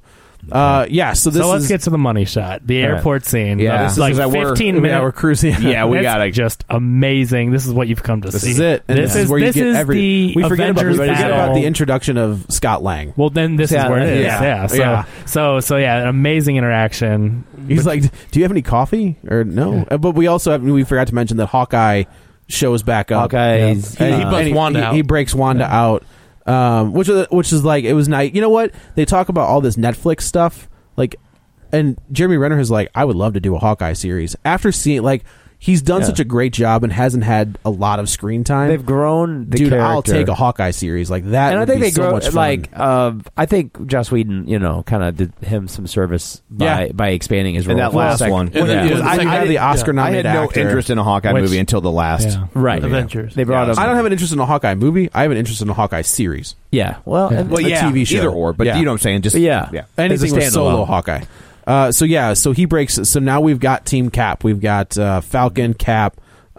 S9: Uh, yeah. So this
S7: so let's
S9: is,
S7: get to the money shot, the
S9: All right.
S7: airport scene.
S9: Yeah.
S7: it's
S9: This
S7: like
S9: is that we're-
S7: fifteen
S9: yeah,
S7: minutes.
S9: we're cruising. Yeah, we
S7: It's
S9: gotta-
S7: just amazing. This is what you've come to
S9: This
S7: see.
S9: is it. And
S7: this, is
S9: where
S7: this
S9: you get
S7: is
S9: every.
S7: the
S9: we forget about, we
S7: Avengers
S9: forget
S7: battle.
S9: about the introduction of Scott Lang.
S7: Well, then this
S9: Yeah,
S7: is where it is.
S9: yeah.
S7: Yeah. So,
S9: Yeah.
S7: so so yeah, an amazing interaction.
S9: He's like, "Do you have any coffee?" Or no, Uh, but we also have, we forgot to mention that Hawkeye shows back
S6: Oh,
S9: up.
S6: Hawkeye's-
S9: And
S6: He- he busts
S9: and
S6: Wanda
S9: he,
S6: out.
S9: He breaks Wanda out, um, which is which is like it was nice. You know what they talk about all this Netflix stuff, like, and Jeremy Renner is like, "I would love to do a Hawkeye series." After seeing like. He's done
S6: Yeah.
S9: such a great job and hasn't had a lot of screen time.
S6: They've grown the
S9: dude. I'll
S6: character.
S9: take a Hawkeye series like that.
S6: and I
S9: would
S6: think
S9: be
S6: they
S9: so
S6: grow
S9: much fun.
S6: like uh, I think Joss Whedon, you know, kind of did him some service by
S9: Yeah.
S6: by expanding his
S9: And
S6: role.
S9: that last one.
S6: Yeah.
S9: When it- when
S6: Yeah.
S9: I- I had the
S6: didn't-
S9: Oscar-nominated
S6: I had no
S9: actor.
S6: interest in
S12: a Hawkeye
S9: Which-
S12: movie until the last
S9: Yeah.
S6: right
S12: movie.
S8: Avengers.
S6: They brought up.
S9: I don't have an interest in a Hawkeye movie. I have an interest in a Hawkeye series.
S6: Yeah. Well,
S9: Yeah. Well,
S6: a
S9: yeah,
S6: TV show.
S9: either or, but
S6: Yeah.
S9: you know what I'm saying, just-
S6: yeah,
S9: Yeah. Anything with solo Hawkeye. Uh, so yeah, so he breaks. So now we've got Team Cap. We've got uh, Falcon, Cap,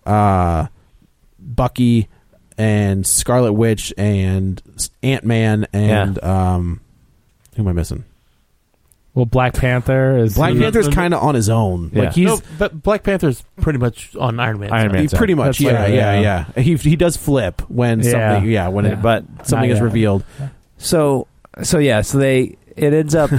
S9: uh, Bucky, and Scarlet Witch, and Ant Man, and um, who am I missing?
S7: Well, Black Panther is
S9: Black
S7: he-
S9: Panther's kind of on his own. Like he's
S8: no, but Black Panther's pretty much on Iron Man.
S6: Iron
S8: side.
S6: Man's
S9: He pretty
S6: out.
S9: much,
S6: That's
S9: yeah,
S6: right,
S9: yeah,
S6: yeah.
S9: yeah, He he does flip when
S6: Yeah.
S9: something, yeah, when
S6: Yeah.
S9: It,
S6: But
S9: something
S6: not
S9: is
S6: yet.
S9: revealed.
S6: So so yeah, so they it ends up.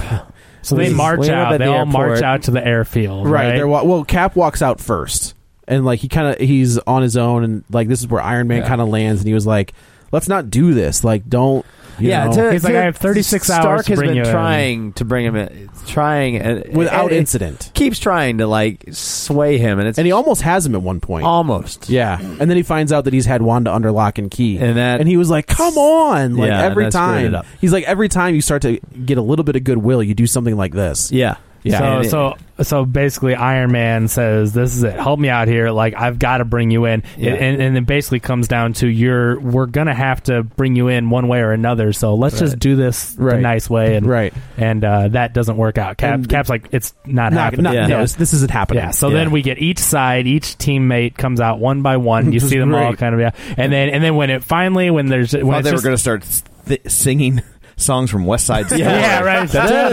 S7: So they
S6: we- we
S7: march
S6: end up
S7: out.
S6: at
S7: They
S6: the
S7: all march
S6: airport.
S7: out to the airfield.
S9: right,
S7: Right.
S9: They're wa- well cap walks out first and like he kind of he's on his own and like this is where iron man
S7: Yeah.
S9: kind of lands and he was like let's not do this like don't you
S6: yeah,
S9: know,
S6: to-
S7: He's like,
S6: to-
S7: "I have 36
S6: Stark
S7: hours to
S6: has
S7: bring
S6: been
S7: you in."
S6: trying to bring him in, trying and,
S9: Without
S6: and it
S9: incident.
S6: Keeps trying to like sway him, and it's
S9: and he almost has him at one point
S6: almost.
S9: yeah and then he finds out that he's had wanda under lock and key
S6: And that-
S9: he was like come on like
S6: Yeah, and
S9: every
S6: that screwed it
S9: time
S6: up.
S9: he's like every time you start to get a little bit of goodwill you do something like this
S6: Yeah,
S9: yeah
S7: So so so basically, Iron Man says, "This is it. Help me out here. Like I've got to bring you in."
S6: Yeah.
S7: And, and it basically comes down to you're we're gonna have to bring you in one way or another. So let's just do this
S9: Right.
S7: the nice way. And
S9: Right.
S7: and uh, that doesn't work out. Cap,
S9: And-
S7: Cap's like, "It's not,
S9: Not-
S7: happening."
S9: not-
S7: yeah.
S9: no, this- this isn't happening
S7: Yeah. So then we get each side, each teammate comes out one by one. You
S9: Which
S7: see
S9: is
S7: them all
S9: great.
S7: kind of yeah. And then and then when it finally when there's when
S6: Oh,
S12: Thought
S7: it's
S12: they were
S7: just-
S12: going to start th- singing songs from West Side Story.
S7: yeah, right.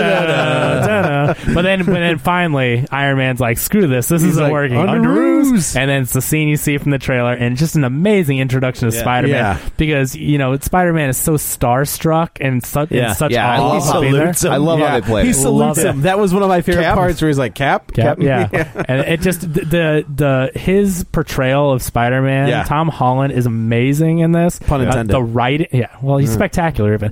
S7: Da-da-da, da-da. But then, but then finally, Iron Man's like, "Screw this! This
S9: He's
S7: isn't
S9: like,
S7: working."
S9: "Under ruse.
S7: and then it's the scene you see from the trailer, and just an amazing introduction to
S6: Yeah.
S7: Spider-Man
S9: Yeah.
S7: because you know Spider-Man is so starstruck and such
S6: Yeah.
S7: in such
S12: Yeah, I
S7: awe
S12: love
S7: of
S12: how
S7: being there.
S12: Luke's- I love how
S9: Yeah.
S12: they play
S9: he
S12: it.
S9: salutes
S7: Love
S9: him that was one of my favorite
S12: Cap.
S9: parts where he's like cap
S7: Cap, yeah, and it just the, the the his portrayal of Spider Man,
S9: Yeah.
S7: Tom Holland is amazing in this.
S9: Pun
S7: Uh,
S9: intended.
S7: the writing, yeah, well, he's spectacular. Even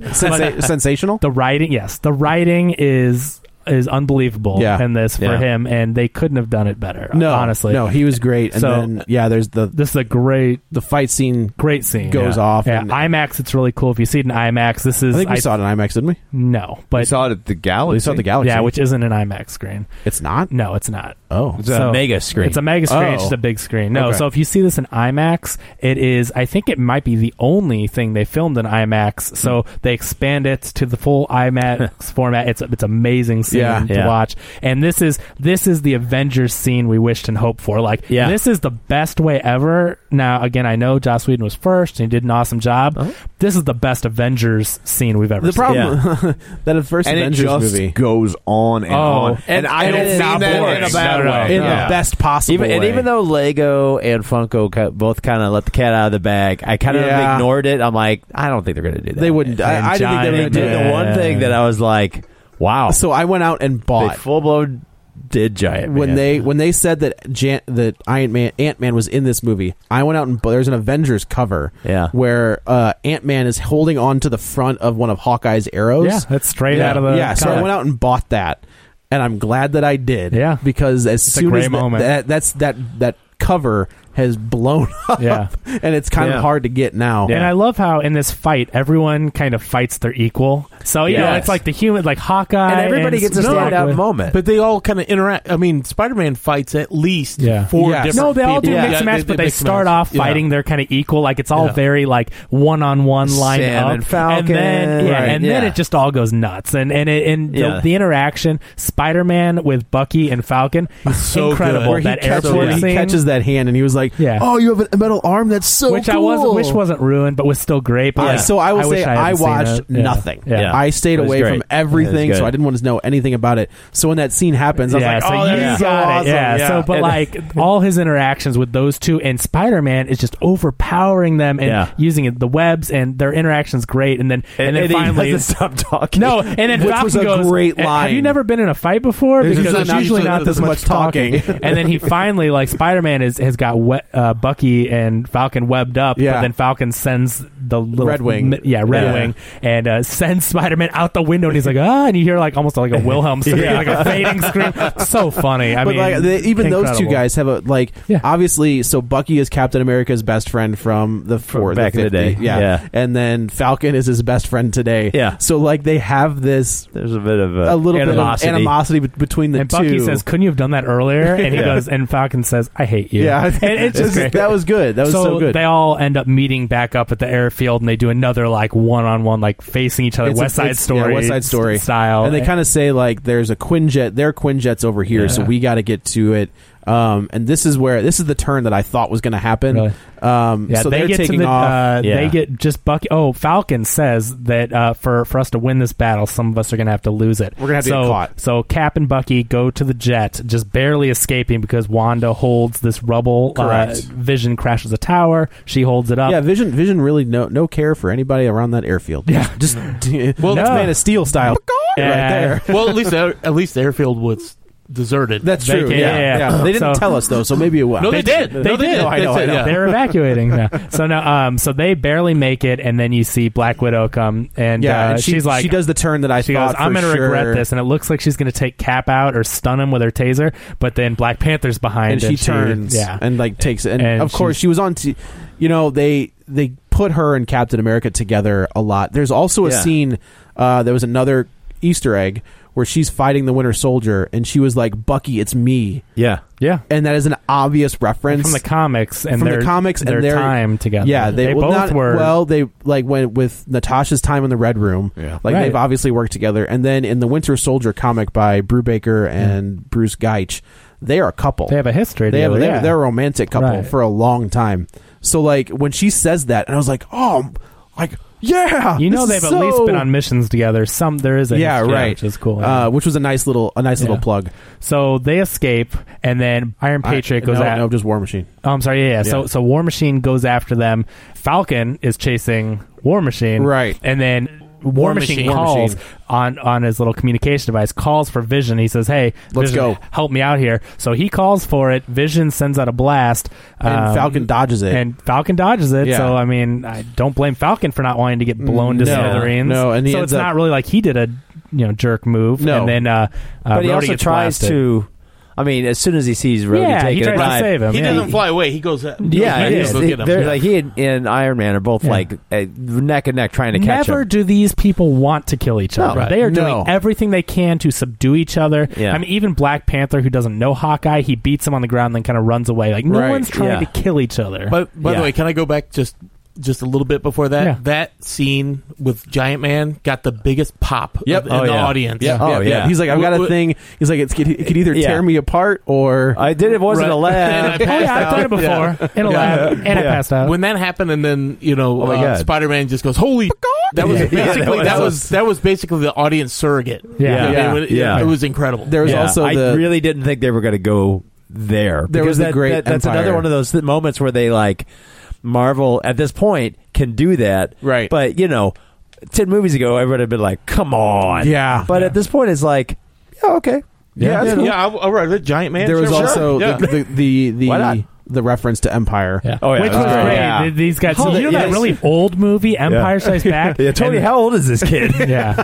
S9: Sensa- sensational
S7: the writing yes the writing is is unbelievable
S9: Yeah.
S7: in this for
S9: Yeah.
S7: him and they couldn't have done it better
S9: No,
S7: honestly
S9: no, he was great. And
S7: So-
S9: then yeah, there's the
S7: this is a great
S9: the fight scene.
S7: great scene
S9: Goes
S7: Yeah.
S9: off
S7: yeah
S9: and-
S7: imax it's really cool if you see it in imax this
S9: I
S7: is
S9: think we saw it in IMAX, didn't we?
S7: no
S12: We
S7: but
S12: saw it at the Galaxy.
S9: We saw the galaxy.
S7: yeah which isn't an imax screen
S9: it's not.
S7: no it's not
S9: Oh,
S6: It's a mega screen.
S7: It's a mega screen. It's
S9: Oh.
S7: just a big screen. No,
S9: Okay.
S7: so if you see this in IMAX, it is. I think it might be the only thing they filmed in IMAX. So they expand it to the full IMAX format. It's it's amazing scene
S9: Yeah.
S7: to
S6: Yeah.
S7: watch. And this is this is the Avengers scene we wished and hoped for. Like
S6: Yeah.
S7: this is the best way ever. Now again, I know Joss Whedon was first and he did an awesome job.
S6: Oh.
S7: This is the best Avengers scene we've ever
S9: the
S7: seen.
S9: problem that at first
S12: and it
S9: Avengers
S12: just
S9: movie
S12: goes on and
S7: Oh,
S12: on. And,
S6: and-
S12: I
S6: and
S12: don't
S6: it's
S12: mean
S6: not
S12: that in a
S6: boring.
S12: bad
S7: No, no,
S12: way.
S9: in
S12: Yeah.
S9: the best possible
S6: Even, and
S9: way.
S6: even though Lego and Funko co- both kind of let the cat out of the bag, I kind of
S9: Yeah.
S6: ignored it. I'm like, I don't think they're going to do that.
S9: They wouldn't- I-
S6: And
S9: I didn't think they
S6: Giant
S9: were gonna do
S6: did
S9: that.
S6: the one thing that I was like, wow.
S9: so I went out and
S6: they
S9: bought
S6: full blown did Giant
S9: when
S6: Man.
S9: they when they said that Jan- that Iron Man Ant Man was in this movie. I went out and bu- there's an Avengers cover
S6: Yeah.
S9: where uh, Ant Man is holding on to the front of one of Hawkeye's arrows.
S7: Yeah, that's straight
S9: yeah.
S7: out of the
S9: yeah. So I
S7: comic.
S9: went out and bought that, and I'm glad that I did.
S7: Yeah.
S9: because as
S7: a
S9: soon
S7: great
S9: as that-
S7: moment.
S9: that that's that that cover has blown up.
S7: Yeah.
S9: and it's kind
S7: Yeah.
S9: of hard to get now.
S7: And I love how in this fight everyone kind of fights their equal. So you know
S9: Yes.
S7: it's like the human, like Hawkeye, Exactly.
S8: But they all kind of interact. I mean, Spider Man fights at least
S7: Yeah.
S8: four different
S7: No, they all do
S8: people.
S7: mix and match, but they
S8: mix and
S7: start
S8: match.
S7: off
S8: Yeah.
S7: fighting. They're kind of equal. Like it's all
S8: Yeah.
S7: very like one on one line
S8: Sam
S7: up,
S8: and Falcon,
S7: then yeah,
S8: right,
S7: and then
S8: yeah.
S7: it just all goes nuts. And and it, and the-
S8: Yeah.
S7: the, interaction Spider Man with Bucky and Falcon is
S9: So
S7: incredible.
S9: good. Where he,
S7: that
S9: catches,
S7: airport
S9: he
S7: scene.
S9: catches that hand and he was like,
S7: Yeah.
S9: "Oh, you have a metal arm. That's so
S7: which I
S9: cool."
S7: wasn't, which wasn't ruined, but was still great. But
S9: Uh,
S7: like,
S9: so I will
S7: wish
S9: say I,
S7: hadn't seen
S9: watched
S7: it. Yeah.
S9: nothing.
S7: Yeah.
S9: I stayed
S7: It was
S9: away
S7: great.
S9: from
S7: It was
S9: everything,
S7: good.
S9: so I didn't want to know anything about it. So when that scene happens, I was
S7: yeah,
S9: like,
S7: so
S9: "Oh,
S7: you
S9: that's so
S7: got it.
S9: awesome."
S7: Yeah. So, but
S9: And-
S7: like all his interactions with those two and Spider Man is just overpowering them and
S6: Yeah.
S7: using it, the webs and their interactions great. And then and, then
S6: and he
S7: finally
S6: doesn't stop talking.
S7: No, and then
S6: Which
S7: Falcon
S6: was a
S7: goes,
S6: great
S7: Have you
S6: line.
S7: never been in a fight before?
S6: There's
S7: because
S6: usually
S7: there's
S6: not-
S7: usually not this much talking.
S6: talking.
S7: and then he finally like Spider Man is has got we- uh, Bucky and Falcon webbed up. But
S6: Yeah.
S7: then Falcon sends the little
S6: Red Wing.
S7: mi- yeah, Red
S6: Yeah.
S7: Wing, and uh, sends Spider Man out the window. And he's like, ah, and you hear like almost like a Wilhelm scream,
S9: Yeah.
S7: like a fading scream. So funny. I
S9: but
S7: mean,
S9: like, they, even those two
S7: incredible.
S9: guys have a like. Obviously, so Bucky is Captain America's best friend from the four
S6: back in the day.
S9: yeah.
S6: Yeah.
S9: And then Falcon is his best friend today.
S6: Yeah.
S9: So like they have this.
S6: There's a bit of
S9: a little bit of animosity be- between the
S7: And
S9: two.
S7: Bucky says, "Couldn't you have done that earlier?" And he
S9: Yeah.
S7: goes, and Falcon says, "I hate you."
S9: Yeah.
S7: and it's just
S9: This is-
S7: great.
S9: that was good. That was so good.
S7: They all end up meeting back up at the airfield, and they do another like one-on-one, like facing each other,
S9: It's a-
S7: West Side
S9: it's-
S7: Story,
S9: yeah, West Side Story
S7: s- style,
S9: and they kind of say like, "There's a Quinjet, there are Quinjets over here, so
S7: Yeah.
S9: we got to get to it." Um, and this is where this is the turn that I thought was going to happen.
S7: Really?
S9: Um,
S7: Yeah,
S9: so
S7: they
S9: are
S7: get to
S9: taking
S7: the,
S9: off.
S7: Uh, They get just Bucky. Oh, Falcon says that uh, for for us to win this battle, some of us are going to have to lose it. We're
S9: gonna have to
S7: so,
S9: get caught.
S7: So Cap and Bucky go to the jet, just barely escaping because Wanda holds this rubble. Uh,
S9: Correct.
S7: Vision crashes a tower. She holds it up.
S9: Yeah, Vision. Vision really no no care for anybody around that airfield. Yeah, just well, that's
S7: no.
S9: Man of Steel style
S7: Yeah.
S9: right there.
S8: well, at least the, at least the airfield was deserted.
S9: That's true.
S7: Vacate-
S9: yeah,
S7: yeah, yeah.
S9: yeah. They didn't
S7: So-
S9: tell us though, so maybe it was.
S8: No, they did.
S7: They,
S8: No, they
S7: did.
S8: did.
S7: I
S8: They
S7: know, I
S8: said,
S7: know.
S8: yeah.
S7: They're evacuating. now. So no, um, so they barely make it, and then you see Black Widow come, and,
S9: Yeah,
S7: uh,
S9: and she-
S7: she's like,
S9: she does the turn that I
S7: she
S9: thought
S7: goes, I'm
S9: for
S7: gonna regret
S9: sure."
S7: this, and it looks like she's gonna take Cap out or stun him with her taser, but then Black Panther's behind,
S9: and she turns
S7: yeah,
S9: and like takes it. And,
S7: And
S9: of course,
S7: she's-
S9: she was on. T- you know, they they put her and Captain America together a lot. There's also a
S6: Yeah.
S9: scene. Uh, there was another Easter egg where she's fighting the Winter Soldier, and she was like, "Bucky, it's me."
S6: Yeah.
S7: yeah.
S9: And that is an obvious reference
S7: From the comics and
S9: from
S7: their
S9: the comics and
S7: their, time together.
S9: Yeah, they, well,
S7: both
S9: not-
S7: were.
S9: well. They like went with Natasha's time in the Red Room. Yeah, like
S7: Right.
S9: they've obviously worked together. And then in the Winter Soldier comic by Brubaker and Bruce Geich, they are a couple.
S7: they have a history.
S9: They have
S7: together,
S9: they,
S7: yeah.
S9: they're a romantic couple
S7: Right.
S9: for a long time. So like when she says that, and I was like, oh, like yeah,
S7: You know
S9: this
S7: they've
S9: is
S7: at least
S9: so-
S7: been on missions together. Some there is a
S9: Yeah,
S7: history,
S9: right.
S7: which is cool.
S9: Uh, which was a nice little a nice little
S7: Yeah.
S9: plug.
S7: So they escape, and then Iron Patriot
S9: I-
S7: goes
S9: no,
S7: out.
S9: no, just War Machine.
S7: Oh, I'm sorry. Yeah, yeah. So
S9: Yeah.
S7: so War Machine goes after them. Falcon is chasing War Machine.
S9: Right.
S7: And then War,
S9: War
S7: Machine,
S9: Machine. War
S7: calls
S9: Machine.
S7: on on his little communication device. Calls for Vision. He says, "Hey,
S9: Let's
S7: Vision,
S9: go.
S7: Help me out here." So he calls for it. Vision sends out a blast. Um,
S9: And Falcon dodges it.
S7: And Falcon dodges it.
S9: Yeah.
S7: So I mean, I don't blame Falcon for not wanting to get blown to
S9: No,
S7: smithereens.
S9: no, and he
S7: so
S9: ends
S7: it's
S9: up-
S7: not really like he did a you know jerk move.
S9: No.
S7: And then uh, uh
S6: but he
S7: Rhodey
S6: also
S7: gets
S6: tries
S7: blasted.
S6: to. I mean, as soon as he sees Rhodey
S7: Yeah, he
S6: taking
S7: tries
S6: a
S7: to
S6: dive,
S7: save him,
S8: He
S7: yeah.
S8: doesn't fly away. He goes. uh,
S6: Yeah,
S8: he
S6: he,
S8: goes
S6: is.
S8: to
S6: They-
S8: get him.
S6: they're
S8: Yeah.
S6: like he and, and Iron Man are both like uh, neck and neck trying to catch
S7: Never
S6: him.
S7: do these people want to kill each other.
S6: Right.
S7: They are
S6: No.
S7: doing everything they can to subdue each other.
S6: Yeah.
S7: I mean, even Black Panther, who doesn't know Hawkeye, he beats him on the ground, and then kind of runs away. Like no
S8: Right.
S7: one's trying
S8: Yeah.
S7: to kill each other.
S8: But by
S7: Yeah.
S8: the way, can I go back just just a little bit before that?
S7: Yeah.
S8: That scene with Giant Man got the biggest pop
S9: Yep.
S8: of-
S9: Oh,
S8: in the
S9: yeah.
S8: audience.
S9: Yeah. Oh, yeah. He's like, I've got a
S8: Wh- wh-
S9: thing. He's like, it's, it could either
S8: Yeah.
S9: tear me apart or
S6: I did. It wasn't a
S8: Right. And I
S6: lab.
S7: Oh, yeah, I've
S8: passed
S7: done
S8: out.
S7: it before. In a lab. And I passed out.
S8: When that happened, and then you know,
S6: Oh, my
S8: uh,
S6: God.
S8: Spider Man just goes, "Holy!" That was
S6: Yeah. Yeah, that
S8: basically
S6: was-
S8: that was that was basically the audience surrogate.
S6: Yeah.
S8: I mean,
S6: Yeah.
S8: when it-
S6: Yeah.
S8: It was incredible.
S9: There was
S6: Yeah,
S9: also
S6: I
S9: the
S6: really didn't think they were going to go there.
S9: There
S6: because
S9: was the
S6: that,
S9: Great
S6: that- That's
S9: Empire.
S6: another one of those th- moments where they like Marvel at this point can do that,
S9: Right.
S6: But you know, ten movies ago, everyone had been like, "Come on,
S9: Yeah.
S6: But at this point, it's like, yeah, okay,
S9: Yeah,
S8: yeah,
S9: that's cool.
S8: yeah, I, all right, the Giant Man.
S9: there was
S8: sure,
S9: also
S8: sure. Yeah.
S9: the, the the
S6: Why not?
S9: the, the reference to Empire.
S6: oh yeah,
S7: Which
S6: that's
S7: was
S6: great.
S7: great.
S9: Yeah.
S7: Th- These guys,
S9: How
S7: you know
S9: the-
S7: that
S9: yes.
S7: really old movie, Empire Strikes Back.
S6: Yeah, Tony,
S7: And-
S6: how old is this kid?
S7: yeah.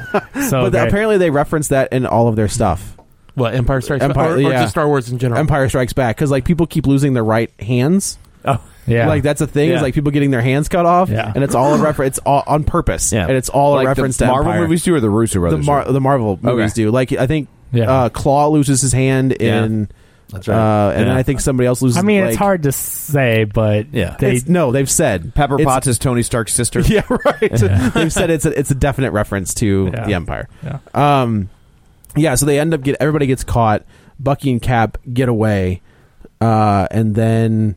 S7: So
S9: but
S7: great.
S9: apparently they reference that in all of their stuff.
S8: what Empire Strikes Back,
S9: Empire-
S8: or, or
S9: yeah.
S8: just Star Wars in general.
S9: Empire Strikes Back because like people keep losing their right hands.
S6: Oh,
S7: yeah.
S9: Like that's a thing. Is
S6: Yeah.
S9: like people getting their hands cut off,
S6: Yeah.
S9: and it's all a reference. It's all on purpose.
S6: Yeah.
S9: and it's all
S6: Like
S9: a
S6: the
S9: reference to
S6: Marvel
S9: Empire.
S6: movies
S12: do, or the Russo
S6: brothers
S9: The, Mar-
S6: do?
S9: the Marvel movies do. Like I think uh, Claw loses his hand
S7: Yeah.
S9: in.
S7: That's
S6: right.
S9: Uh, and then
S7: Yeah.
S9: I think somebody else loses.
S7: I mean,
S9: like,
S7: it's hard to say, but yeah,
S9: It's- no, they've said
S12: Pepper
S9: It's-
S12: Potts is Tony Stark's sister.
S9: Yeah, right. They've said it's a, it's a definite reference to
S12: Yeah.
S9: the Empire.
S12: Yeah.
S9: Um, yeah. So they end up get everybody gets caught. Bucky and Cap get away, uh, and then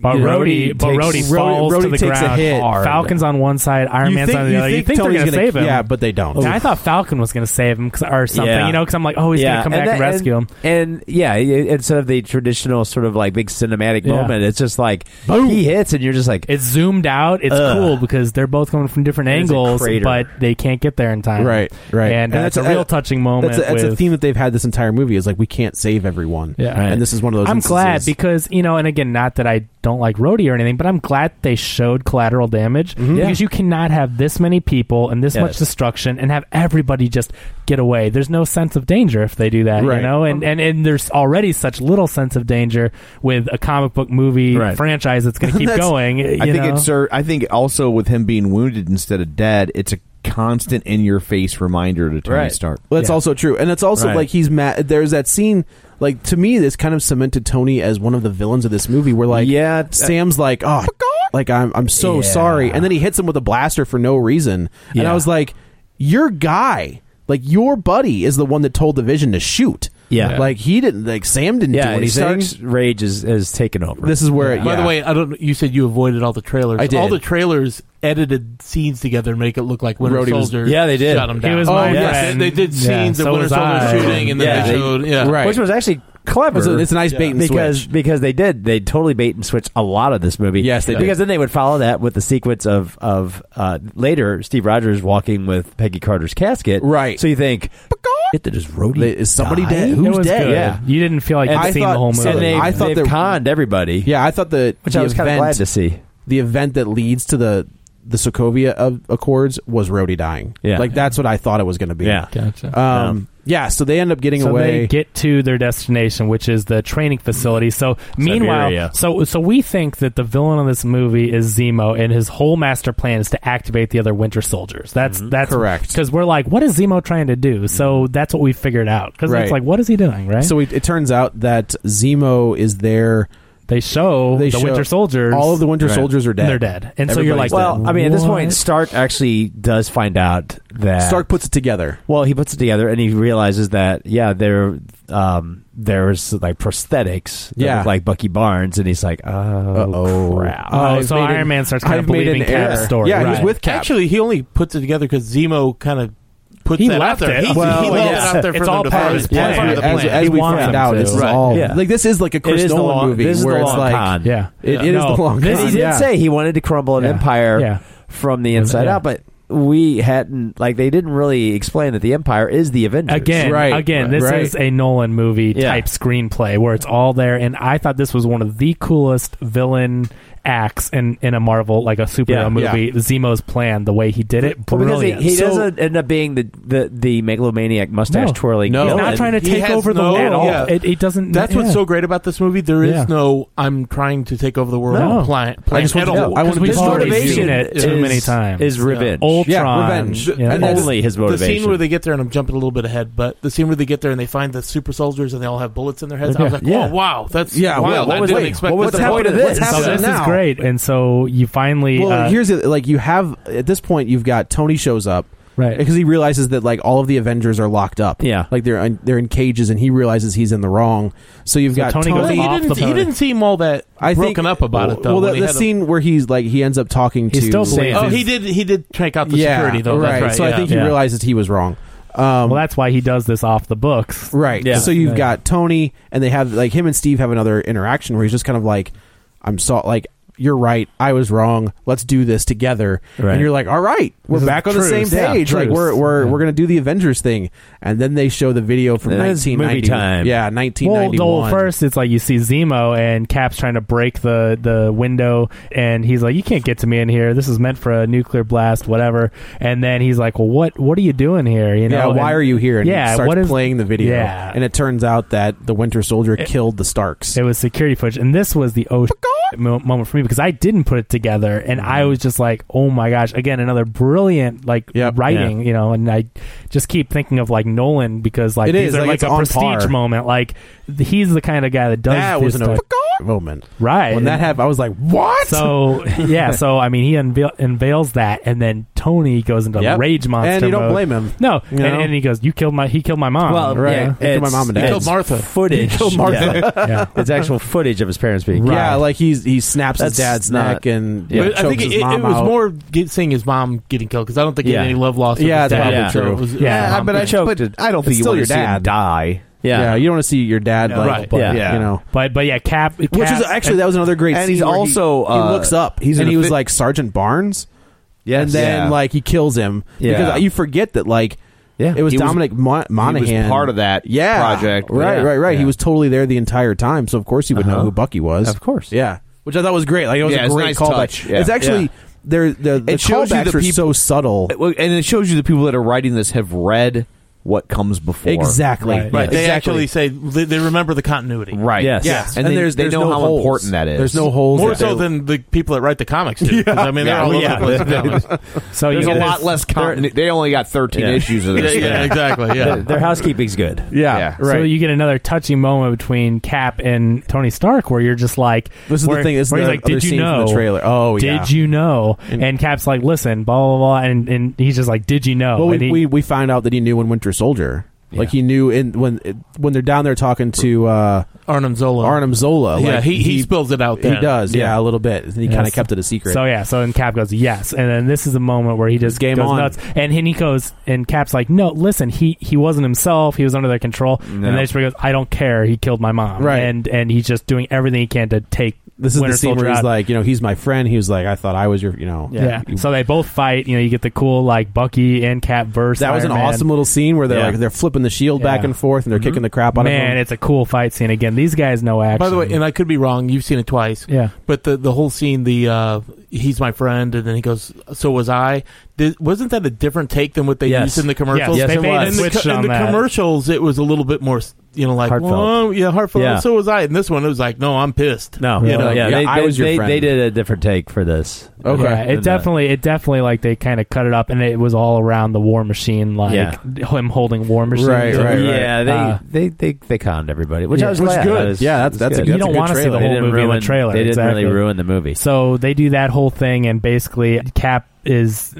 S7: But Rhodey, but Rhodey falls to the
S9: takes
S7: ground.
S9: A hit.
S7: Falcon's on one side, Iron
S9: You
S7: Man's
S9: think-
S7: on the
S9: you
S7: other. You
S9: think
S7: think, they're
S9: Tony's
S7: going to
S9: gonna-
S7: save him?
S9: yeah, but they don't.
S7: And I thought Falcon was going to save him 'cause- or something,
S6: Yeah.
S7: you know, because I'm like, oh, he's going
S6: Yeah.
S7: to come back
S6: that-
S7: and rescue him.
S6: And yeah, i- instead of the traditional sort of like big cinematic
S7: Yeah.
S6: moment, it's just like he hits, and you're just like
S7: it's zoomed out. It's cool because they're both coming from different
S6: It is a
S7: angles,
S6: crater.
S7: but they can't get there in time.
S9: Right, right.
S7: And, that's, a real touching moment.
S9: That's, a, that's a
S7: with-
S9: theme that they've had this entire movie is like we can't save everyone.
S7: Yeah. Right.
S9: and this is one of those.
S7: I'm glad
S9: instances.
S7: because you know, and again, not that I don't like Rhodey or anything, but I'm glad they showed collateral damage
S9: Yeah.
S7: because you cannot have this many people and this much
S6: Yes.
S7: destruction and have everybody just get away. There's no sense of danger if they do that,
S6: Right.
S7: you know. And, and and there's already such little sense of danger with a comic book movie
S12: Right.
S7: franchise that's going to keep
S12: That's-
S7: going.
S12: I
S7: you
S12: think
S7: know?
S12: it's. Sir, I think also with him being wounded instead of dead, it's a constant in your face reminder to Tony Stark.
S9: Well, that's also true, and it's also
S12: Right.
S9: like he's mad. There's that scene, like to me, this kind of cemented Tony as one of the villains of this movie. Where like, yeah, Sam's like, oh, like I'm, I'm so
S6: Yeah.
S9: sorry, and then he hits him with a blaster for no reason, and I
S6: Yeah.
S9: was like, your guy, like your buddy, is the one that told the Vision to shoot.
S6: Yeah.
S9: like he didn't, like Sam didn't do
S6: yeah,
S9: anything.
S6: Stark's rage is, is taken over.
S9: This is where it-
S6: yeah.
S9: yeah.
S8: By the way, I don't. You said you avoided all the trailers.
S6: I did.
S8: All the trailers edited scenes together to make it look like Winter
S6: Rhodey was-
S8: Soldier.
S6: Yeah, they did.
S8: Shut him
S6: He
S8: down.
S6: was my
S8: oh, yes,
S6: friend.
S8: they, they did
S6: Yeah,
S8: scenes
S6: so
S8: of Winter
S6: was
S8: Soldier
S6: I.
S8: shooting, and then
S6: Yeah,
S8: they
S6: they-
S8: showed. Yeah,
S6: Right. Which was actually clever.
S9: It's a- it's a nice bait and
S6: because
S9: switch.
S6: because they did they totally bait and switch a lot of this movie.
S9: Yes, they did.
S6: because then they would follow that with the sequence of of uh, later Steve Rogers walking with Peggy Carter's casket. Right, so you think. It that is Rhodey.
S9: Is somebody
S6: die?
S9: dead?
S6: uh, Who's
S9: It was
S6: dead?
S9: good.
S6: Yeah,
S7: you didn't feel like
S6: And
S7: you'd
S6: I
S7: seen
S6: thought-
S7: the whole movie.
S6: And they,
S9: I
S6: I
S9: thought
S6: thought
S9: that-
S6: they've conned everybody.
S9: Yeah, I thought the
S6: Which
S9: the
S6: I was kinda
S9: event-
S6: glad to see.
S9: The event that leads to the the Sokovia of Accords was Rhodey dying.
S6: Yeah.
S9: like that's what I thought it was going to be.
S6: Yeah.
S7: Gotcha.
S9: Um, yeah. so they end up getting
S7: so
S9: away.
S7: They get to their destination, which is the training facility. So meanwhile,
S6: Siberia.
S7: so so we think that the villain of this movie is Zemo, and his whole master plan is to activate the other Winter Soldiers. That's that's
S9: Correct.
S7: Because we're like, what is Zemo trying to do? So that's what we figured out. Because
S9: Right.
S7: it's like, what is he doing? Right.
S9: So it, it turns out that Zemo is there.
S7: They show
S9: they
S7: the Winter Soldiers.
S9: All of the Winter
S7: Right.
S9: Soldiers are dead.
S7: They're dead. And so you're like,
S6: well, I mean, at this point,
S7: what?
S6: Stark actually does find out that
S9: Stark puts it together.
S6: Well, he puts it together and he realizes that yeah, there um, there's like prosthetics, that
S9: Yeah.
S6: look like Bucky Barnes, and he's like, oh crap.
S7: Oh, so Iron Man starts kind of believing Cap's story. right.
S8: Actually, he only puts it together because Zemo kind of puts
S7: He
S8: that
S7: left
S8: out there.
S7: it.
S8: He,
S7: Well,
S8: he left
S7: yeah.
S8: it out there for
S7: It's
S8: them
S7: all
S8: to
S7: part of
S8: find.
S7: his
S8: It's
S7: plan.
S8: part of
S9: As,
S8: the
S9: as,
S8: plan.
S9: as we
S7: wants
S9: find
S7: him
S9: out,
S7: to.
S9: this is
S7: Right.
S9: all
S7: Yeah.
S9: like this is like a Chris
S7: is the
S9: Nolan
S7: long-
S9: movie
S7: this is the
S9: where it's
S7: long
S9: like
S7: con. Yeah.
S9: it, it
S7: Yeah.
S9: is the
S7: No,
S9: long
S7: this
S9: con.
S6: he did
S9: yeah.
S6: say he wanted to crumble an
S7: Yeah.
S6: empire
S7: Yeah.
S6: from the inside
S7: Yeah.
S6: out, but we hadn't like they didn't really explain that the empire is the Avengers
S7: Again, again, this is a Nolan movie type screenplay where it's all there, and I thought this was one of the coolest villain acts in, in a Marvel, like a superhero
S6: Yeah, yeah.
S7: movie. Zemo's plan, the way he did it,
S6: Well, because he,
S7: brilliant.
S6: he doesn't end up being the the, the megalomaniac mustache
S7: No.
S6: twirling.
S7: He's
S6: villain.
S7: not trying to
S8: He
S7: take
S8: has
S7: over the
S8: no-
S7: world at all.
S8: yeah.
S7: It, it doesn't.
S8: That's what's
S7: yeah.
S8: so great about this movie. There is
S7: Yeah.
S8: no "I'm trying to take over the world"
S7: No.
S8: plan.
S7: I just
S8: plan
S7: want
S8: at
S7: to-
S8: all.
S7: yeah, I want to
S8: Because
S7: be
S8: his
S7: part of
S8: motivation
S7: it too many times.
S6: is
S8: Yeah.
S6: revenge.
S7: Ultron,
S8: Yeah, revenge.
S7: you know,
S8: And
S7: that's-
S6: only his
S8: The
S6: motivation.
S8: scene where they get there, and I'm jumping a little bit ahead, but the scene where they get there and they find the super soldiers and they all have bullets in their heads. I was like,
S7: Yeah.
S8: oh wow, that's
S9: Yeah,
S8: wild.
S9: what
S8: I
S9: was-
S8: didn't
S9: wait,
S8: expect.
S9: what was
S8: that.
S9: the point of this? What's
S7: So
S9: happening
S7: this is
S9: now?
S7: great, and so you finally.
S9: Well,
S7: uh,
S9: here's the, like you have at this point you've got Tony shows up
S7: Right.
S9: because he realizes that like all of the Avengers are locked up.
S6: Yeah.
S9: like they're in, they're in cages, and he realizes he's in the wrong. So you've got
S7: Tony
S9: Tony.
S7: goes
S8: He
S7: off
S8: didn't,
S7: the
S8: he
S7: boat.
S8: didn't seem all that
S9: I think,
S8: broken up about it though.
S9: Well,
S8: when
S9: the,
S8: he
S9: the
S8: had a-
S9: scene where he's like he ends up talking to
S8: Oh, he did. He did take out the
S9: yeah,
S8: security though.
S9: Right.
S8: That's right.
S9: So I
S8: yeah.
S9: think he
S7: Yeah.
S9: realizes he was wrong. Um,
S7: well, that's why he does this off the books.
S9: Right.
S7: Yeah.
S9: So you've
S7: Yeah.
S9: got Tony, and they have like him and Steve have another interaction where he's just kind of like, "I'm so like." You're right. I was wrong. Let's do this together.
S6: Right.
S9: And you're like, all right, we're
S7: This is
S9: back on the same
S7: truce. Yeah,
S9: page. like
S7: truce.
S9: we're we're,
S7: Yeah.
S9: we're gonna do the Avengers thing. And then they show the video from
S6: Then it's
S9: 1990.
S6: movie time.
S9: Yeah,
S7: Well,
S9: 1991.
S7: no, first it's like you see Zemo and Cap's trying to break the the window, and he's like, "You can't get to me in here. This is meant for a nuclear blast, whatever." And then he's like, "Well, what what are you doing here? You know,
S9: yeah, why
S7: And-
S9: are you here? And
S7: yeah,
S9: he starts
S7: what is
S9: playing the video.
S7: Yeah.
S9: And it turns out that the Winter Soldier killed the Starks.
S7: It was security footage, and this was the ocean. mo- moment for me because I didn't put it together, and
S9: Mm-hmm.
S7: I was just like, "Oh my gosh!" Again, another brilliant like writing,
S9: Yeah.
S7: you know. And I just keep thinking of like Nolan because like
S9: It
S7: these
S9: is,
S7: are
S9: like,
S7: like,
S9: it's
S7: a
S9: on
S7: prestige
S9: par.
S7: moment. Like th- he's the kind of guy that does
S9: That
S7: this
S9: was an
S7: stuff.
S9: moment,
S7: right?
S9: When that happened, I was like, "What?"
S7: So yeah, so I mean, he unveil- unveils that, and then Tony goes into
S9: Yep.
S7: rage monster,
S9: And you don't
S7: mode.
S9: blame him,
S7: No,
S9: you
S7: and,
S9: know?
S7: and he goes, "You killed my, he killed my mom."
S6: Well, yeah, it's- it's Footage.
S9: He killed Martha.
S6: Yeah.
S9: Yeah.
S6: It's actual footage of his parents being killed.
S9: Yeah, like he's he snaps
S6: That's
S9: his dad's
S6: not-
S9: neck and
S6: Yeah.
S9: yeah.
S8: But I think it, it, it was more get, seeing his mom getting killed because I don't think he
S6: Yeah.
S8: had any love lost.
S9: Yeah,
S8: with his
S9: that's probably
S8: dad, so
S9: true.
S8: it was- it was
S9: Yeah,
S8: mom.
S9: but I- but I don't think you want to see him
S6: die.
S9: Yeah. yeah, you don't want to see your dad
S7: No,
S9: like,
S7: right.
S9: but,
S7: Yeah.
S9: you know,
S7: But but yeah, Cap, Cap
S9: which is actually that was another great.
S7: and
S9: scene
S7: he's
S9: where he-
S7: also,
S9: he,
S7: uh,
S9: looks up.
S7: he's
S9: and
S7: in
S9: he
S7: a
S9: was
S7: fit-
S9: like Sergeant Barnes.
S6: Yes.
S9: and then
S6: Yeah.
S9: like he kills him
S6: Yeah.
S9: because you forget that like yeah, it was
S6: He was-
S9: Dominic Mon- Monaghan
S6: part of that
S9: yeah
S6: project.
S9: Right,
S6: Yeah.
S9: right, right. He
S6: Yeah.
S9: was totally there the entire time, so of course he would know
S6: Uh-huh.
S9: who Bucky was.
S6: Of course.
S9: yeah. Which I thought was great. Like it was
S6: Yeah,
S9: a
S6: it's a
S9: great
S6: nice touch.
S9: callback.
S6: Yeah.
S9: It's actually
S6: Yeah.
S9: they're the, the
S12: It shows you
S9: callbacks
S12: the
S9: are
S12: peop-
S9: so subtle.
S12: It- well, and it shows you the people that are writing this have read what comes before.
S9: Exactly.
S8: right. They actually say they, they remember the continuity.
S12: Right. Yes.
S9: Yes.
S12: And,
S9: And
S12: they,
S9: there's-
S12: they
S9: there's
S12: know
S9: no
S12: how
S9: holes.
S12: important that is.
S9: There's no holes
S8: More
S9: that
S8: so
S9: they-
S8: than the people that write the comics do. 'cause, I mean, they're
S12: Yeah.
S8: all
S12: Yeah.
S8: over the place with comics.
S7: So
S12: there's
S7: yeah,
S12: a lot less content. They only got 13
S6: Yeah.
S12: issues of this.
S8: Yeah, yeah,
S12: thing.
S8: exactly, yeah.
S6: Their housekeeping's good.
S9: Yeah,
S7: So you get another touching moment between Cap and Tony Stark, where you're just like,
S9: This is
S7: where,
S9: the thing, this is
S7: where he's
S9: the
S7: like,
S9: other
S7: "Did you
S9: scene from
S7: know?"
S9: the trailer. Oh,
S7: did
S9: yeah.
S7: you know? And, Cap's like, "Listen, blah blah blah," and, and he's just like, "Did you know?"
S9: Well, we,
S7: and he-
S9: we we found out that he knew in Winter Soldier. Like he knew in when when they're down there talking to uh,
S8: Arnim Zola.
S9: Arnim Zola.
S8: Yeah,
S9: like,
S8: he, he, spills it out. There.
S9: He does, yeah,
S8: Yeah.
S9: a little bit. And he
S7: Yes.
S9: kind of kept it a secret.
S7: So yeah, so and Cap goes yes, and then this is the moment where he just
S9: game
S7: goes
S9: on.
S7: nuts, and then he goes and Cap's like, no, listen, he he wasn't himself, he was under their control, and then he just goes, I don't care, he killed my mom,
S9: Right.
S7: and and he's just doing everything he can to take
S9: this is
S7: Winter
S9: the scene
S7: Soldier
S9: where he's
S7: out.
S9: like, you know, he's my friend. He was like, I thought I was your, you know,
S7: yeah. So they both fight. You know, you get the cool like Bucky and Cap verse.
S9: That was an
S7: Iron Man.
S9: awesome little scene where they're
S7: Yeah.
S9: like they're flipping the shield back
S7: Yeah.
S9: and forth and they're kicking the crap out of
S7: Man,
S9: him.
S7: it's a cool fight scene. Again, these guys know action.
S8: By the way, and I could be wrong. You've seen it twice.
S7: Yeah.
S8: But the the whole scene, the uh, he's my friend, and then he goes, "So was I." Did, wasn't that a different take than what they
S6: Yes.
S8: used in the commercials?
S6: Yes, Yes, they it made was.
S8: In the,
S7: switched
S8: co- in
S7: on
S8: the
S7: that.
S8: commercials, it was a little bit more, you know, like
S6: Heartfelt.
S8: "Whoa, yeah, heartfelt.
S6: Yeah.
S8: So was I. And this one, it was like, "No, I'm pissed."
S6: No,
S8: You know,
S6: yeah,
S8: yeah,
S6: they,
S8: I
S6: they-
S8: was your
S6: they-
S8: friend.
S6: They did a different take for this.
S9: Okay.
S7: Yeah, it
S6: And, uh,
S7: definitely, it definitely like they kind of cut it up, and it was all around the War Machine, like
S6: Yeah.
S7: him holding War Machine.
S9: Right, right, right.
S6: Yeah, they,
S7: Uh,
S6: they they they conned everybody, which
S7: Yeah.
S6: I was
S7: Which
S6: glad.
S7: good.
S6: I was-
S9: Yeah,
S6: it
S9: that's-
S6: was
S9: that's a
S6: good.
S9: good-
S7: you don't
S9: good
S7: want to see
S9: trailer.
S7: the
S6: They
S7: whole
S6: didn't
S7: movie in
S6: ruin-
S7: the trailer.
S6: They didn't
S7: exactly.
S6: really ruin the movie.
S7: So they do that whole thing, and basically Cap is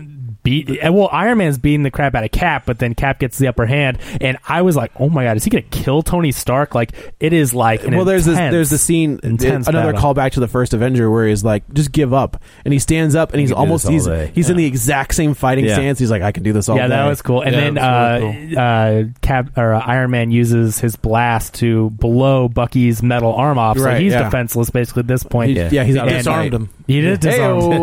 S7: beat. eh, Well, Iron Man's beating the crap out of Cap, but then Cap gets the upper hand, and I was like, "Oh my god, is he going to kill Tony Stark?" Like it is like an
S9: well, there's this,
S7: intense-
S9: there's the scene, uh,
S7: intense
S9: another
S7: battle.
S9: callback to the first Avenger where he's like, just give up, and he stands up and he's
S6: can do
S9: almost
S6: this all
S9: he's
S6: day.
S9: he's in
S6: Yeah.
S9: the exact same fighting
S6: Yeah.
S9: stance. He's like, I can do this all
S7: yeah,
S9: day.
S7: that was cool. And
S8: Yeah,
S7: then uh,
S8: that was really
S7: uh, Cap or uh, Iron Man uses his blast to blow Bucky's metal arm off, so
S9: Right,
S7: he's
S9: yeah.
S7: basically defenseless basically at this point.
S9: He's- Yeah. yeah, he's out
S7: And-
S9: of
S8: disarmed him.
S7: He did disarm. him.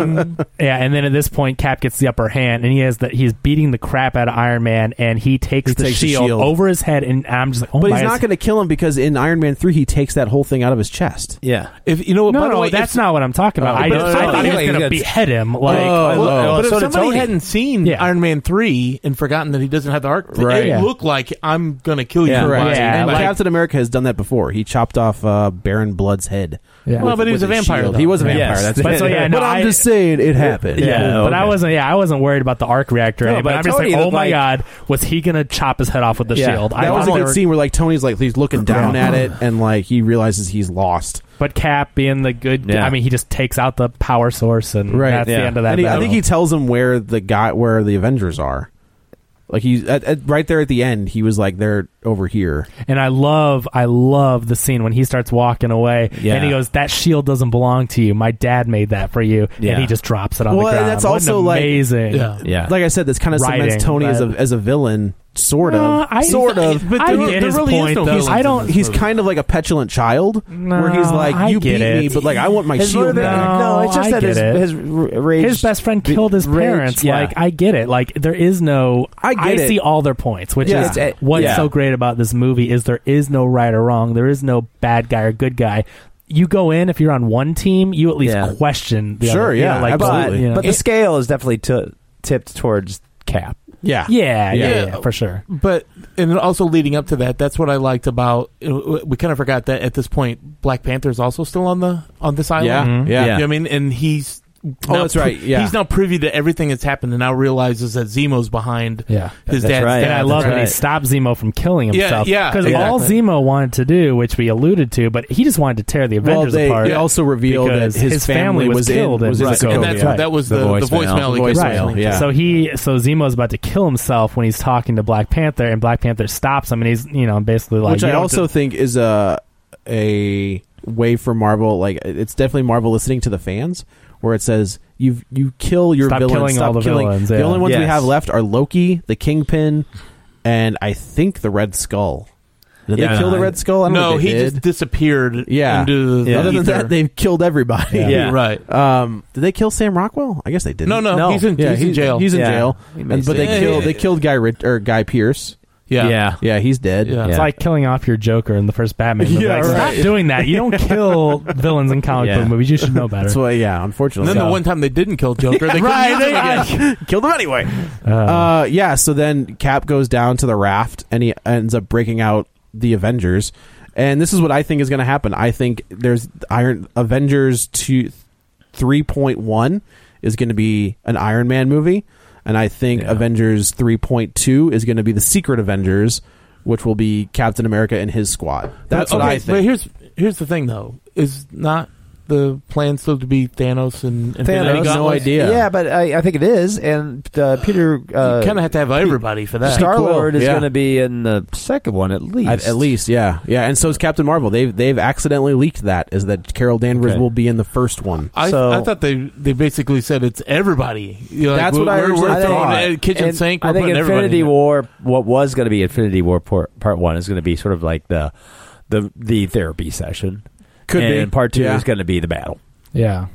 S7: and, uh, yeah, and then at this point, Cap gets the upper hand, and he has that he's beating the crap out of Iron Man, and he takes,
S9: He
S7: the,
S9: takes the
S7: shield
S9: shield.
S7: over his head, and I'm just like, oh
S9: But
S7: my
S9: he's
S7: goodness.
S9: not going to kill him because in Iron Man three he takes that whole thing out of his chest.
S6: yeah.
S8: If you know what?
S7: No,
S8: by the
S7: no,
S8: way, if-
S7: that's not what I'm talking about.
S9: Oh,
S7: I,
S9: but
S7: just,
S9: it's
S7: I
S9: not-
S7: thought he
S6: like,
S7: was going to
S6: that's-
S7: behead him. Like,
S9: Oh, oh.
S8: But
S6: so
S8: if
S6: did
S8: somebody
S6: Tony.
S8: hadn't seen
S7: Yeah.
S8: Iron Man three and forgotten that he doesn't have the arc,
S9: Right.
S8: it
S9: Yeah.
S8: looked like I'm gonna kill you.
S9: Yeah,
S8: for
S9: correct.
S8: buying
S7: Yeah,
S8: it.
S9: and
S7: like-
S9: Captain America has done that before. He chopped off uh, Baron Blood's head.
S7: Yeah.
S8: Well, but he was
S9: with
S8: a
S9: his
S8: vampire,
S9: shield.
S8: though.
S9: He was a vampire.
S6: Yes.
S9: That's
S7: But so, yeah, no,
S9: but I'm
S7: I-
S9: just saying it happened.
S7: Yeah, but I
S6: okay.
S7: wasn't. Yeah, I wasn't worried about the arc reactor.
S6: No,
S7: No, but
S6: but
S7: I'm just
S6: Tony
S7: like, oh
S6: looked
S7: my
S6: like-
S7: god, was he gonna chop his head off with the
S6: Yeah.
S7: shield?
S9: That
S7: I
S9: was a
S7: thought they
S9: good
S7: were-
S9: scene where like Tony's like he's looking down at it and like he realizes he's lost.
S7: But Cap being the good,
S6: Yeah.
S7: I mean, he just takes out the power source, and
S9: Right,
S7: that's the
S6: yeah.
S7: end of that.
S9: And he, I
S7: battle.
S9: think he tells him where the guy where the Avengers are. Like he's at, at, right there at the end. He was like, "They're over here."
S7: And I love, I love the scene when he starts walking away,
S6: Yeah.
S7: and he goes, "That shield doesn't belong to you. My dad made that for you."
S6: Yeah.
S7: And he just drops it on
S9: Well,
S7: the
S9: and
S7: ground.
S9: that's
S7: What an
S9: also, like-
S7: amazing.
S8: Yeah.
S6: Yeah.
S9: Like I said, this kind of
S7: Writing,
S9: cements Tony as a
S7: but-
S9: as a villain, sort of,
S7: Uh, I-
S9: sort of.
S7: But I
S8: there-
S7: get
S8: there
S7: his
S8: really is
S7: point,
S8: no
S7: though.
S8: villains
S7: I don't.
S8: in
S9: he's kind of like a petulant child, where he's
S7: No, I
S9: like, "You
S7: get
S9: beat me,
S7: it.
S9: but like I want my
S6: His
S9: shield
S6: motiva-
S9: back."
S7: No,
S6: no, it's just
S7: I
S6: that
S7: get
S6: his,
S7: it.
S6: his r- rage.
S7: his best friend
S6: the-
S7: killed his
S6: rage,
S7: parents.
S6: yeah.
S7: Like I get it. Like there is no.
S9: I get it.
S7: see all their points, which
S9: Yeah.
S7: is
S9: It's a-
S7: what's
S6: yeah.
S7: so great about this movie is there is no right or wrong. There is no bad guy or good guy. You go in if you're on one team, you at least
S6: Yeah.
S7: question. The
S9: Sure,
S7: other,
S9: yeah,
S7: like,
S6: but,
S9: absolutely.
S7: you know.
S6: but the scale is definitely t- tipped towards Cap.
S8: Yeah.
S7: Yeah, yeah, yeah, for sure.
S8: But and also leading up to that, that's what I liked about. We kind of forgot that at this point, Black Panther's also still on the on this island.
S9: Yeah, Mhm. yeah.
S8: You know what I mean, and he's.
S9: Oh,
S8: now
S9: that's right,
S8: pri-
S9: yeah.
S8: he's now privy to everything that's happened, and now realizes that Zemo's behind.
S7: Yeah,
S8: his
S7: That's
S8: dad's
S7: right.
S8: death.
S7: And I love when he stopped Zemo from killing
S8: Yeah,
S7: himself.
S8: yeah,
S7: because
S8: exactly.
S7: all Zemo wanted to do, which we alluded to, but he just wanted to tear the
S9: Well,
S7: Avengers
S9: they-
S7: apart.
S9: it also revealed that
S7: because
S9: his family
S7: was,
S9: was in-
S7: killed,
S9: was
S7: in
S9: in
S7: Sokovia.
S9: Sokovia. And that's- Right.
S8: that was
S9: The
S8: the, the
S9: voicemail.
S8: voicemail.
S9: The
S8: he got.
S9: voicemail, yeah.
S7: So he, so Zemo's about to kill himself when he's talking to Black Panther, and Black Panther stops him, and he's, you know, basically like,
S9: which
S7: "You
S9: I
S7: don't
S9: also
S7: have to-"
S9: think is a a way for Marvel. Like it's definitely Marvel listening to the fans, where it says you you kill your
S7: Stop
S9: villains,
S7: killing
S9: stop
S7: all the
S9: killing.
S7: villains,
S9: The
S7: yeah.
S9: only ones we
S7: Yes.
S9: have left are Loki, the Kingpin, and I think the Red Skull. Did they kill the Red Skull? I don't
S8: no,
S9: think they
S8: he
S9: did.
S8: just disappeared.
S9: yeah.
S8: Into the
S9: Other than
S8: ether.
S9: that, they've killed everybody.
S8: Yeah. Yeah. Right.
S9: Um, did they kill Sam Rockwell? I guess they didn't.
S8: No, no, he's in- he's in jail.
S9: He's in
S8: Yeah.
S9: jail.
S8: He
S9: And,
S8: may
S9: but they
S8: stay.
S9: killed. They killed Guy Rit- or Guy Pierce.
S8: Yeah.
S9: yeah, yeah. He's dead.
S7: It's like killing off your Joker in the first Batman. movie.
S9: Yeah,
S7: Like,
S9: right.
S7: Stop doing that. You don't kill villains in comic
S9: Yeah.
S7: book movies. You should know better.
S9: That's why, yeah, unfortunately.
S8: And then the one time they didn't kill Joker, they
S9: Right,
S8: couldn't use him
S9: they-
S8: again.
S9: killed him anyway. Uh, yeah, so then Cap goes down to the raft and he ends up breaking out the Avengers. And this is what I think is going to happen. I think there's Iron Avengers 2 3.1 is going to be an Iron Man movie and I think Avengers 3.2 is going to be the Secret Avengers which will be Captain America and his squad. That's
S8: But-
S9: what
S8: okay,
S9: I think.
S8: But here's here's the thing though: is not the plan still to be Thanos and, and
S9: Thanos, no idea.
S6: Yeah, but I, I think it is, and uh, Peter. Uh,
S8: You kind of have to have everybody for that.
S6: Star Lord is
S9: Yeah.
S6: going to be in the second one at least.
S9: At, at least, yeah, yeah. And so is Captain Marvel. They've they've accidentally leaked that is that Carol Danvers
S6: Okay.
S9: will be in the first one.
S8: I,
S9: so
S8: I thought they they basically said it's everybody. You're like,
S9: That's
S8: we're,
S9: what I
S8: we're,
S9: originally
S8: we're throwing
S9: thought.
S8: a kitchen
S6: And
S8: sink. We're
S6: I think
S8: putting everybody.
S6: Infinity
S8: in it.
S6: War, what was going to be Infinity War part, part one, is going to be sort of like the the the therapy session.
S9: Could be.
S6: And part two
S9: Yeah.
S6: is going to be the battle.
S7: yeah.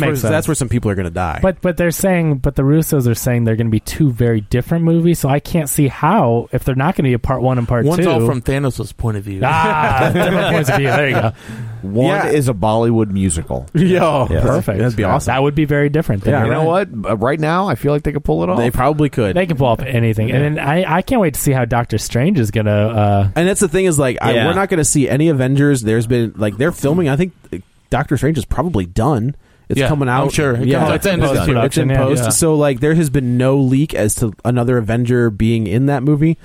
S7: that makes
S9: where,
S7: sense.
S9: that's where some people are going to die.
S7: But but they're saying but the Russos are saying they're going to be two very different movies. So I can't see how if they're not going to be a part one and part
S8: One's
S7: two.
S8: all from Thanos' point of view.
S7: ah, different points of view. There you go.
S12: One
S9: Yeah.
S12: is a Bollywood musical.
S9: Yo,
S7: Perfect.
S9: That'd be awesome.
S7: That would be very different. Then
S12: you
S7: you're
S12: know
S7: right.
S12: what?
S6: Uh,
S12: B- Right now, I feel like they could pull it off.
S9: They probably could.
S7: They can pull off anything, and then I, I can't wait to see how Doctor Strange is gonna. Uh,
S9: and that's the thing is like I,
S6: Yeah.
S9: we're not going to see any Avengers. There's been like they're filming. I think uh, Doctor Strange is probably done. It's
S8: Yeah,
S9: coming out.
S8: I'm sure. It
S9: yeah,
S8: comes out
S9: it's
S8: at
S9: in
S8: the end of
S9: post.
S8: this year.
S9: It's in
S7: Yeah.
S9: post.
S8: Yeah.
S9: So like there has been no leak as to another Avenger being in that movie.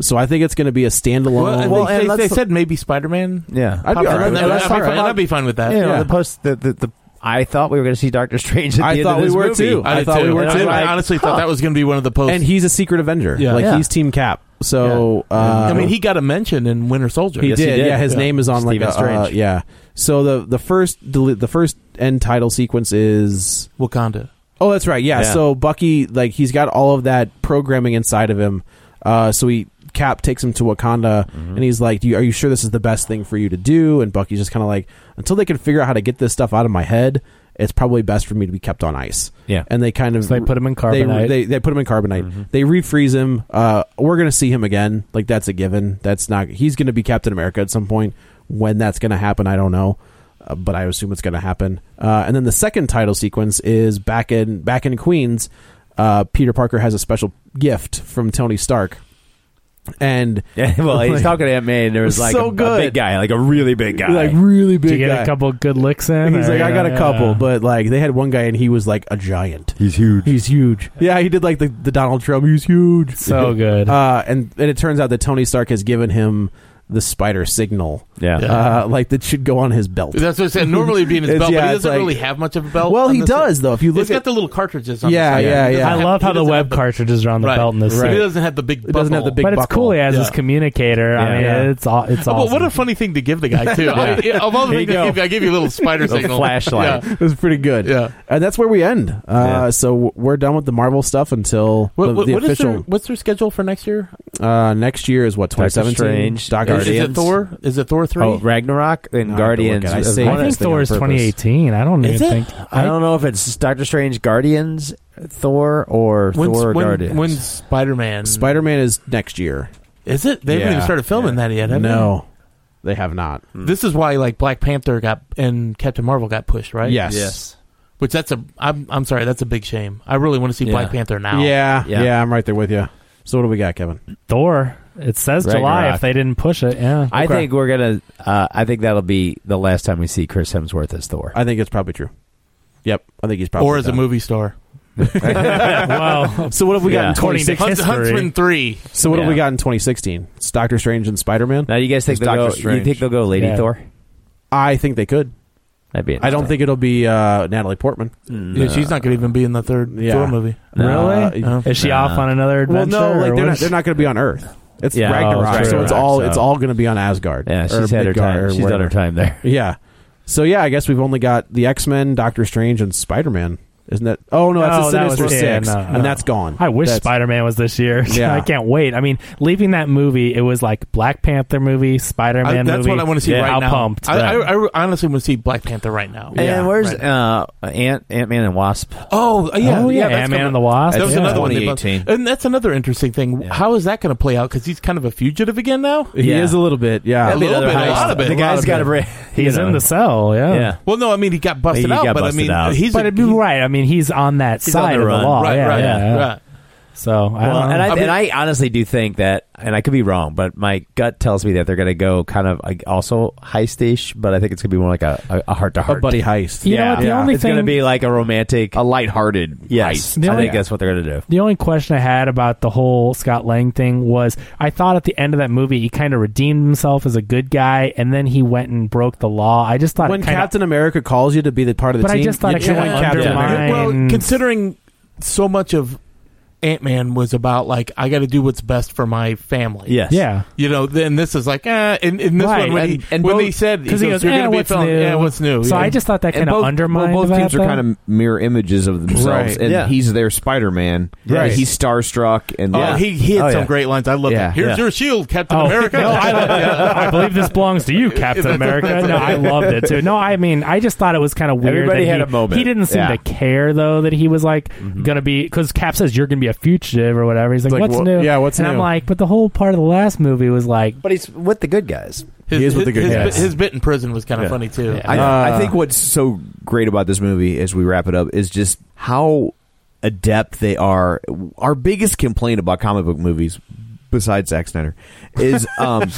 S9: So I think it's going to be a standalone.
S8: Well, and
S6: Well,
S8: they,
S6: and
S8: they-
S6: let's
S8: they
S6: look-
S8: said maybe Spider Man.
S6: Yeah.
S9: I'd be all right.
S8: I'd,
S9: That's
S8: be
S9: all
S8: fine-
S9: right.
S8: I'd be fine with that.
S6: you know,
S9: yeah.
S6: the post the, the, the I thought we were going to see Doctor Strange. At
S9: I
S6: the end
S9: thought
S6: of
S9: we
S6: this
S9: were
S6: movie.
S9: too. I thought we were
S6: And
S8: I,
S6: I'm
S9: too.
S6: like,
S8: honestly
S6: huh.
S8: thought that was going to be one of the posts.
S9: and he's a secret Avenger.
S8: Yeah.
S9: Like
S6: Yeah.
S9: he's Team Cap. So uh,
S8: I mean, he got a mention in Winter Soldier.
S9: he,
S6: Yes,
S9: did.
S6: he did.
S9: Yeah, his
S6: Yeah.
S9: name is on
S6: Stephen
S9: like a, uh,
S6: Strange.
S9: yeah. So the the first deli- the first end title sequence is
S8: Wakanda.
S9: oh that's right yeah.
S6: Yeah.
S9: So Bucky like he's got all of that programming inside of him. Uh, so he Cap takes him to Wakanda
S6: Mm-hmm.
S9: and he's like, Do you, "Are you sure this is the best thing for you to do?" And Bucky's just kind of like, "Until they can figure out how to get this stuff out of my head." It's probably best for me to be kept on ice.
S6: Yeah.
S9: and they kind of
S7: So they put him in
S9: they-
S7: carbonite.
S9: They, they, put him in carbonite.
S6: Mm-hmm.
S9: They refreeze him. Uh, we're gonna see him again. Like that's a given. That's not. He's gonna be Captain America at some point. When that's gonna happen, I don't know, uh, but I assume it's gonna happen. Uh, and then the second title sequence is back in back in Queens. Uh, Peter Parker has a special gift from Tony Stark, and
S6: Yeah, well, he's
S9: Like-
S6: talking to Aunt May, and there was
S9: It was
S6: like
S9: so
S6: a, a
S9: good.
S6: big guy, like a really big guy.
S9: like really big
S7: to get
S9: guy.
S7: a couple good licks in.
S9: He's
S7: or,
S9: like, I got a
S7: yeah.
S9: couple, but like they had one guy and he was like a giant.
S6: he's huge.
S9: He's huge. Yeah, he did like the, the Donald Trump. He's huge.
S7: so good.
S9: Uh, and and it turns out that Tony Stark has given him the spider signal,
S6: Yeah.
S9: uh, like that should go on his belt.
S8: That's what I said. Normally it'd be in his
S9: It's-
S8: belt, but
S9: yeah,
S8: he
S9: it's
S8: doesn't
S9: like-
S8: really have much of a belt.
S9: Well,
S8: on
S9: he
S8: this-
S9: does though. If you look
S8: It's got
S9: at
S8: the little cartridges on
S9: Yeah,
S8: the side.
S9: yeah,
S8: He doesn't
S9: yeah.
S7: I
S8: have-
S7: love
S8: he
S7: how the
S8: doesn't
S7: web
S8: have
S7: cartridges are on the
S8: Right.
S7: belt in this.
S9: Right.
S8: He
S7: thing.
S8: doesn't have the big.
S9: It doesn't have the
S8: bubble.
S9: big
S7: But it's
S9: buckle.
S7: cool. He has
S8: Yeah.
S7: his communicator. I mean,
S9: Yeah.
S7: it's all it's
S8: Oh,
S7: all.
S8: but what a funny thing to give the guy too! I, of all the
S6: There you
S8: things
S6: go.
S8: to give, I give you a little spider
S6: Little
S8: signal,
S6: flashlight.
S8: Yeah.
S9: it was pretty good.
S8: Yeah.
S9: and that's where we end. Uh,
S6: Yeah.
S9: So we're done with the Marvel stuff until
S8: What,
S9: the,
S8: what-
S9: the
S8: what is their,
S9: official
S8: what's their schedule for next year?
S9: uh, next year is what twenty seventeen.
S6: Strange,
S8: Is
S6: Guardians.
S8: it Thor? Is it Thor three?
S6: Oh, Ragnarok and
S9: No, I have to look
S6: Guardians.
S9: at it. I
S6: of-
S9: saved
S7: I
S9: this
S7: think
S9: thing
S7: Thor
S9: on
S7: is
S9: purpose.
S7: 2018. I don't
S8: Is
S7: even
S8: it?
S7: think.
S6: I don't know if it's Doctor Strange, Guardians, Thor, or
S8: When's,
S6: Thor
S8: when,
S6: Guardians.
S8: when's Spider Man?
S9: Spider Man is next year.
S8: is it? They haven't
S9: Yeah.
S8: even started filming that yet. Have
S9: No, they have not.
S8: they? This is why like Black Panther got and Captain Marvel got pushed, right?
S9: Yes.
S6: Yes.
S8: Which that's a I'm I'm sorry that's a big shame. I really want to see Black Panther now.
S9: Yeah, yeah, I'm right there with you. So what do we got, Kevin?
S7: Thor. It says
S6: Ragnarok.
S7: July if they didn't push it. Yeah,
S6: I think we're gonna. Uh, I think that'll be the last time we see Chris Hemsworth as Thor.
S9: I think it's probably true. Yep, I think he's probably
S8: or as a
S9: done.
S8: movie star.
S7: wow.
S9: So what have we got in
S8: According to
S9: 2016?
S8: Hunts- Huntsman three.
S9: So what have we
S8: Yeah.
S9: got in 2016? It's Doctor Strange and Spider Man.
S6: Now, you guys think they'll go- you think they'll go Lady Thor?
S9: I think they could.
S6: That'd be.
S9: I don't think it'll be uh, Natalie Portman.
S8: Yeah, she's not going to even be in the third
S9: Yeah.
S8: Thor movie.
S7: Really?
S8: No.
S7: Is she off on another
S9: Uh, Well,
S7: adventure?
S9: no, like
S7: or
S9: they're
S7: what
S9: not,
S7: is-
S9: they're not going to be on Earth. It's
S7: Yeah.
S9: Ragnarok,
S7: Oh, it's
S9: so it's
S7: Ragnarok,
S9: all
S7: so-
S9: it's all going to be on Asgard.
S6: Yeah,
S9: or
S6: she's had her
S9: Midgard
S6: time.
S9: or
S6: She's done
S9: whatever.
S6: her time there.
S9: Yeah. So yeah, I guess we've only got the X Men, Doctor Strange, and Spider Man. Isn't that? Oh no, that's the
S7: that
S9: Sinister
S7: was- yeah,
S9: Six,
S7: no, no.
S9: and that's gone.
S7: I wish
S9: That's-
S7: Spider Man was this year.
S9: Yeah.
S7: I can't wait. I mean, leaving that movie, it was like Black Panther movie, Spider
S8: I-
S7: Man movie.
S8: that's what I want to see right
S7: How
S8: now.
S7: pumped.
S8: I, I, I honestly want to see Black Panther right now.
S6: And where's uh, Ant Ant Man and Wasp?
S8: Oh yeah,
S7: Oh, yeah,
S8: that's
S7: Ant-Man
S8: coming.
S7: and the Wasp.
S8: That was
S7: Yeah.
S8: another one. they
S6: 2018.
S8: both- And that's another interesting thing. How is that going to play out? Because he's kind of a fugitive again now.
S9: He is a little bit. Yeah,
S8: a little bit, a lot of it.
S6: The
S8: a lot
S6: guy's
S8: of
S6: got to
S8: it.
S6: break.
S7: He's in the cell. Yeah.
S6: Yeah.
S8: Well, no, I mean he got busted
S7: He
S8: out,
S7: got
S8: but
S7: busted
S8: I mean
S7: out.
S8: he's
S7: but
S8: a,
S7: it'd be right. I mean, he's on that
S8: He's on
S7: side
S8: the
S7: of
S8: run.
S7: the law.
S8: Right,
S7: yeah,
S8: right,
S7: yeah.
S8: right.
S7: So I
S6: Well,
S7: don't
S6: and I,
S7: know.
S6: and I honestly do think that, and I could be wrong, but my gut tells me that they're going to go kind of like also heistish, but I think it's going to be more like a a heart to heart
S9: a buddy heist.
S7: You know what, the only
S6: it's going to
S7: thing-
S6: be like a romantic, a lighthearted. Yes,
S7: heist. The
S6: I
S7: only-
S6: think that's what they're going to do.
S7: The only question I had about the whole Scott Lang thing was I thought at the end of that movie he kind of redeemed himself as a good guy and then he went and broke the law. I just thought
S9: when
S7: it kinda,
S9: Captain America calls you to be the part of the
S7: But I
S9: team,
S7: just thought
S9: you
S7: it kinda
S9: join Captain
S7: undermined-
S9: America.
S7: Well,
S8: Well, considering so much of Ant Man was about like I got to do what's best for my family.
S6: Yes.
S7: Yeah.
S8: You know, then this is like, eh, in, in this
S7: Right,
S8: one, when,
S7: and-
S8: he,
S7: and
S8: when
S7: both-
S8: they said, he
S7: because he
S8: goes,
S7: goes,
S8: you're
S7: "Eh,
S8: going to be
S7: what's
S8: filmed,
S7: new?"
S8: yeah, what's new?
S7: So
S8: yeah.
S7: I just thought that
S12: And
S7: kind of
S12: both,
S7: undermined.
S12: well, both
S7: that,
S12: teams
S7: though.
S12: are kind of mirror images of themselves,
S9: Right.
S12: and
S9: Yeah.
S12: he's their Spider-Man.
S9: Right.
S12: He's starstruck, and
S8: Oh,
S12: yeah.
S8: he, he had
S12: Oh,
S8: some
S12: yeah.
S8: great lines. I love
S12: Yeah.
S8: that. Here's
S12: Yeah.
S8: your shield, Captain
S7: Oh,
S8: America.
S7: no, I, love- I believe this belongs to you, Captain
S8: That's-
S7: America.
S8: that's-
S7: No, I loved it too. No, I mean, I just thought it was kind of weird.
S6: Everybody
S7: that
S6: had
S7: he,
S6: a moment.
S7: He didn't seem
S6: Yeah.
S7: to care though that he was like gonna be because Cap says you're gonna be a fugitive or whatever. He's like,
S9: Like,
S7: what's
S9: wha-
S7: new?
S9: yeah, what's
S7: and
S9: new?
S7: I'm like, but the whole part of the last movie was like,
S6: But he's with the good guys.
S8: His,
S9: He is with the
S8: his,
S9: good
S8: his,
S9: guys.
S8: bit- his bit in prison was kind of funny too.
S12: I,
S9: Uh,
S12: I think what's so great about this movie, as we wrap it up, is just how adept they are. Our biggest complaint about comic book movies, besides Zack Snyder, is um,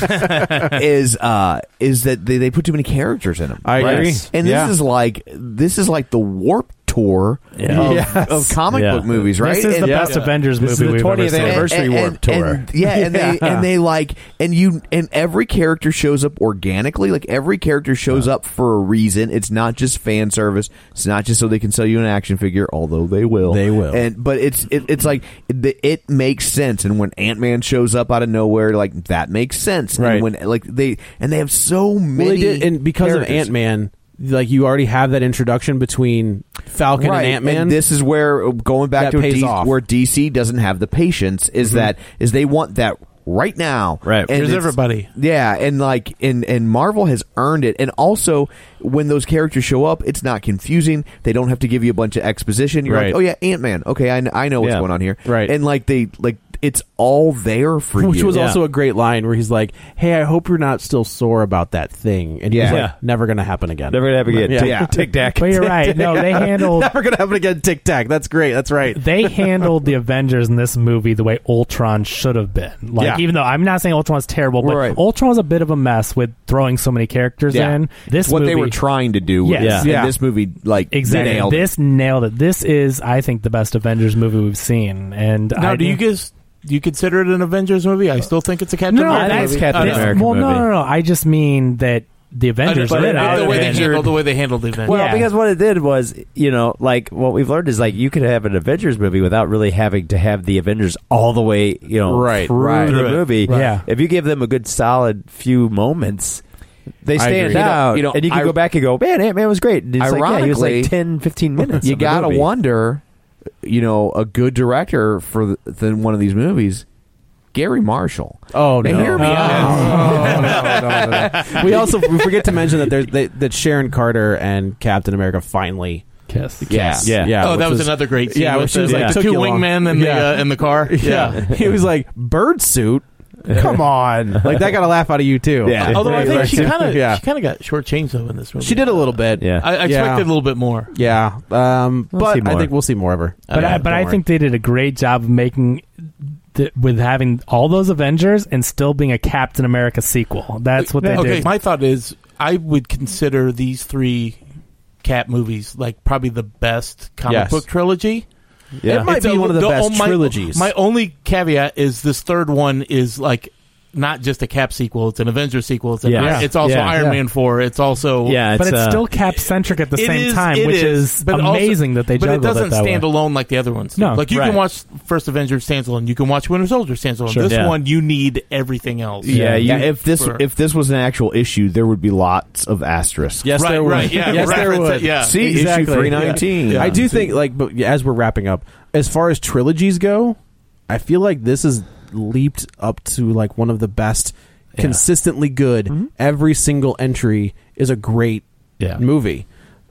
S12: is uh, is that they, they put too many characters in them.
S9: I agree.
S12: And this
S9: Yeah.
S12: is like this is like the warp tour
S6: Yeah.
S12: of,
S9: Yes.
S12: of comic
S6: Yeah.
S12: book movies, right?
S7: this is the
S12: And-
S7: best Avengers
S6: This is
S7: movie
S6: the
S7: we've ever
S6: 20th
S7: seen.
S6: anniversary.
S12: and-
S6: Warped Tour.
S12: and- yeah, and they
S9: Yeah.
S12: and they like and you and every character shows up organically. Like every character shows up for a reason. It's not just fan service. It's not just so they can sell you an action figure, although they will.
S9: They will.
S12: And but it's it, it's like it, it makes sense. And when Ant Man shows up out of nowhere, like that makes sense.
S9: Right.
S12: And when like they and they have so many
S9: Well, they did, and because of
S12: characters.
S9: Ant Man, like you already have that introduction between Falcon
S12: right.
S9: and Ant Man.
S12: And this is where uh, going back
S9: That
S12: to a
S9: pays
S12: D-
S9: off.
S12: where DC doesn't have the patience is that is they want that right now.
S6: Right.
S12: And
S8: Here's
S12: it's-
S8: everybody.
S12: Yeah, and like and and Marvel has earned it. And also when those characters show up, it's not confusing. They don't have to give you a bunch of exposition. You're
S9: Right.
S12: like, "Oh yeah, Ant-Man. Okay, I, kn- I know what's
S6: Yeah.
S12: going on here."
S9: Right.
S12: And like they like it's all there for you.
S9: which was also a great line where he's like, "Hey, I hope you're not still sore about that thing." And
S12: Yeah.
S9: he's like,
S6: Yeah.
S9: "Never gonna happen again.
S6: Never gonna happen again.
S9: Yeah.
S6: Tick-
S9: Yeah.
S6: tick tack.
S7: But you're right. No, they handled
S9: Never gonna happen again. Tic tac. That's great. That's right.
S7: they handled the Avengers in this movie the way Ultron should have been. Like,
S9: Yeah.
S7: even though I'm not saying Ultron's terrible, but
S12: Right.
S7: Ultron's a bit of a mess with throwing so many characters
S12: Yeah.
S7: in. This
S12: It's what
S7: movie,
S12: they were trying to do.
S7: Yes.
S12: Yeah.
S9: Yeah.
S12: And this movie like
S7: exactly.
S12: nailed it.
S7: this nailed it. This is, I think, the best Avengers movie we've seen. And
S8: Now,
S7: I,
S8: do you guys do you consider it an Avengers movie? I still think it's a Captain
S7: No,
S8: America.
S7: that's
S8: movie.
S6: Captain
S8: Uh,
S7: this-
S6: American
S7: well, no,
S6: movie.
S7: no, no. I just mean that the Avengers.
S8: But
S7: did it.
S8: the way they
S7: And-
S8: handled the way they handled the event.
S6: Well,
S7: Yeah.
S6: because what it did was, you know, like what we've learned is like you could have an Avengers movie without really having to have the Avengers all the way, you know,
S9: Right,
S6: through
S9: right.
S6: the
S9: Through it.
S6: movie.
S7: Right. Yeah.
S6: If you give them a good solid few moments, they
S9: I
S6: stand
S9: agree. You know-
S6: out.
S12: you know,
S6: and you can
S12: I-
S6: go back and go, man, Ant Man was great. And it's like, yeah, he was
S12: Ironically,
S6: like 10, 15 minutes.
S12: you
S6: of the
S12: gotta
S6: movie.
S12: wonder you know a good director for the, than one of these movies gary marshall
S9: Oh
S12: Now,
S9: no.
S12: hear me out.
S9: we also we forget to mention that there's they, that Sharon Carter and Captain America finally
S7: Kiss.
S9: yeah
S6: Yeah.
S9: yeah
S8: oh, that
S9: which
S8: was,
S9: is-
S8: another great scene.
S9: yeah
S8: with
S9: which she was
S8: the,
S9: like
S8: the
S9: "Took
S8: two
S9: you long."
S8: wingmen in
S9: Yeah.
S8: the uh, in the car.
S9: yeah. he was like bird suit Come on, like that got a laugh out of you too.
S8: Yeah. Although I think she kind of she kind of got shortchanged though in this movie.
S9: She did a little bit.
S8: Yeah. I- I expected a little bit more.
S9: Yeah, um,
S7: We'll see
S9: but I
S7: more.
S9: think we'll see more of her.
S8: Oh,
S7: But I, but I think they did a great job of making th- with having all those Avengers and still being a Captain America sequel. That's what they
S8: okay,
S7: did.
S8: my thought is I would consider these three Cat movies like probably the best comic
S9: Yes.
S8: book trilogy.
S9: Yeah. It might be one of the best
S8: oh, my-
S9: trilogies.
S8: My only caveat is this third one is like not just a Cap sequel; it's an Avenger sequel. It's, an
S7: Yeah.
S8: Iron- it's also
S7: Yeah.
S8: Iron
S7: Yeah.
S8: Man four. It's also
S7: but
S12: uh,
S7: it's still cap centric at the
S8: It
S7: same
S8: is-
S7: time,
S8: it
S7: which is,
S8: but also-
S7: amazing that they
S8: But
S7: juggled
S8: it doesn't
S7: that way.
S8: stand alone like the other ones.
S7: No.
S8: like you
S7: Right.
S8: can watch First Avenger stands alone. You can watch Winter Soldier stands alone.
S10: Sure.
S8: This
S10: Yeah.
S8: one, you need everything else.
S10: Yeah, you- if this
S8: For-
S10: if this was an actual issue, there would be lots of asterisks.
S9: Yes, there would. yes, there would.
S10: See issue
S9: Exactly.
S10: three nineteen.
S9: Yeah. I do think, like, but as we're wrapping up, as far as trilogies go, I feel like this is leaped up to like one of the best, consistently good. Every single entry is a great
S7: Yeah.
S9: movie.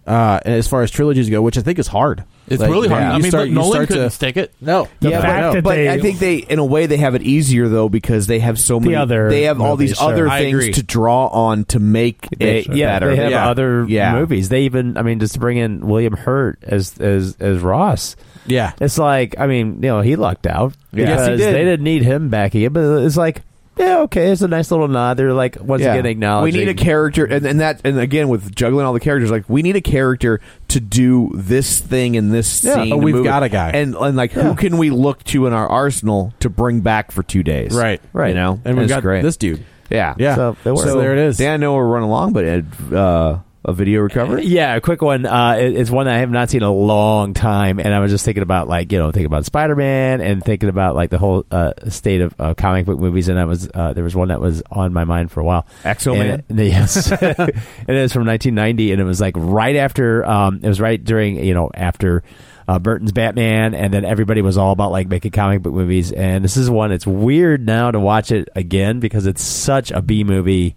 S9: Uh, and as far as trilogies go, which I think is hard.
S8: It's
S9: Like,
S8: really hard.
S9: you
S8: I mean,
S9: start-
S8: look,
S9: you
S8: Nolan
S9: start to-
S8: couldn't stick it.
S9: No,
S10: Yeah,
S9: Yeah,
S10: but,
S9: but no.
S10: but I think they, in a way, they have it easier though because they have so many.
S9: other
S10: they have all these
S6: movies, sure.
S10: other
S6: I agree.
S10: things to draw on to make
S6: They-
S10: it
S6: yeah,
S10: better.
S6: they have
S10: yeah.
S6: other
S10: yeah.
S6: movies. They even, I mean, just to bring in William Hurt as as as Ross.
S9: Yeah,
S6: it's like I mean, you know, he lucked out
S10: Yeah. Yes, he
S6: because
S10: did.
S6: they didn't need him back again. But it's like, yeah, okay, it's a nice little nod. They're like once
S10: Yeah.
S6: again
S10: we
S6: acknowledging
S10: need a character, and, and that, and again with juggling all the characters, like we need a character to do this thing in this
S9: Yeah.
S10: scene.
S9: Oh, we've
S10: to move
S9: got
S10: it.
S9: a guy.
S10: and and like who can we look to in our arsenal to bring back for two days?
S9: Right.
S10: you
S9: Right.
S10: know,
S9: And we've
S10: it's
S9: got
S10: great.
S9: this dude.
S10: Yeah,
S9: Yeah.
S10: So,
S9: So there it is.
S10: Dan, I know we're running along, but uh, a video recovery.
S6: Yeah, a quick one. Uh, it- it's one that I have not seen in a long time, and I was just thinking about like you know thinking about Spider Man and thinking about like the whole uh, state of uh, comic book movies, and I was uh, there was one that was on my mind for a while.
S10: Exo-Man?
S6: And it- yes, and it was from 1990, and it was like right after um, it was right during you know after. Uh, Burton's Batman, and then everybody was all about like making comic book movies. And this is one; it's weird now to watch it again because it's such a B movie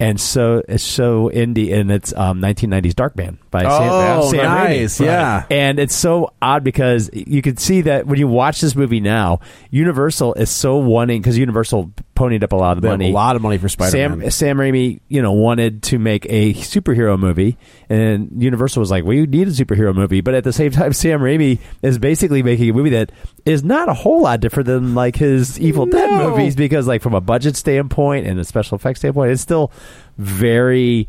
S6: and so it's so indie and it's um, 1990s Dark Man by
S9: Oh,
S6: Sam, Sam Raimi.
S9: nice, yeah.
S6: and it's so odd because you could see that when you watch this movie now Universal is so wanting because Universal ponied up a lot of
S9: They have
S6: money
S9: a lot of money for Spider-Man.
S6: Sam, Sam Raimi you know wanted to make a superhero movie and Universal was like we need a superhero movie but at the same time Sam Raimi is basically making a movie that is not a whole lot different than like his Evil Dead
S9: No.
S6: movies because like from a budget standpoint and a special effects standpoint, it's still very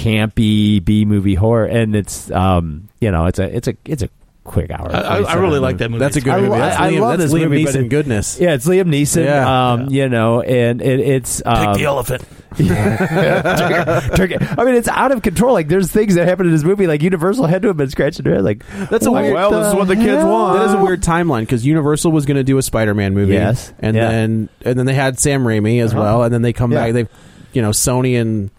S6: campy B movie horror, and it's um you know it's a it's a it's a quick hour.
S8: I- I- I really like that movie.
S9: That's a good
S6: I-
S9: movie. That's
S6: I- I
S9: Liam,
S6: love
S9: that's
S6: this
S9: Liam
S6: movie, but
S9: Neeson
S6: it-
S9: goodness.
S6: Yeah, it's Liam Neeson.
S9: Yeah.
S6: um, you know, and it, it's um,
S8: the elephant.
S6: Turkey. I mean, it's out of control. Like, there's things that happen in this movie. Like, Universal had to have been scratching their head. Like,
S9: That's a weird.
S6: well, this is what the kids want.
S9: That is a weird timeline because Universal was going to do a Spider-Man movie,
S6: Yes.
S9: and
S6: Yeah. Uh-huh.
S9: then and then they had Sam Raimi as well, and then they come
S6: Yeah.
S9: back. They, you know, Sony and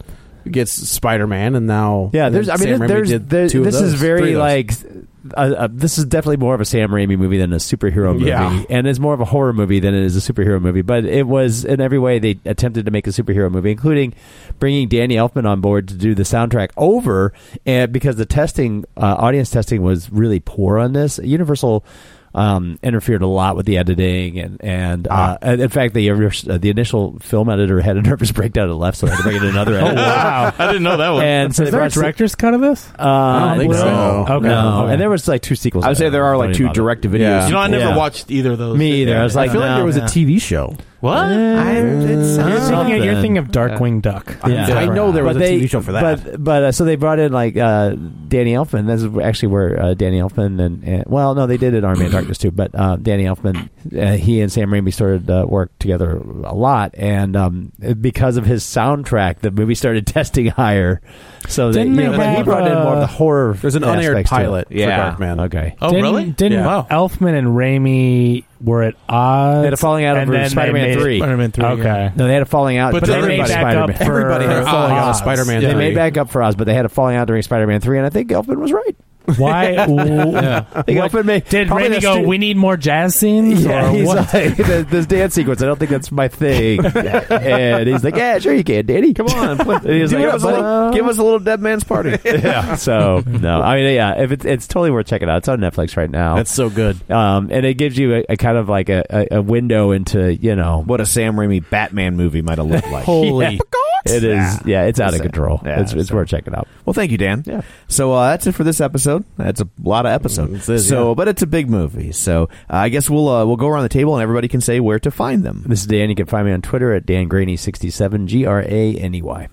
S9: gets Spider-Man, and now
S6: Yeah,
S9: and
S6: there's.
S9: then
S6: I mean,
S9: Sam Raimi
S6: there's.
S9: did
S6: there-
S9: two of
S6: this is
S9: those, three
S6: very
S9: of those.
S6: like. Uh, uh, this is definitely more of a Sam Raimi movie than a superhero movie,
S9: Yeah.
S6: and it's more of a horror movie than it is a superhero movie. But it was in every way they attempted to make a superhero movie, including bringing Danny Elfman on board to do the soundtrack over, and because the testing, uh, audience testing, was really poor on this. Universal. Um, interfered a lot with the editing, and and,
S7: Ah.
S6: uh, and in fact, the uh, the initial film editor had a nervous breakdown and left, so I had to bring in another editor.
S8: wow, I didn't know that one.
S6: And so
S7: Oh,
S6: they
S7: Is there a
S6: brought Sam-
S7: director's cut of this?
S6: uh, I
S7: don't think so.
S6: No.
S7: Okay.
S6: No.
S7: Okay.
S6: And there was like two sequels.
S10: I would say there are like two direct videos.
S9: Yeah.
S8: You know, I never
S6: Yeah.
S8: watched either of those.
S6: Me either. I was
S9: I
S6: like,
S9: feel like
S6: no.
S9: there was
S6: Yeah.
S9: a TV show.
S8: What?
S7: You're thinking, you're
S6: something.
S7: thinking of Darkwing Duck.
S6: Yeah.
S9: I know there was
S6: But
S9: a
S6: they-
S9: TV show for that.
S6: But but uh, so they brought in like uh, Danny Elfman. That's actually where uh, Danny Elfman and, and well, no, they did it Iron Man Darkness too. But uh, Danny Elfman, uh, he and Sam Raimi started uh, work together a lot, and um, because of his soundtrack, the movie started testing higher. So
S7: Didn't
S6: that,
S7: they
S6: you know, but he
S7: have,
S6: brought in more of
S7: uh,
S6: the horror.
S9: There's an unaired
S6: aspects to it.
S9: pilot for Yeah. Darkman.
S6: Okay.
S8: Oh,
S7: didn't,
S8: really?
S7: Didn't
S8: Yeah. Wow.
S7: Elfman and Raimi were at odds?
S6: They had a falling out
S7: and
S6: over
S7: then they
S6: Spider-Man
S7: made it-
S6: 3.
S8: Spider-Man 3,
S7: Okay.
S8: yeah.
S6: No, they had a falling out.
S8: But
S6: during
S8: they made
S7: back up
S6: Spider-Man.
S7: for Everybody had a falling out of
S9: Spider-Man
S6: They
S9: 3.
S6: made back up for us, but they had a falling out during Spider-Man three, and I think Elfman was right.
S7: Why?
S16: Yeah. They
S7: what-
S16: offered me-
S7: did
S16: probably
S7: Randy
S16: the
S7: go?
S16: stu-
S7: we need more jazz scenes.
S16: Yeah,
S7: or
S16: he's
S7: what?
S16: like, this, this dance sequence, I don't think that's my thing. and he's like, yeah, sure you can, Danny. Come on. play." And he was
S6: Give
S16: like,
S6: us a little- give us a little dead man's party.
S16: yeah. So no, I mean, yeah, if it's it's totally worth checking out. It's on Netflix right now.
S17: That's so good.
S16: Um, and it gives you a, a kind of like a, a, a window into you know what
S6: a Sam Raimi Batman movie might have looked like.
S16: Holy, it
S6: Yeah.
S16: is. Yeah, it's out of
S6: Listen.
S16: control.
S6: Yeah,
S16: it's it's worth checking out.
S6: Well, thank you, Dan. Yeah. So uh, that's it for this episode. That's a lot of episodes. so, but it's a big movie. So uh, I guess we'll uh, we'll go around the table and everybody can say where to find them.
S16: This is Dan. You can find me on Twitter at Dan Graney67, G R A N E Y.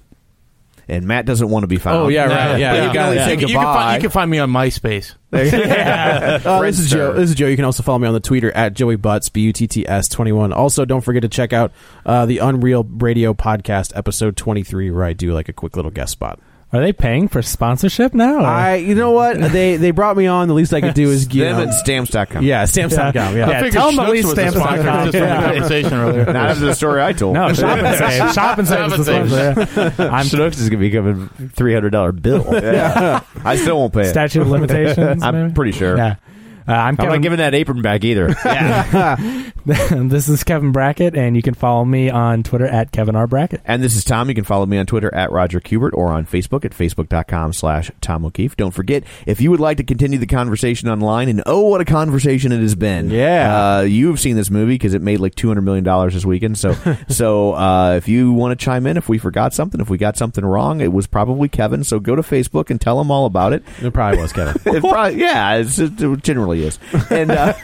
S6: And Matt doesn't want to be found.
S16: Oh, yeah, right. Yeah,
S6: But
S16: yeah.
S6: you can only
S16: Yeah.
S6: say
S16: You can
S6: goodbye.
S8: You can, find, you can find me on MySpace.
S17: Uh, this is Joe. This is Joe. You can also follow me on the Twitter at Joey Butts B U T T S twenty one. Also, don't forget to check out uh, the Unreal Radio podcast episode twenty three, where I do like a quick little guest spot.
S7: Are they paying for sponsorship now? or-
S17: I, you know what? They they brought me on. The least I could do is you
S7: Uh, Them
S17: know,
S7: and
S6: stamps.com.
S17: Yeah, stamps.com. Yeah,
S7: uh, Yeah,
S17: yeah.
S7: I tell figured them at Schnucks least was the stamps.com. sponsor, just from the conversation earlier.
S6: Not after the story I told.
S7: No, Shop and Save. Shop and Save is the sponsor, yeah.
S16: I'm Schnucks is going to be giving $300 bill.
S6: Yeah. I still won't pay it.
S7: Statute of limitations,
S6: I'm
S7: maybe?
S6: pretty sure.
S7: Yeah. Uh, I'm
S16: I'm
S7: Kevin.
S16: not giving that apron back either.
S7: this is Kevin Brackett, and you can follow me on Twitter at Kevin R Brackett.
S6: And this is Tom. You can follow me on Twitter at Roger Kubert or on Facebook at facebook.com slash Tom O'Keefe. Don't forget, if you would like to continue the conversation online, and oh, what a conversation it has been. Yeah. Uh, you've seen this movie because it made like $200 million this weekend. So, so uh, if you want to chime in, if we forgot something, if we got something wrong, it was probably Kevin. So go to Facebook and tell him all about it.
S17: It probably was Kevin.
S6: it probably, yeah, it's, it generally is. And, uh,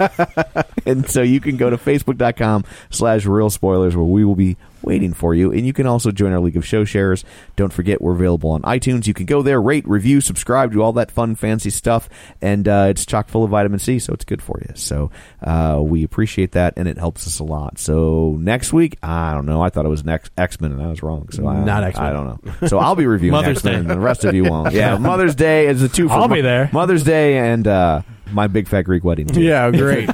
S6: and so you can go to facebook.com slash real spoilers where we will be waiting for you and you can also join our league of show sharers don't forget we're available on itunes you can go there rate review subscribe do all that fun fancy stuff and uh, it's chock full of vitamin c so it's good for you so uh, we appreciate that and it helps us a lot so next week i don't know i thought it was next x-men and i was wrong so I,
S17: Not X-Men.
S6: i don't know so i'll be reviewing
S17: Mother's
S6: X-Men
S17: Day.
S6: and the rest of you won't yeah mother's day is the two for
S17: I'll be
S6: Mo-
S17: there.
S6: mother's day and uh, my big fat greek wedding too. Mm.
S17: Yeah, great.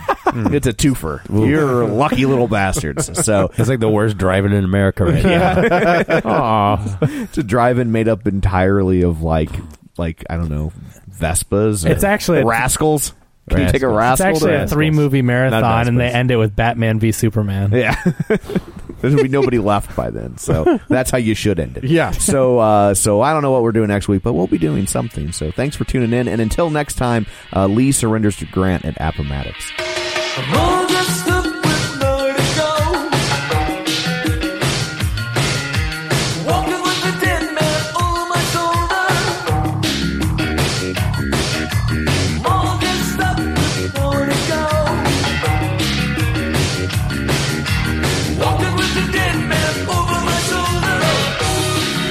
S6: it's a twofer. You're lucky little bastards. So
S16: it's like the worst driving in America right
S6: Yeah.
S16: now.
S6: it's a drive-in made up entirely of like, like I don't know, Vespas. or
S7: It's actually a-
S6: rascals. Can you take a
S7: It's
S6: rascal?
S7: actually
S6: to
S7: a three movie marathon, and they end it with Batman v Superman.
S6: Yeah, There's gonna be nobody left by then, so that's how you should end it. Yeah. So, uh, so I don't know what we're doing next week, but we'll be doing something. So, thanks for tuning in, and until next time, uh, Lee surrenders to Grant at Appomattox.
S4: I'm all dressed up with nowhere to go. Walking with the dead man on my shoulder. I'm all dressed up with nowhere to go. Walking with the dead man over my shoulder.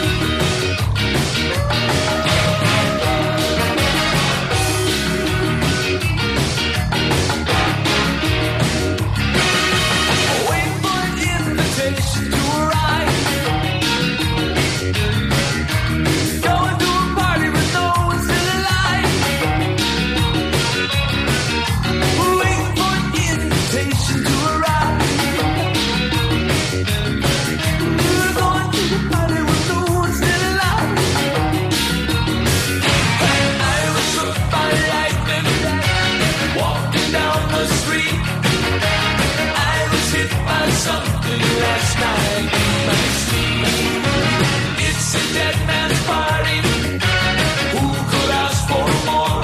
S4: Wait for an invitation to arrive. Going to a party with no one still alive. Wait for an invitation to arrive. We're going to a party with no one still alive. An Irish somebody like me walking down the street. I was hit by something last night in my sleep. It's a dead man's party. Who could ask for more?